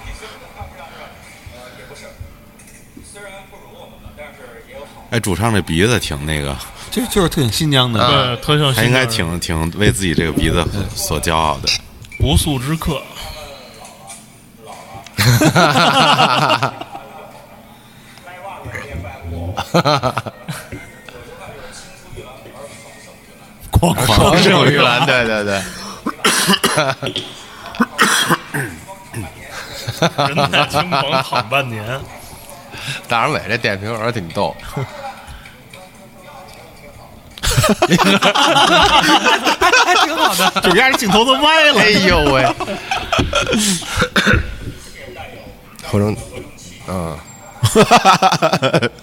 [SPEAKER 6] 你什么都看不上是吧？呃，也不是，虽然不如我们吧，但是也有好。
[SPEAKER 3] 哎，主唱这鼻子挺那个，
[SPEAKER 1] 这就是特挺新疆的。
[SPEAKER 2] 对，哎特像
[SPEAKER 3] 他应该挺挺为自己这个鼻子所骄傲的。
[SPEAKER 2] 不速之客，
[SPEAKER 1] 狂 狂
[SPEAKER 5] 手 玉兰，对对对，
[SPEAKER 2] 人在青棚躺半 年。
[SPEAKER 4] 大张伟这点评儿挺逗，
[SPEAKER 1] 主要是镜头都歪了。
[SPEAKER 5] 哎呦 喂，
[SPEAKER 4] 我说，嗯，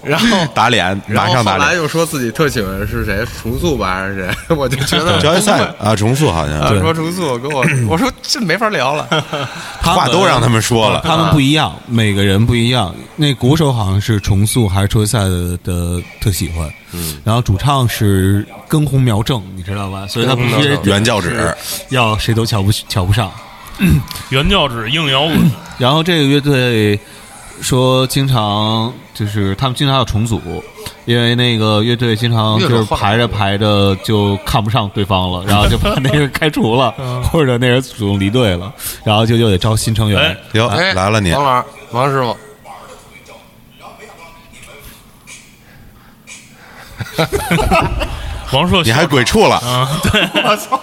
[SPEAKER 3] 然后打脸，
[SPEAKER 5] 然
[SPEAKER 3] 马
[SPEAKER 5] 后
[SPEAKER 3] 上打
[SPEAKER 5] 后来
[SPEAKER 3] 脸。
[SPEAKER 5] 又说自己特喜欢是谁，重塑吧还是谁， 我就觉
[SPEAKER 4] 呃
[SPEAKER 5] 得
[SPEAKER 3] 交易赛啊，重塑好
[SPEAKER 5] 啊
[SPEAKER 3] 像
[SPEAKER 5] 说重塑跟我，我说这没法聊了。
[SPEAKER 3] 话都让他们说了，
[SPEAKER 1] 他们不一样，每个人不一样。那鼓手好像是重塑还是车赛的的特喜欢，嗯，然后主唱是根红苗正，你知道吧？所以他必
[SPEAKER 4] 根红苗
[SPEAKER 1] 须
[SPEAKER 4] 正
[SPEAKER 3] 原教旨。
[SPEAKER 1] 要谁都瞧不瞧不上。
[SPEAKER 2] 原教旨硬摇滚，
[SPEAKER 1] 然后这个乐队说，经常就是他们经常要重组，因为那个乐队经常就
[SPEAKER 4] 乐手
[SPEAKER 1] 是
[SPEAKER 4] 换了
[SPEAKER 1] 排着排着就看不上对方了，然后就把那个人开除了，
[SPEAKER 4] 嗯
[SPEAKER 1] 或者那人主动离队了，然后就又得招新成员
[SPEAKER 2] 哎。
[SPEAKER 3] 哟，
[SPEAKER 4] 哎，
[SPEAKER 3] 来了你，
[SPEAKER 4] 王老师，王师傅，
[SPEAKER 2] 王硕
[SPEAKER 3] 你还鬼畜了，
[SPEAKER 2] 啊？对，我操！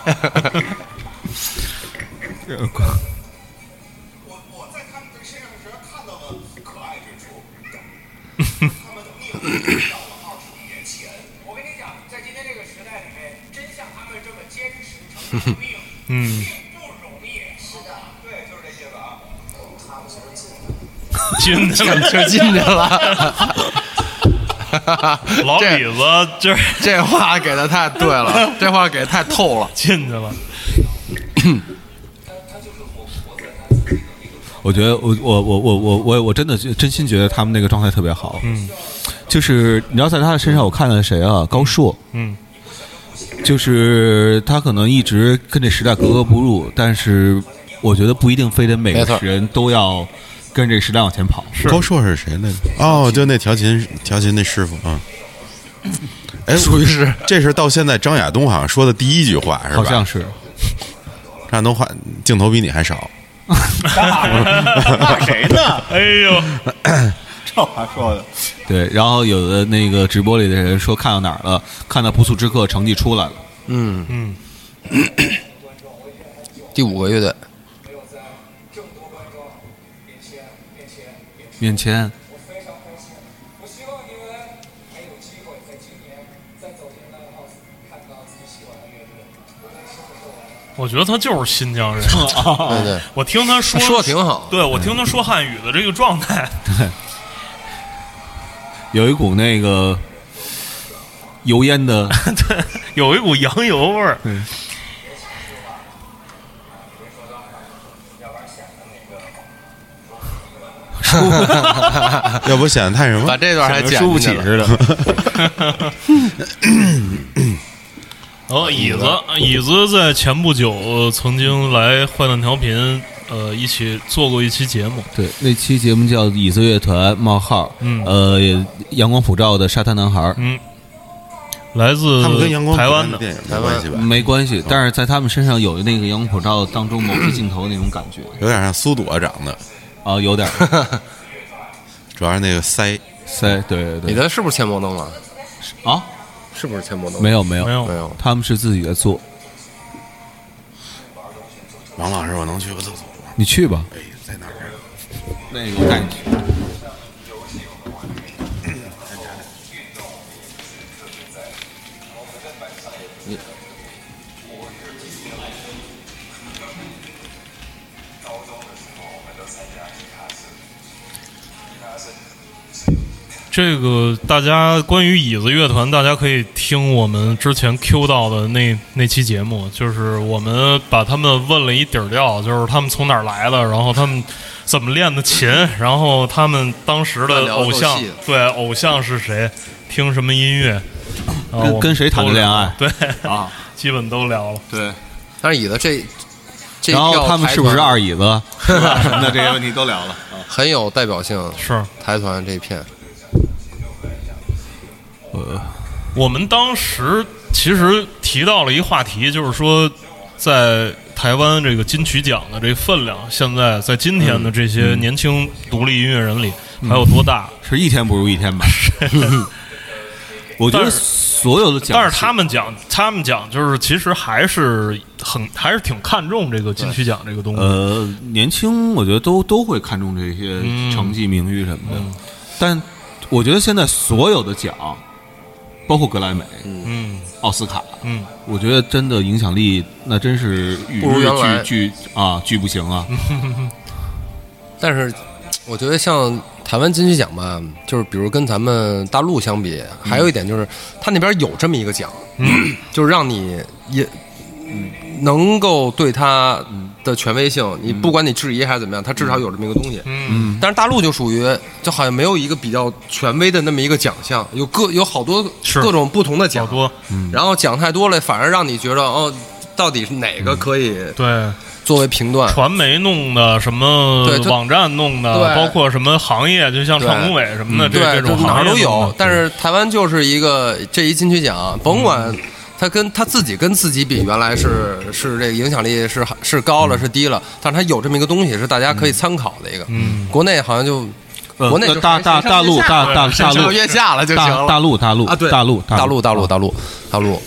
[SPEAKER 6] 我我在他们的身上时看到了可爱之处，他们逆到了二十五年前。我跟你讲，在今天这个时代里面，真像他们这么坚持成长的命，
[SPEAKER 2] 嗯，
[SPEAKER 6] 并不容易。是的，对，就是这意思啊。他们其实进
[SPEAKER 2] 进去了，
[SPEAKER 5] 就进去了，
[SPEAKER 2] 老
[SPEAKER 5] 这
[SPEAKER 2] 李子就是
[SPEAKER 5] 这话给的太对了，这话给得太透了。
[SPEAKER 2] 进去了。
[SPEAKER 1] 我觉得我我我我我我我真的真心觉得他们那个状态特别好。嗯，就是你要在他的身上，我看到谁啊？高硕。
[SPEAKER 2] 嗯，
[SPEAKER 1] 就是他可能一直跟这时代格格不入，但是我觉得不一定非得每
[SPEAKER 4] 没
[SPEAKER 1] 个
[SPEAKER 4] 错
[SPEAKER 1] 人都要跟这个时代往前跑。
[SPEAKER 3] 高硕是谁来着？哦，就那调琴调琴那师傅啊。哎，
[SPEAKER 5] 属于是
[SPEAKER 3] 这是到现在张亚东好像说的第一句话是吧？
[SPEAKER 1] 好像是，
[SPEAKER 3] 张亚东话镜头比你还少，
[SPEAKER 7] 骂谁呢？
[SPEAKER 2] 哎呦，
[SPEAKER 7] 这话说的，
[SPEAKER 1] 对。然后有的那个直播里的人说看到哪儿了，看到不速之客成绩出来了。
[SPEAKER 4] 嗯
[SPEAKER 2] 嗯，
[SPEAKER 4] 第五个乐队，
[SPEAKER 1] 面前
[SPEAKER 2] 我觉得他就是新疆人。
[SPEAKER 4] 对对，
[SPEAKER 2] 我听他说
[SPEAKER 4] 说得挺好
[SPEAKER 2] 对我听他说汉语的这个状态，
[SPEAKER 1] 有一股那个油烟的，
[SPEAKER 2] 有一股洋油味儿。
[SPEAKER 3] 要不显得太什么
[SPEAKER 4] 把这段还剪
[SPEAKER 3] 输不
[SPEAKER 4] 进
[SPEAKER 3] 起
[SPEAKER 4] 去了
[SPEAKER 3] 似的。
[SPEAKER 2] 哦，椅子，椅子在前不久、呃曾经来坏蛋调频，呃，一起做过一期节目。
[SPEAKER 1] 对，那期节目叫《椅子乐团：冒号》，
[SPEAKER 2] 嗯
[SPEAKER 1] 呃，也阳光普照的沙滩男孩儿，
[SPEAKER 2] 嗯，来自
[SPEAKER 3] 他们跟阳光
[SPEAKER 2] 台
[SPEAKER 3] 普
[SPEAKER 2] 湾的，
[SPEAKER 3] 照电影没关系吧？
[SPEAKER 1] 没关系，但是在他们身上有那个阳光普照当中某些镜头那种感觉
[SPEAKER 3] 有点像苏朵长得，
[SPEAKER 1] 啊，有点儿
[SPEAKER 3] 主要是那个腮。
[SPEAKER 1] 塞，对对
[SPEAKER 4] 你
[SPEAKER 1] 对，
[SPEAKER 4] 的是不是千波灯了？
[SPEAKER 1] 啊，
[SPEAKER 4] 是不是千波灯？
[SPEAKER 1] 没有没有
[SPEAKER 2] 没有
[SPEAKER 4] 没有，
[SPEAKER 1] 他们是自己在做，
[SPEAKER 3] 王老师，我能去个厕所吗？
[SPEAKER 1] 你去吧，
[SPEAKER 3] 哎，在哪儿？
[SPEAKER 1] 那个我带你去。
[SPEAKER 2] 这个大家关于椅子乐团，大家可以听我们之前 Q 到的那那期节目，就是我们把他们问了一底儿调，就是他们从哪儿来的，然后他们怎么练的琴，然后他们当时的偶像
[SPEAKER 4] 乱聊肉戏，
[SPEAKER 2] 对偶像是谁，听什么音乐，然后
[SPEAKER 1] 跟
[SPEAKER 2] 我们
[SPEAKER 1] 跟谁谈的
[SPEAKER 2] 都聊
[SPEAKER 1] 恋爱
[SPEAKER 2] 对
[SPEAKER 1] 啊，
[SPEAKER 2] 基本都聊了。
[SPEAKER 1] 对，
[SPEAKER 4] 但是椅子这这
[SPEAKER 1] 然后
[SPEAKER 4] 票
[SPEAKER 1] 他们
[SPEAKER 4] 台
[SPEAKER 1] 是不是
[SPEAKER 4] 团
[SPEAKER 1] 二椅子？是吧 那这些问题都聊了。
[SPEAKER 4] 很有代表性？
[SPEAKER 2] 是
[SPEAKER 4] 台团这一片，
[SPEAKER 2] 我们当时其实提到了一话题，就是说，在台湾这个金曲奖的这分量，现在在今天的这些年轻独立音乐人里
[SPEAKER 4] 嗯
[SPEAKER 2] 还有多大？
[SPEAKER 1] 是一天不如一 天吧。我觉得所有的奖，
[SPEAKER 2] 但是他们讲，他们讲就是其实还是很还是挺看重这个金曲奖这个东西。
[SPEAKER 1] 呃，年轻我觉得都都会看重这些成绩、名誉什么的。但我觉得现在所有的奖，包括格莱美、
[SPEAKER 2] 嗯
[SPEAKER 1] 奥斯卡，
[SPEAKER 2] 嗯，
[SPEAKER 1] 我觉得真的影响力那真是与
[SPEAKER 4] 不如
[SPEAKER 1] 日
[SPEAKER 4] 原来
[SPEAKER 1] 俱俱啊俱不行啊。
[SPEAKER 4] 但是我觉得像台湾金曲奖吧，就是比如跟咱们大陆相比，还有一点就是他那边有这么一个奖，
[SPEAKER 2] 嗯
[SPEAKER 4] 就是让你也能够对他的权威性，你不管你质疑还是怎么样，他至少有这么一个东西。
[SPEAKER 2] 嗯，
[SPEAKER 4] 但是大陆就属于就好像没有一个比较权威的那么一个奖项，有各有好多
[SPEAKER 2] 是
[SPEAKER 4] 各种不同的
[SPEAKER 2] 好
[SPEAKER 4] 奖，
[SPEAKER 2] 多
[SPEAKER 4] 然后奖太多了，反而让你觉得哦，到底是哪个可以
[SPEAKER 2] 对
[SPEAKER 4] 作为评断？
[SPEAKER 2] 传媒弄的，什么
[SPEAKER 4] 嗯对他
[SPEAKER 2] 网站弄的，
[SPEAKER 4] 对
[SPEAKER 2] 包括什么行业，就像
[SPEAKER 4] 对嗯
[SPEAKER 2] 唱工委什么的，这 这
[SPEAKER 4] 对，
[SPEAKER 2] 种
[SPEAKER 4] 就哪
[SPEAKER 2] 行
[SPEAKER 4] 儿
[SPEAKER 2] 业
[SPEAKER 4] 都
[SPEAKER 2] 弄
[SPEAKER 4] 有
[SPEAKER 2] 的，
[SPEAKER 4] 但是台湾就是一个这一金曲奖，甭管他跟他自己跟自己比，原来是是这个影响力是是高了是低了，但是他有这么一个东西是大家可以参考的一个。
[SPEAKER 2] 嗯，
[SPEAKER 4] 国内好像就
[SPEAKER 1] 呃
[SPEAKER 4] 国内就
[SPEAKER 1] 那大大
[SPEAKER 4] 上
[SPEAKER 1] 大陆
[SPEAKER 4] 上
[SPEAKER 1] 大大
[SPEAKER 4] 上
[SPEAKER 1] 大陆
[SPEAKER 4] 月下了就行
[SPEAKER 1] 大
[SPEAKER 4] 了。
[SPEAKER 1] 大陆大陆
[SPEAKER 4] 啊，对，
[SPEAKER 1] 大陆
[SPEAKER 4] 大陆大陆
[SPEAKER 1] 啊
[SPEAKER 4] 大陆大陆，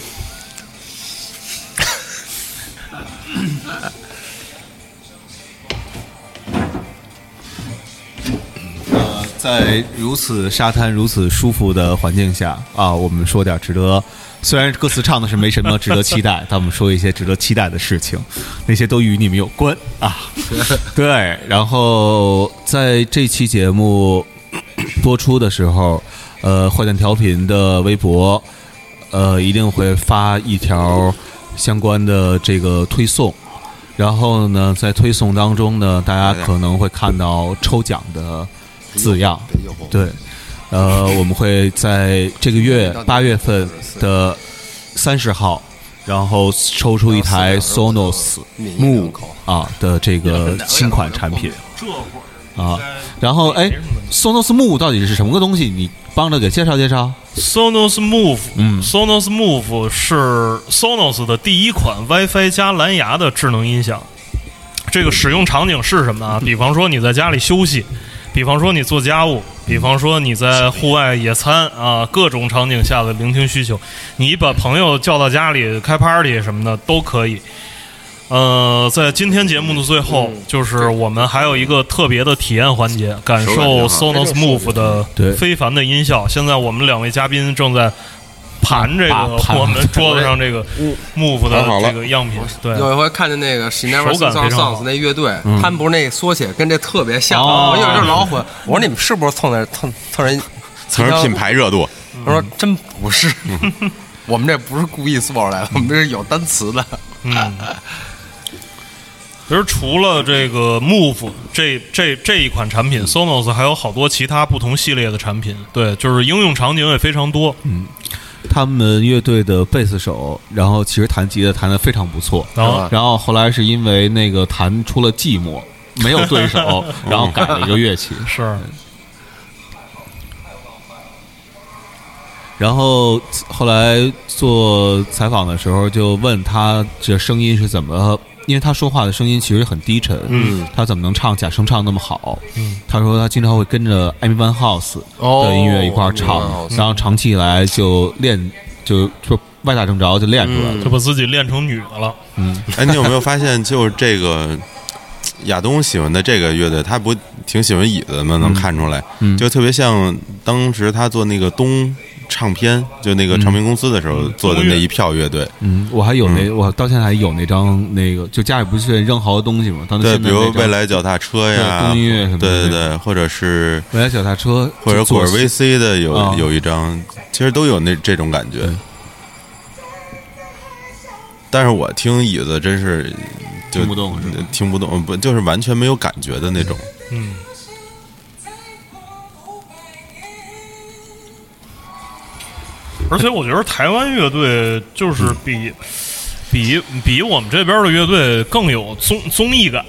[SPEAKER 1] 在如此沙滩、如此舒服的环境下啊，我们说点值得。虽然歌词唱的是没什么值得期待，但我们说一些值得期待的事情，那些都与你们有关啊。对，然后在这期节目播出的时候，呃，坏蛋调频的微博，呃，一定会发一条相关的这个推送。然后呢，在推送当中呢，大家可能会看到抽奖的字样。对，呃，我们会在这个月八月份的三十号，然后抽出一台 Sonos
[SPEAKER 4] 免疫
[SPEAKER 1] 木
[SPEAKER 4] 人口
[SPEAKER 1] 啊的这个新款产品
[SPEAKER 2] 这会儿
[SPEAKER 1] 啊。
[SPEAKER 2] 嗯
[SPEAKER 1] 然后哎
[SPEAKER 2] 没什么问
[SPEAKER 1] ，Sonos 木到底是什么个东西？你帮着给介绍介绍。
[SPEAKER 2] Sonos Move，
[SPEAKER 1] 嗯
[SPEAKER 2] s o n o s Move 是 Sonos 的第一款 WiFi 加蓝牙的智能音响。这个使用场景是什么
[SPEAKER 3] 嗯
[SPEAKER 2] 啊？比方说你在家里休息，比方说你做家务，比方说你在户外野餐啊，各种场景下的聆听需求，你把朋友叫到家里开 party 什么的都可以。呃，在今天节目的最后，
[SPEAKER 3] 嗯
[SPEAKER 2] 就是我们还有一个特别的体验环节，感
[SPEAKER 3] 手感挺
[SPEAKER 2] 受
[SPEAKER 3] 好
[SPEAKER 2] Sonos Move 的
[SPEAKER 1] 对
[SPEAKER 2] 非凡的音效。现在我们两位嘉宾正在盘这
[SPEAKER 1] 啊
[SPEAKER 2] 个
[SPEAKER 1] 盘
[SPEAKER 2] 我们桌子上这个 Move 的
[SPEAKER 3] 盘好了
[SPEAKER 2] 这个样品，对，
[SPEAKER 4] 有一回看见那个 She Never
[SPEAKER 2] 手感
[SPEAKER 4] Sings o
[SPEAKER 2] 非常好
[SPEAKER 4] Songs 那乐队，他们不是那缩写跟这特别像，
[SPEAKER 1] 哦
[SPEAKER 4] 我一会儿就是老混，我说你们是不是蹭那蹭蹭人？
[SPEAKER 3] 蹭着品牌热度，
[SPEAKER 4] 他说真嗯不 是，我们这不是故意做出来的，我们这是有单词的。
[SPEAKER 2] 嗯。 其实除了这个 Move 这这这一款产品，Sonos 还有好多其他不同系列的产品，对，就是应用场景也非常多。
[SPEAKER 1] 他们乐队的贝斯手，然后其实弹吉他弹得非常不错，
[SPEAKER 2] 然后
[SPEAKER 1] 然后后来是因为那个弹出了寂寞，没有对手，然后改了一个乐器。
[SPEAKER 2] 是，
[SPEAKER 1] 然后后来做采访的时候，就问他这声音是怎么，因为他说话的声音其实很低沉，嗯，他怎么能唱假声唱那么好？嗯，他说他经常会跟着艾米万 House
[SPEAKER 4] 哦
[SPEAKER 1] 的音乐一块儿唱，
[SPEAKER 4] Amy
[SPEAKER 3] 哦嗯
[SPEAKER 4] Winehouse
[SPEAKER 1] 然后长期以来就练，就就歪打正着就练出来了。
[SPEAKER 2] 就把自己练成女的了。
[SPEAKER 3] 哎，你有没有发现，就是这个亚东喜欢的这个乐队，他不挺喜欢椅子吗？能看出来，
[SPEAKER 1] 嗯
[SPEAKER 3] 就特别像当时他做那个东唱片，就那个唱片公司的时候做的那一票乐队。
[SPEAKER 1] 嗯，我还有那，我到现在还有那张那个，就家里不是扔好多东西嘛，当时
[SPEAKER 3] 对，
[SPEAKER 1] 现
[SPEAKER 3] 比
[SPEAKER 1] 在那
[SPEAKER 3] 如
[SPEAKER 1] 张
[SPEAKER 3] 未来脚踏车
[SPEAKER 1] 对
[SPEAKER 3] 呀，
[SPEAKER 1] 东音乐什么的
[SPEAKER 3] 对对
[SPEAKER 1] 那
[SPEAKER 3] 对，或者是
[SPEAKER 1] 未来脚踏车
[SPEAKER 3] 或者
[SPEAKER 1] 就做
[SPEAKER 3] 果儿 VC 的有、
[SPEAKER 1] 啊嗯
[SPEAKER 3] 有一张，其实都有那这种感觉。但是我听椅子真是就
[SPEAKER 1] 听不懂是吧
[SPEAKER 3] 听不懂，不就是完全没有感觉的那种。
[SPEAKER 2] 嗯，而且我觉得台湾乐队就是比比比我们这边的乐队更有综综艺感，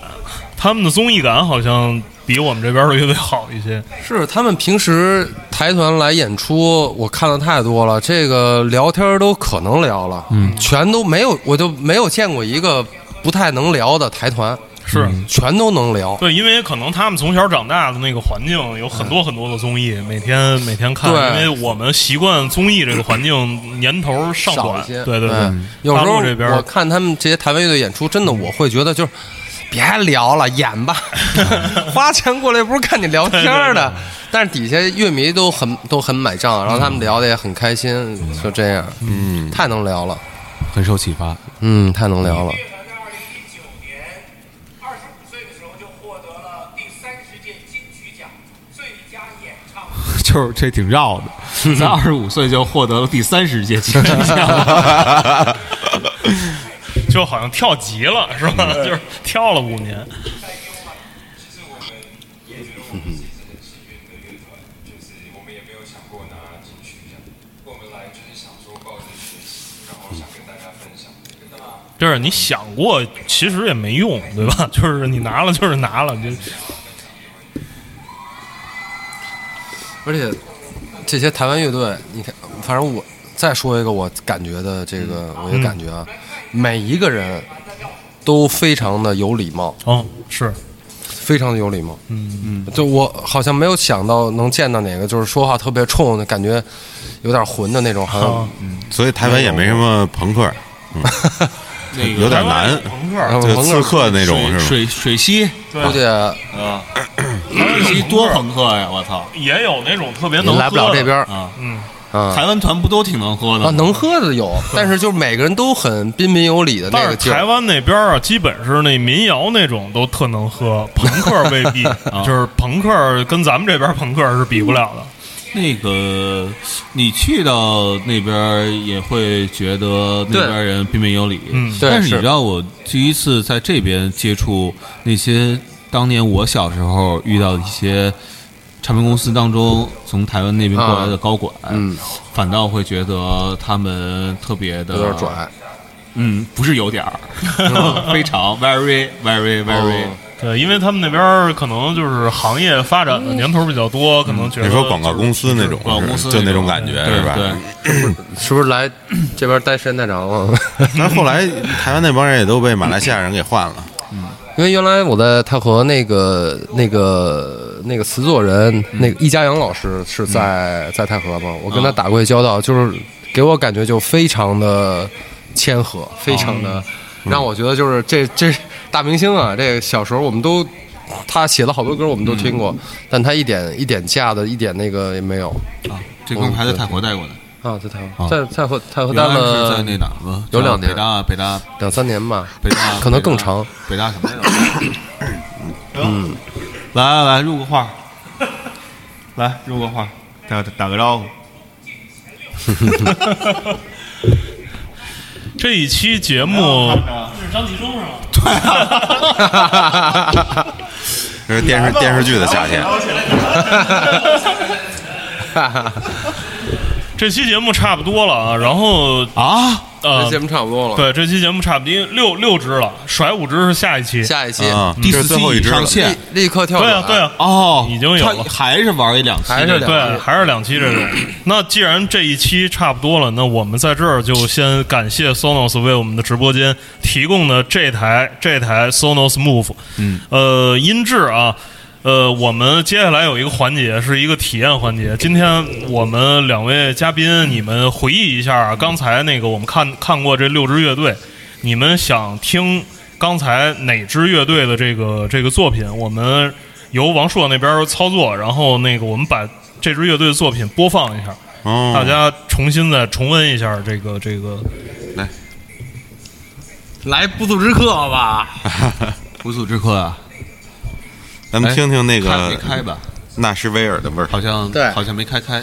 [SPEAKER 2] 他们的综艺感好像比我们这边的乐队好一些。
[SPEAKER 4] 是他们平时台团来演出，我看的太多了，这个聊天都可能聊了，嗯，全都没有，我就没有见过一个不太能聊的台团，
[SPEAKER 2] 是、
[SPEAKER 4] 全都能聊。
[SPEAKER 2] 对，因为可能他们从小长大的那个环境有很多很多的综艺，每天每天看，因
[SPEAKER 4] 对
[SPEAKER 2] 为我们习惯综艺这个环境年头上
[SPEAKER 4] 少
[SPEAKER 2] 短
[SPEAKER 4] 一，些。
[SPEAKER 2] 对对对
[SPEAKER 4] 嗯，有时
[SPEAKER 2] 大
[SPEAKER 4] 候
[SPEAKER 2] 陆这边
[SPEAKER 4] 我看他们这些台湾乐队演出，真的我会觉得就是。别聊了，演 吧，花钱过来不是看你聊天儿的。但是底下乐迷都很都很买账，然后他
[SPEAKER 2] 嗯
[SPEAKER 4] 们聊的也很开心，就这样，嗯，太能聊了，
[SPEAKER 1] 很受启发。
[SPEAKER 4] 嗯，太能聊了。
[SPEAKER 6] 乐团在二零一九年二十五岁的时候就获得了第三十届金曲奖最佳演唱。
[SPEAKER 1] 就是这挺绕的，在二十五岁就获得了第三十届金曲奖。
[SPEAKER 2] 就好像跳级了，是吧？就是跳了五年。就是你想过，其实也没用，对吧？ 就是你拿了就是拿了，就
[SPEAKER 4] 而且这些台湾乐队，你看，反正我再说一个我感觉的这个，我
[SPEAKER 2] 嗯
[SPEAKER 4] 也感觉啊，每一个人都非常的有礼貌，
[SPEAKER 2] 哦，是
[SPEAKER 4] 非常的有礼貌。嗯嗯，就我好像没有想到能见到哪个就是说话特别冲的感觉，有点混的那种，好像
[SPEAKER 2] 啊，
[SPEAKER 3] 所以台湾也没什么朋克，嗯，有点难，
[SPEAKER 2] 朋
[SPEAKER 4] 然
[SPEAKER 2] 克，
[SPEAKER 4] 后
[SPEAKER 3] 就
[SPEAKER 4] 朋
[SPEAKER 3] 刺
[SPEAKER 4] 克
[SPEAKER 3] 客那种是吧？
[SPEAKER 1] 水水西，
[SPEAKER 4] 估计
[SPEAKER 1] 水西多朋克呀！我操，
[SPEAKER 2] 也有那种特别能
[SPEAKER 4] 也来不了这边儿
[SPEAKER 1] 啊
[SPEAKER 2] 嗯
[SPEAKER 4] 啊
[SPEAKER 1] 台湾团不都挺能喝的吗？
[SPEAKER 4] 啊，能喝的有，但是就是每个人都很彬彬有礼的那
[SPEAKER 2] 但
[SPEAKER 4] 个
[SPEAKER 2] 是
[SPEAKER 4] 劲
[SPEAKER 2] 台
[SPEAKER 4] 儿。
[SPEAKER 2] 湾那边儿啊，基本是那民谣那种都特能喝，朋克未必，就是朋克跟咱们这边儿朋克是比不了的。
[SPEAKER 1] 那个你去到那边儿也会觉得那边儿人彬彬有礼，
[SPEAKER 2] 嗯
[SPEAKER 4] 对
[SPEAKER 1] 但是
[SPEAKER 4] 是
[SPEAKER 1] 你知道我第一次在这边接触那些当年我小时候遇到的一些唱片公司当中从台湾那边过来的高管，
[SPEAKER 4] 嗯，
[SPEAKER 1] 反倒会觉得他们特别的
[SPEAKER 4] 有点拽，
[SPEAKER 1] 嗯，不是有点儿， 非常 very very very，、
[SPEAKER 4] 哦
[SPEAKER 2] 对，因为他们那边儿可能就是行业发展的年头比较多，可能觉得
[SPEAKER 3] 你说广告公司那种，
[SPEAKER 1] 广告公司
[SPEAKER 3] 就那
[SPEAKER 1] 种
[SPEAKER 3] 种感觉
[SPEAKER 1] 对
[SPEAKER 3] 是吧？
[SPEAKER 1] 对，
[SPEAKER 4] 是不是来这边待时间太长了？
[SPEAKER 3] 但是后来台湾那帮人也都被马来西亚人给换了，
[SPEAKER 4] 因为原来我在太和那个那个那个词作人
[SPEAKER 5] 嗯
[SPEAKER 4] 那个易家阳老师是在、在太和嘛，我跟他
[SPEAKER 5] 啊
[SPEAKER 4] 打过一交道，就是给我感觉就非常的谦和，非常的
[SPEAKER 5] 啊让我觉得就是这这大明星啊，这个小时候我们都他写的好多歌我们都听过，但他一点一点架子，一点那个也没有
[SPEAKER 1] 啊，这哥们还在泰国带过呢，
[SPEAKER 5] 啊，在泰
[SPEAKER 1] 啊
[SPEAKER 5] 国在泰国泰国
[SPEAKER 1] 原
[SPEAKER 5] 待
[SPEAKER 1] 来是在
[SPEAKER 5] 了
[SPEAKER 1] 那哪儿
[SPEAKER 5] 哦
[SPEAKER 1] 吗？
[SPEAKER 5] 有两
[SPEAKER 1] 叫北
[SPEAKER 5] 年
[SPEAKER 1] 大北大
[SPEAKER 5] 两三年吧，
[SPEAKER 1] 北大，
[SPEAKER 5] 可能
[SPEAKER 1] 北大啊
[SPEAKER 5] 更长。
[SPEAKER 1] 北大什 么来着？
[SPEAKER 3] 嗯
[SPEAKER 1] 来来来，入个画，
[SPEAKER 7] 来入个话，打打个招呼。
[SPEAKER 2] 这一期节目，
[SPEAKER 3] 这是电视电视剧的 夏天，
[SPEAKER 1] 哦
[SPEAKER 2] 这期节目差不多了啊。然后
[SPEAKER 1] 啊，
[SPEAKER 5] 这
[SPEAKER 2] 呃
[SPEAKER 5] 节，目差不多了，
[SPEAKER 2] 对，这期节目差不多六六支了，甩五支是下一期。
[SPEAKER 5] 下一期
[SPEAKER 3] 啊，
[SPEAKER 1] 第
[SPEAKER 3] 这
[SPEAKER 1] 四
[SPEAKER 3] 是最后
[SPEAKER 1] 季
[SPEAKER 3] 一
[SPEAKER 1] 已
[SPEAKER 3] 支了
[SPEAKER 1] 上。线
[SPEAKER 5] 立刻跳
[SPEAKER 2] 对
[SPEAKER 5] 转
[SPEAKER 2] 啊，对啊，
[SPEAKER 1] 哦，
[SPEAKER 2] 已经有了
[SPEAKER 1] 他还是玩一两期的，
[SPEAKER 5] 还是两
[SPEAKER 2] 对，还是两期这种。那既然这一期差不多了，那我们在这儿就先感谢 Sonos 为我们的直播间提供的这台这台 Sonos Move，嗯，呃，音质啊。呃，我们接下来有一个环节是一个体验环节。今天我们两位嘉宾，你们回忆一下啊刚才那个我们看看过这六支乐队，你们想听刚才哪支乐队的这个这个作品？我们由王硕那边操作，然后那个我们把这支乐队的作品播放一下，
[SPEAKER 3] 哦
[SPEAKER 2] 大家重新再重温一下这个这个。
[SPEAKER 5] 来不速之客吧，
[SPEAKER 1] 不速之客啊，
[SPEAKER 3] 咱
[SPEAKER 1] 哎
[SPEAKER 3] 们听听那
[SPEAKER 1] 开没
[SPEAKER 3] 个
[SPEAKER 1] 开吧？
[SPEAKER 3] 纳什维尔的味儿。
[SPEAKER 1] 好像
[SPEAKER 5] 对
[SPEAKER 1] 好像没开开。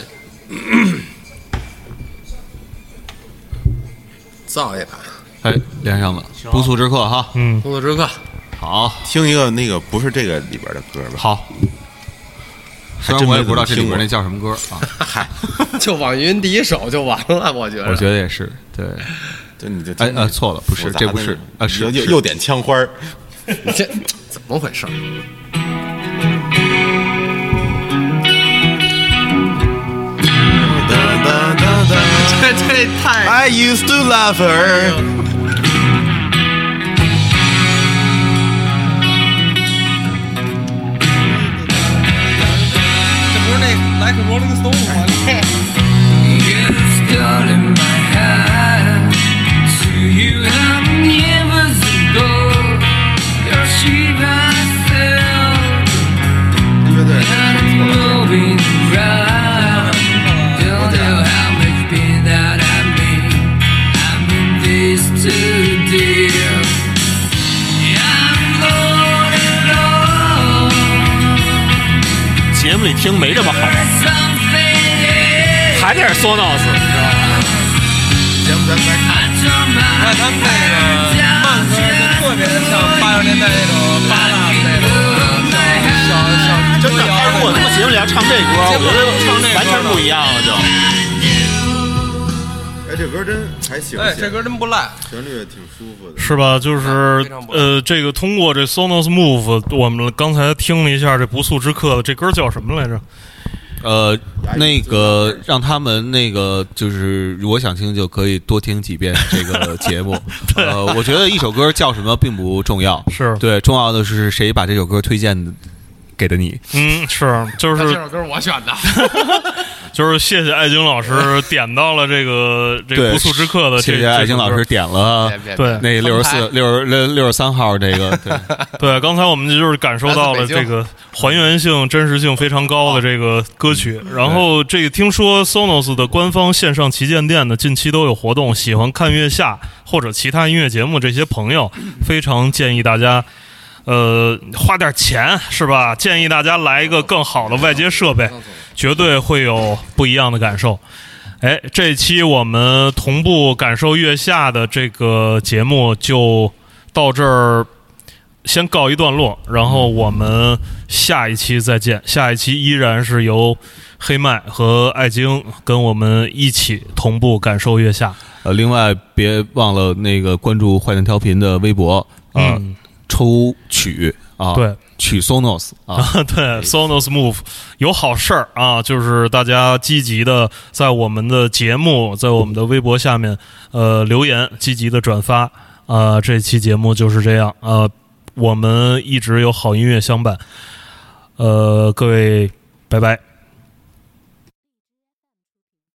[SPEAKER 5] 造一把
[SPEAKER 1] 哎，连上了，不速之客哈。
[SPEAKER 2] 嗯，
[SPEAKER 5] 不速之客，
[SPEAKER 1] 好，
[SPEAKER 3] 听一个那个不是这个里边的歌吧？
[SPEAKER 1] 好，虽
[SPEAKER 3] 还
[SPEAKER 1] 然
[SPEAKER 3] 真
[SPEAKER 1] 我
[SPEAKER 3] 没
[SPEAKER 1] 也不知道这里
[SPEAKER 3] 怎
[SPEAKER 1] 边
[SPEAKER 3] 么听过
[SPEAKER 1] 那叫什么歌啊，
[SPEAKER 5] 就网易云第一首就完了，我觉得。
[SPEAKER 1] 我觉得也是对。
[SPEAKER 3] 就你就听
[SPEAKER 1] 哎呃，错了，不是，
[SPEAKER 3] 复杂
[SPEAKER 1] 这不
[SPEAKER 3] 的
[SPEAKER 1] 是
[SPEAKER 3] 那
[SPEAKER 1] 啊，
[SPEAKER 3] 种
[SPEAKER 1] 是
[SPEAKER 3] 又又
[SPEAKER 1] 是
[SPEAKER 3] 又点枪花儿，
[SPEAKER 5] 这怎么回事儿？这这太
[SPEAKER 3] I used to love her。
[SPEAKER 5] 这不是那 Like Rolling Stone 吗？
[SPEAKER 8] Dear, I'm all alone.
[SPEAKER 9] 节目里听没这么好，
[SPEAKER 8] Something
[SPEAKER 9] 还得是 Sonos。
[SPEAKER 8] I don't mind.
[SPEAKER 5] 看他们那个慢歌就特别的像八十年代那种八大那种小小
[SPEAKER 9] 真的，他如果他妈节目里要唱这歌，
[SPEAKER 4] 嗯
[SPEAKER 9] 我觉
[SPEAKER 5] 这
[SPEAKER 9] 得
[SPEAKER 5] 歌
[SPEAKER 9] 完全不一样了，就。
[SPEAKER 3] 哎，这歌真还行
[SPEAKER 5] 哎，这歌真不赖，
[SPEAKER 3] 旋律也挺舒服的。
[SPEAKER 2] 是吧？就是
[SPEAKER 5] 非常不错
[SPEAKER 2] 呃，这个通过这 Sonos Move，我们刚才听了一下这不速之客的这歌叫什么来着？
[SPEAKER 1] 呃，那个让他们那个就是，如果想听就可以多听几遍这 个节目。呃，我觉得一首歌叫什么并不重要，
[SPEAKER 2] 是
[SPEAKER 1] 对，重要的是谁把这首歌推荐给的你。
[SPEAKER 2] 嗯，是，就是
[SPEAKER 5] 首歌我选的，
[SPEAKER 2] 就是谢谢艾晶老 师点到了这个这
[SPEAKER 1] 对，
[SPEAKER 2] 个不速之客的这，
[SPEAKER 1] 谢谢艾晶老师点了
[SPEAKER 5] 别别
[SPEAKER 2] 对
[SPEAKER 1] 那六十四、
[SPEAKER 5] 翻
[SPEAKER 1] 六十六六十三号这个，对，
[SPEAKER 2] 对，刚才我们就是感受到了
[SPEAKER 5] 来自北
[SPEAKER 2] 这
[SPEAKER 5] 京
[SPEAKER 2] 个还原性、真实性非常高的这个歌曲。
[SPEAKER 5] 嗯
[SPEAKER 2] 然后，这个听说 Sonos 的官方线上旗舰店呢，近期都有活动，喜欢看月下或者其他音乐节目这些朋友，非常建议大家。呃，花点钱是吧？建议大家来一个更好的外接设
[SPEAKER 5] 嗯
[SPEAKER 2] 备，绝对会有不一样的感受。哎，这期我们同步感受月下的这个节目就到这儿，先告一段落。然后我们下一期再见，下一期依然是由黑麦和艾晶跟我们一起同步感受月下。
[SPEAKER 1] 呃，另外别忘了那个关注坏蛋调频的微博啊、
[SPEAKER 2] 嗯
[SPEAKER 1] 抽曲啊，
[SPEAKER 2] 对，
[SPEAKER 1] 取 Sonos 啊，
[SPEAKER 2] 对，Sonos Move 有好事儿啊，就是大家积极的在我们的节目，在我们的微博下面呃留言，积极的转发。呃，这期节目就是这样。呃，我们一直有好音乐相伴。呃，各位，拜拜。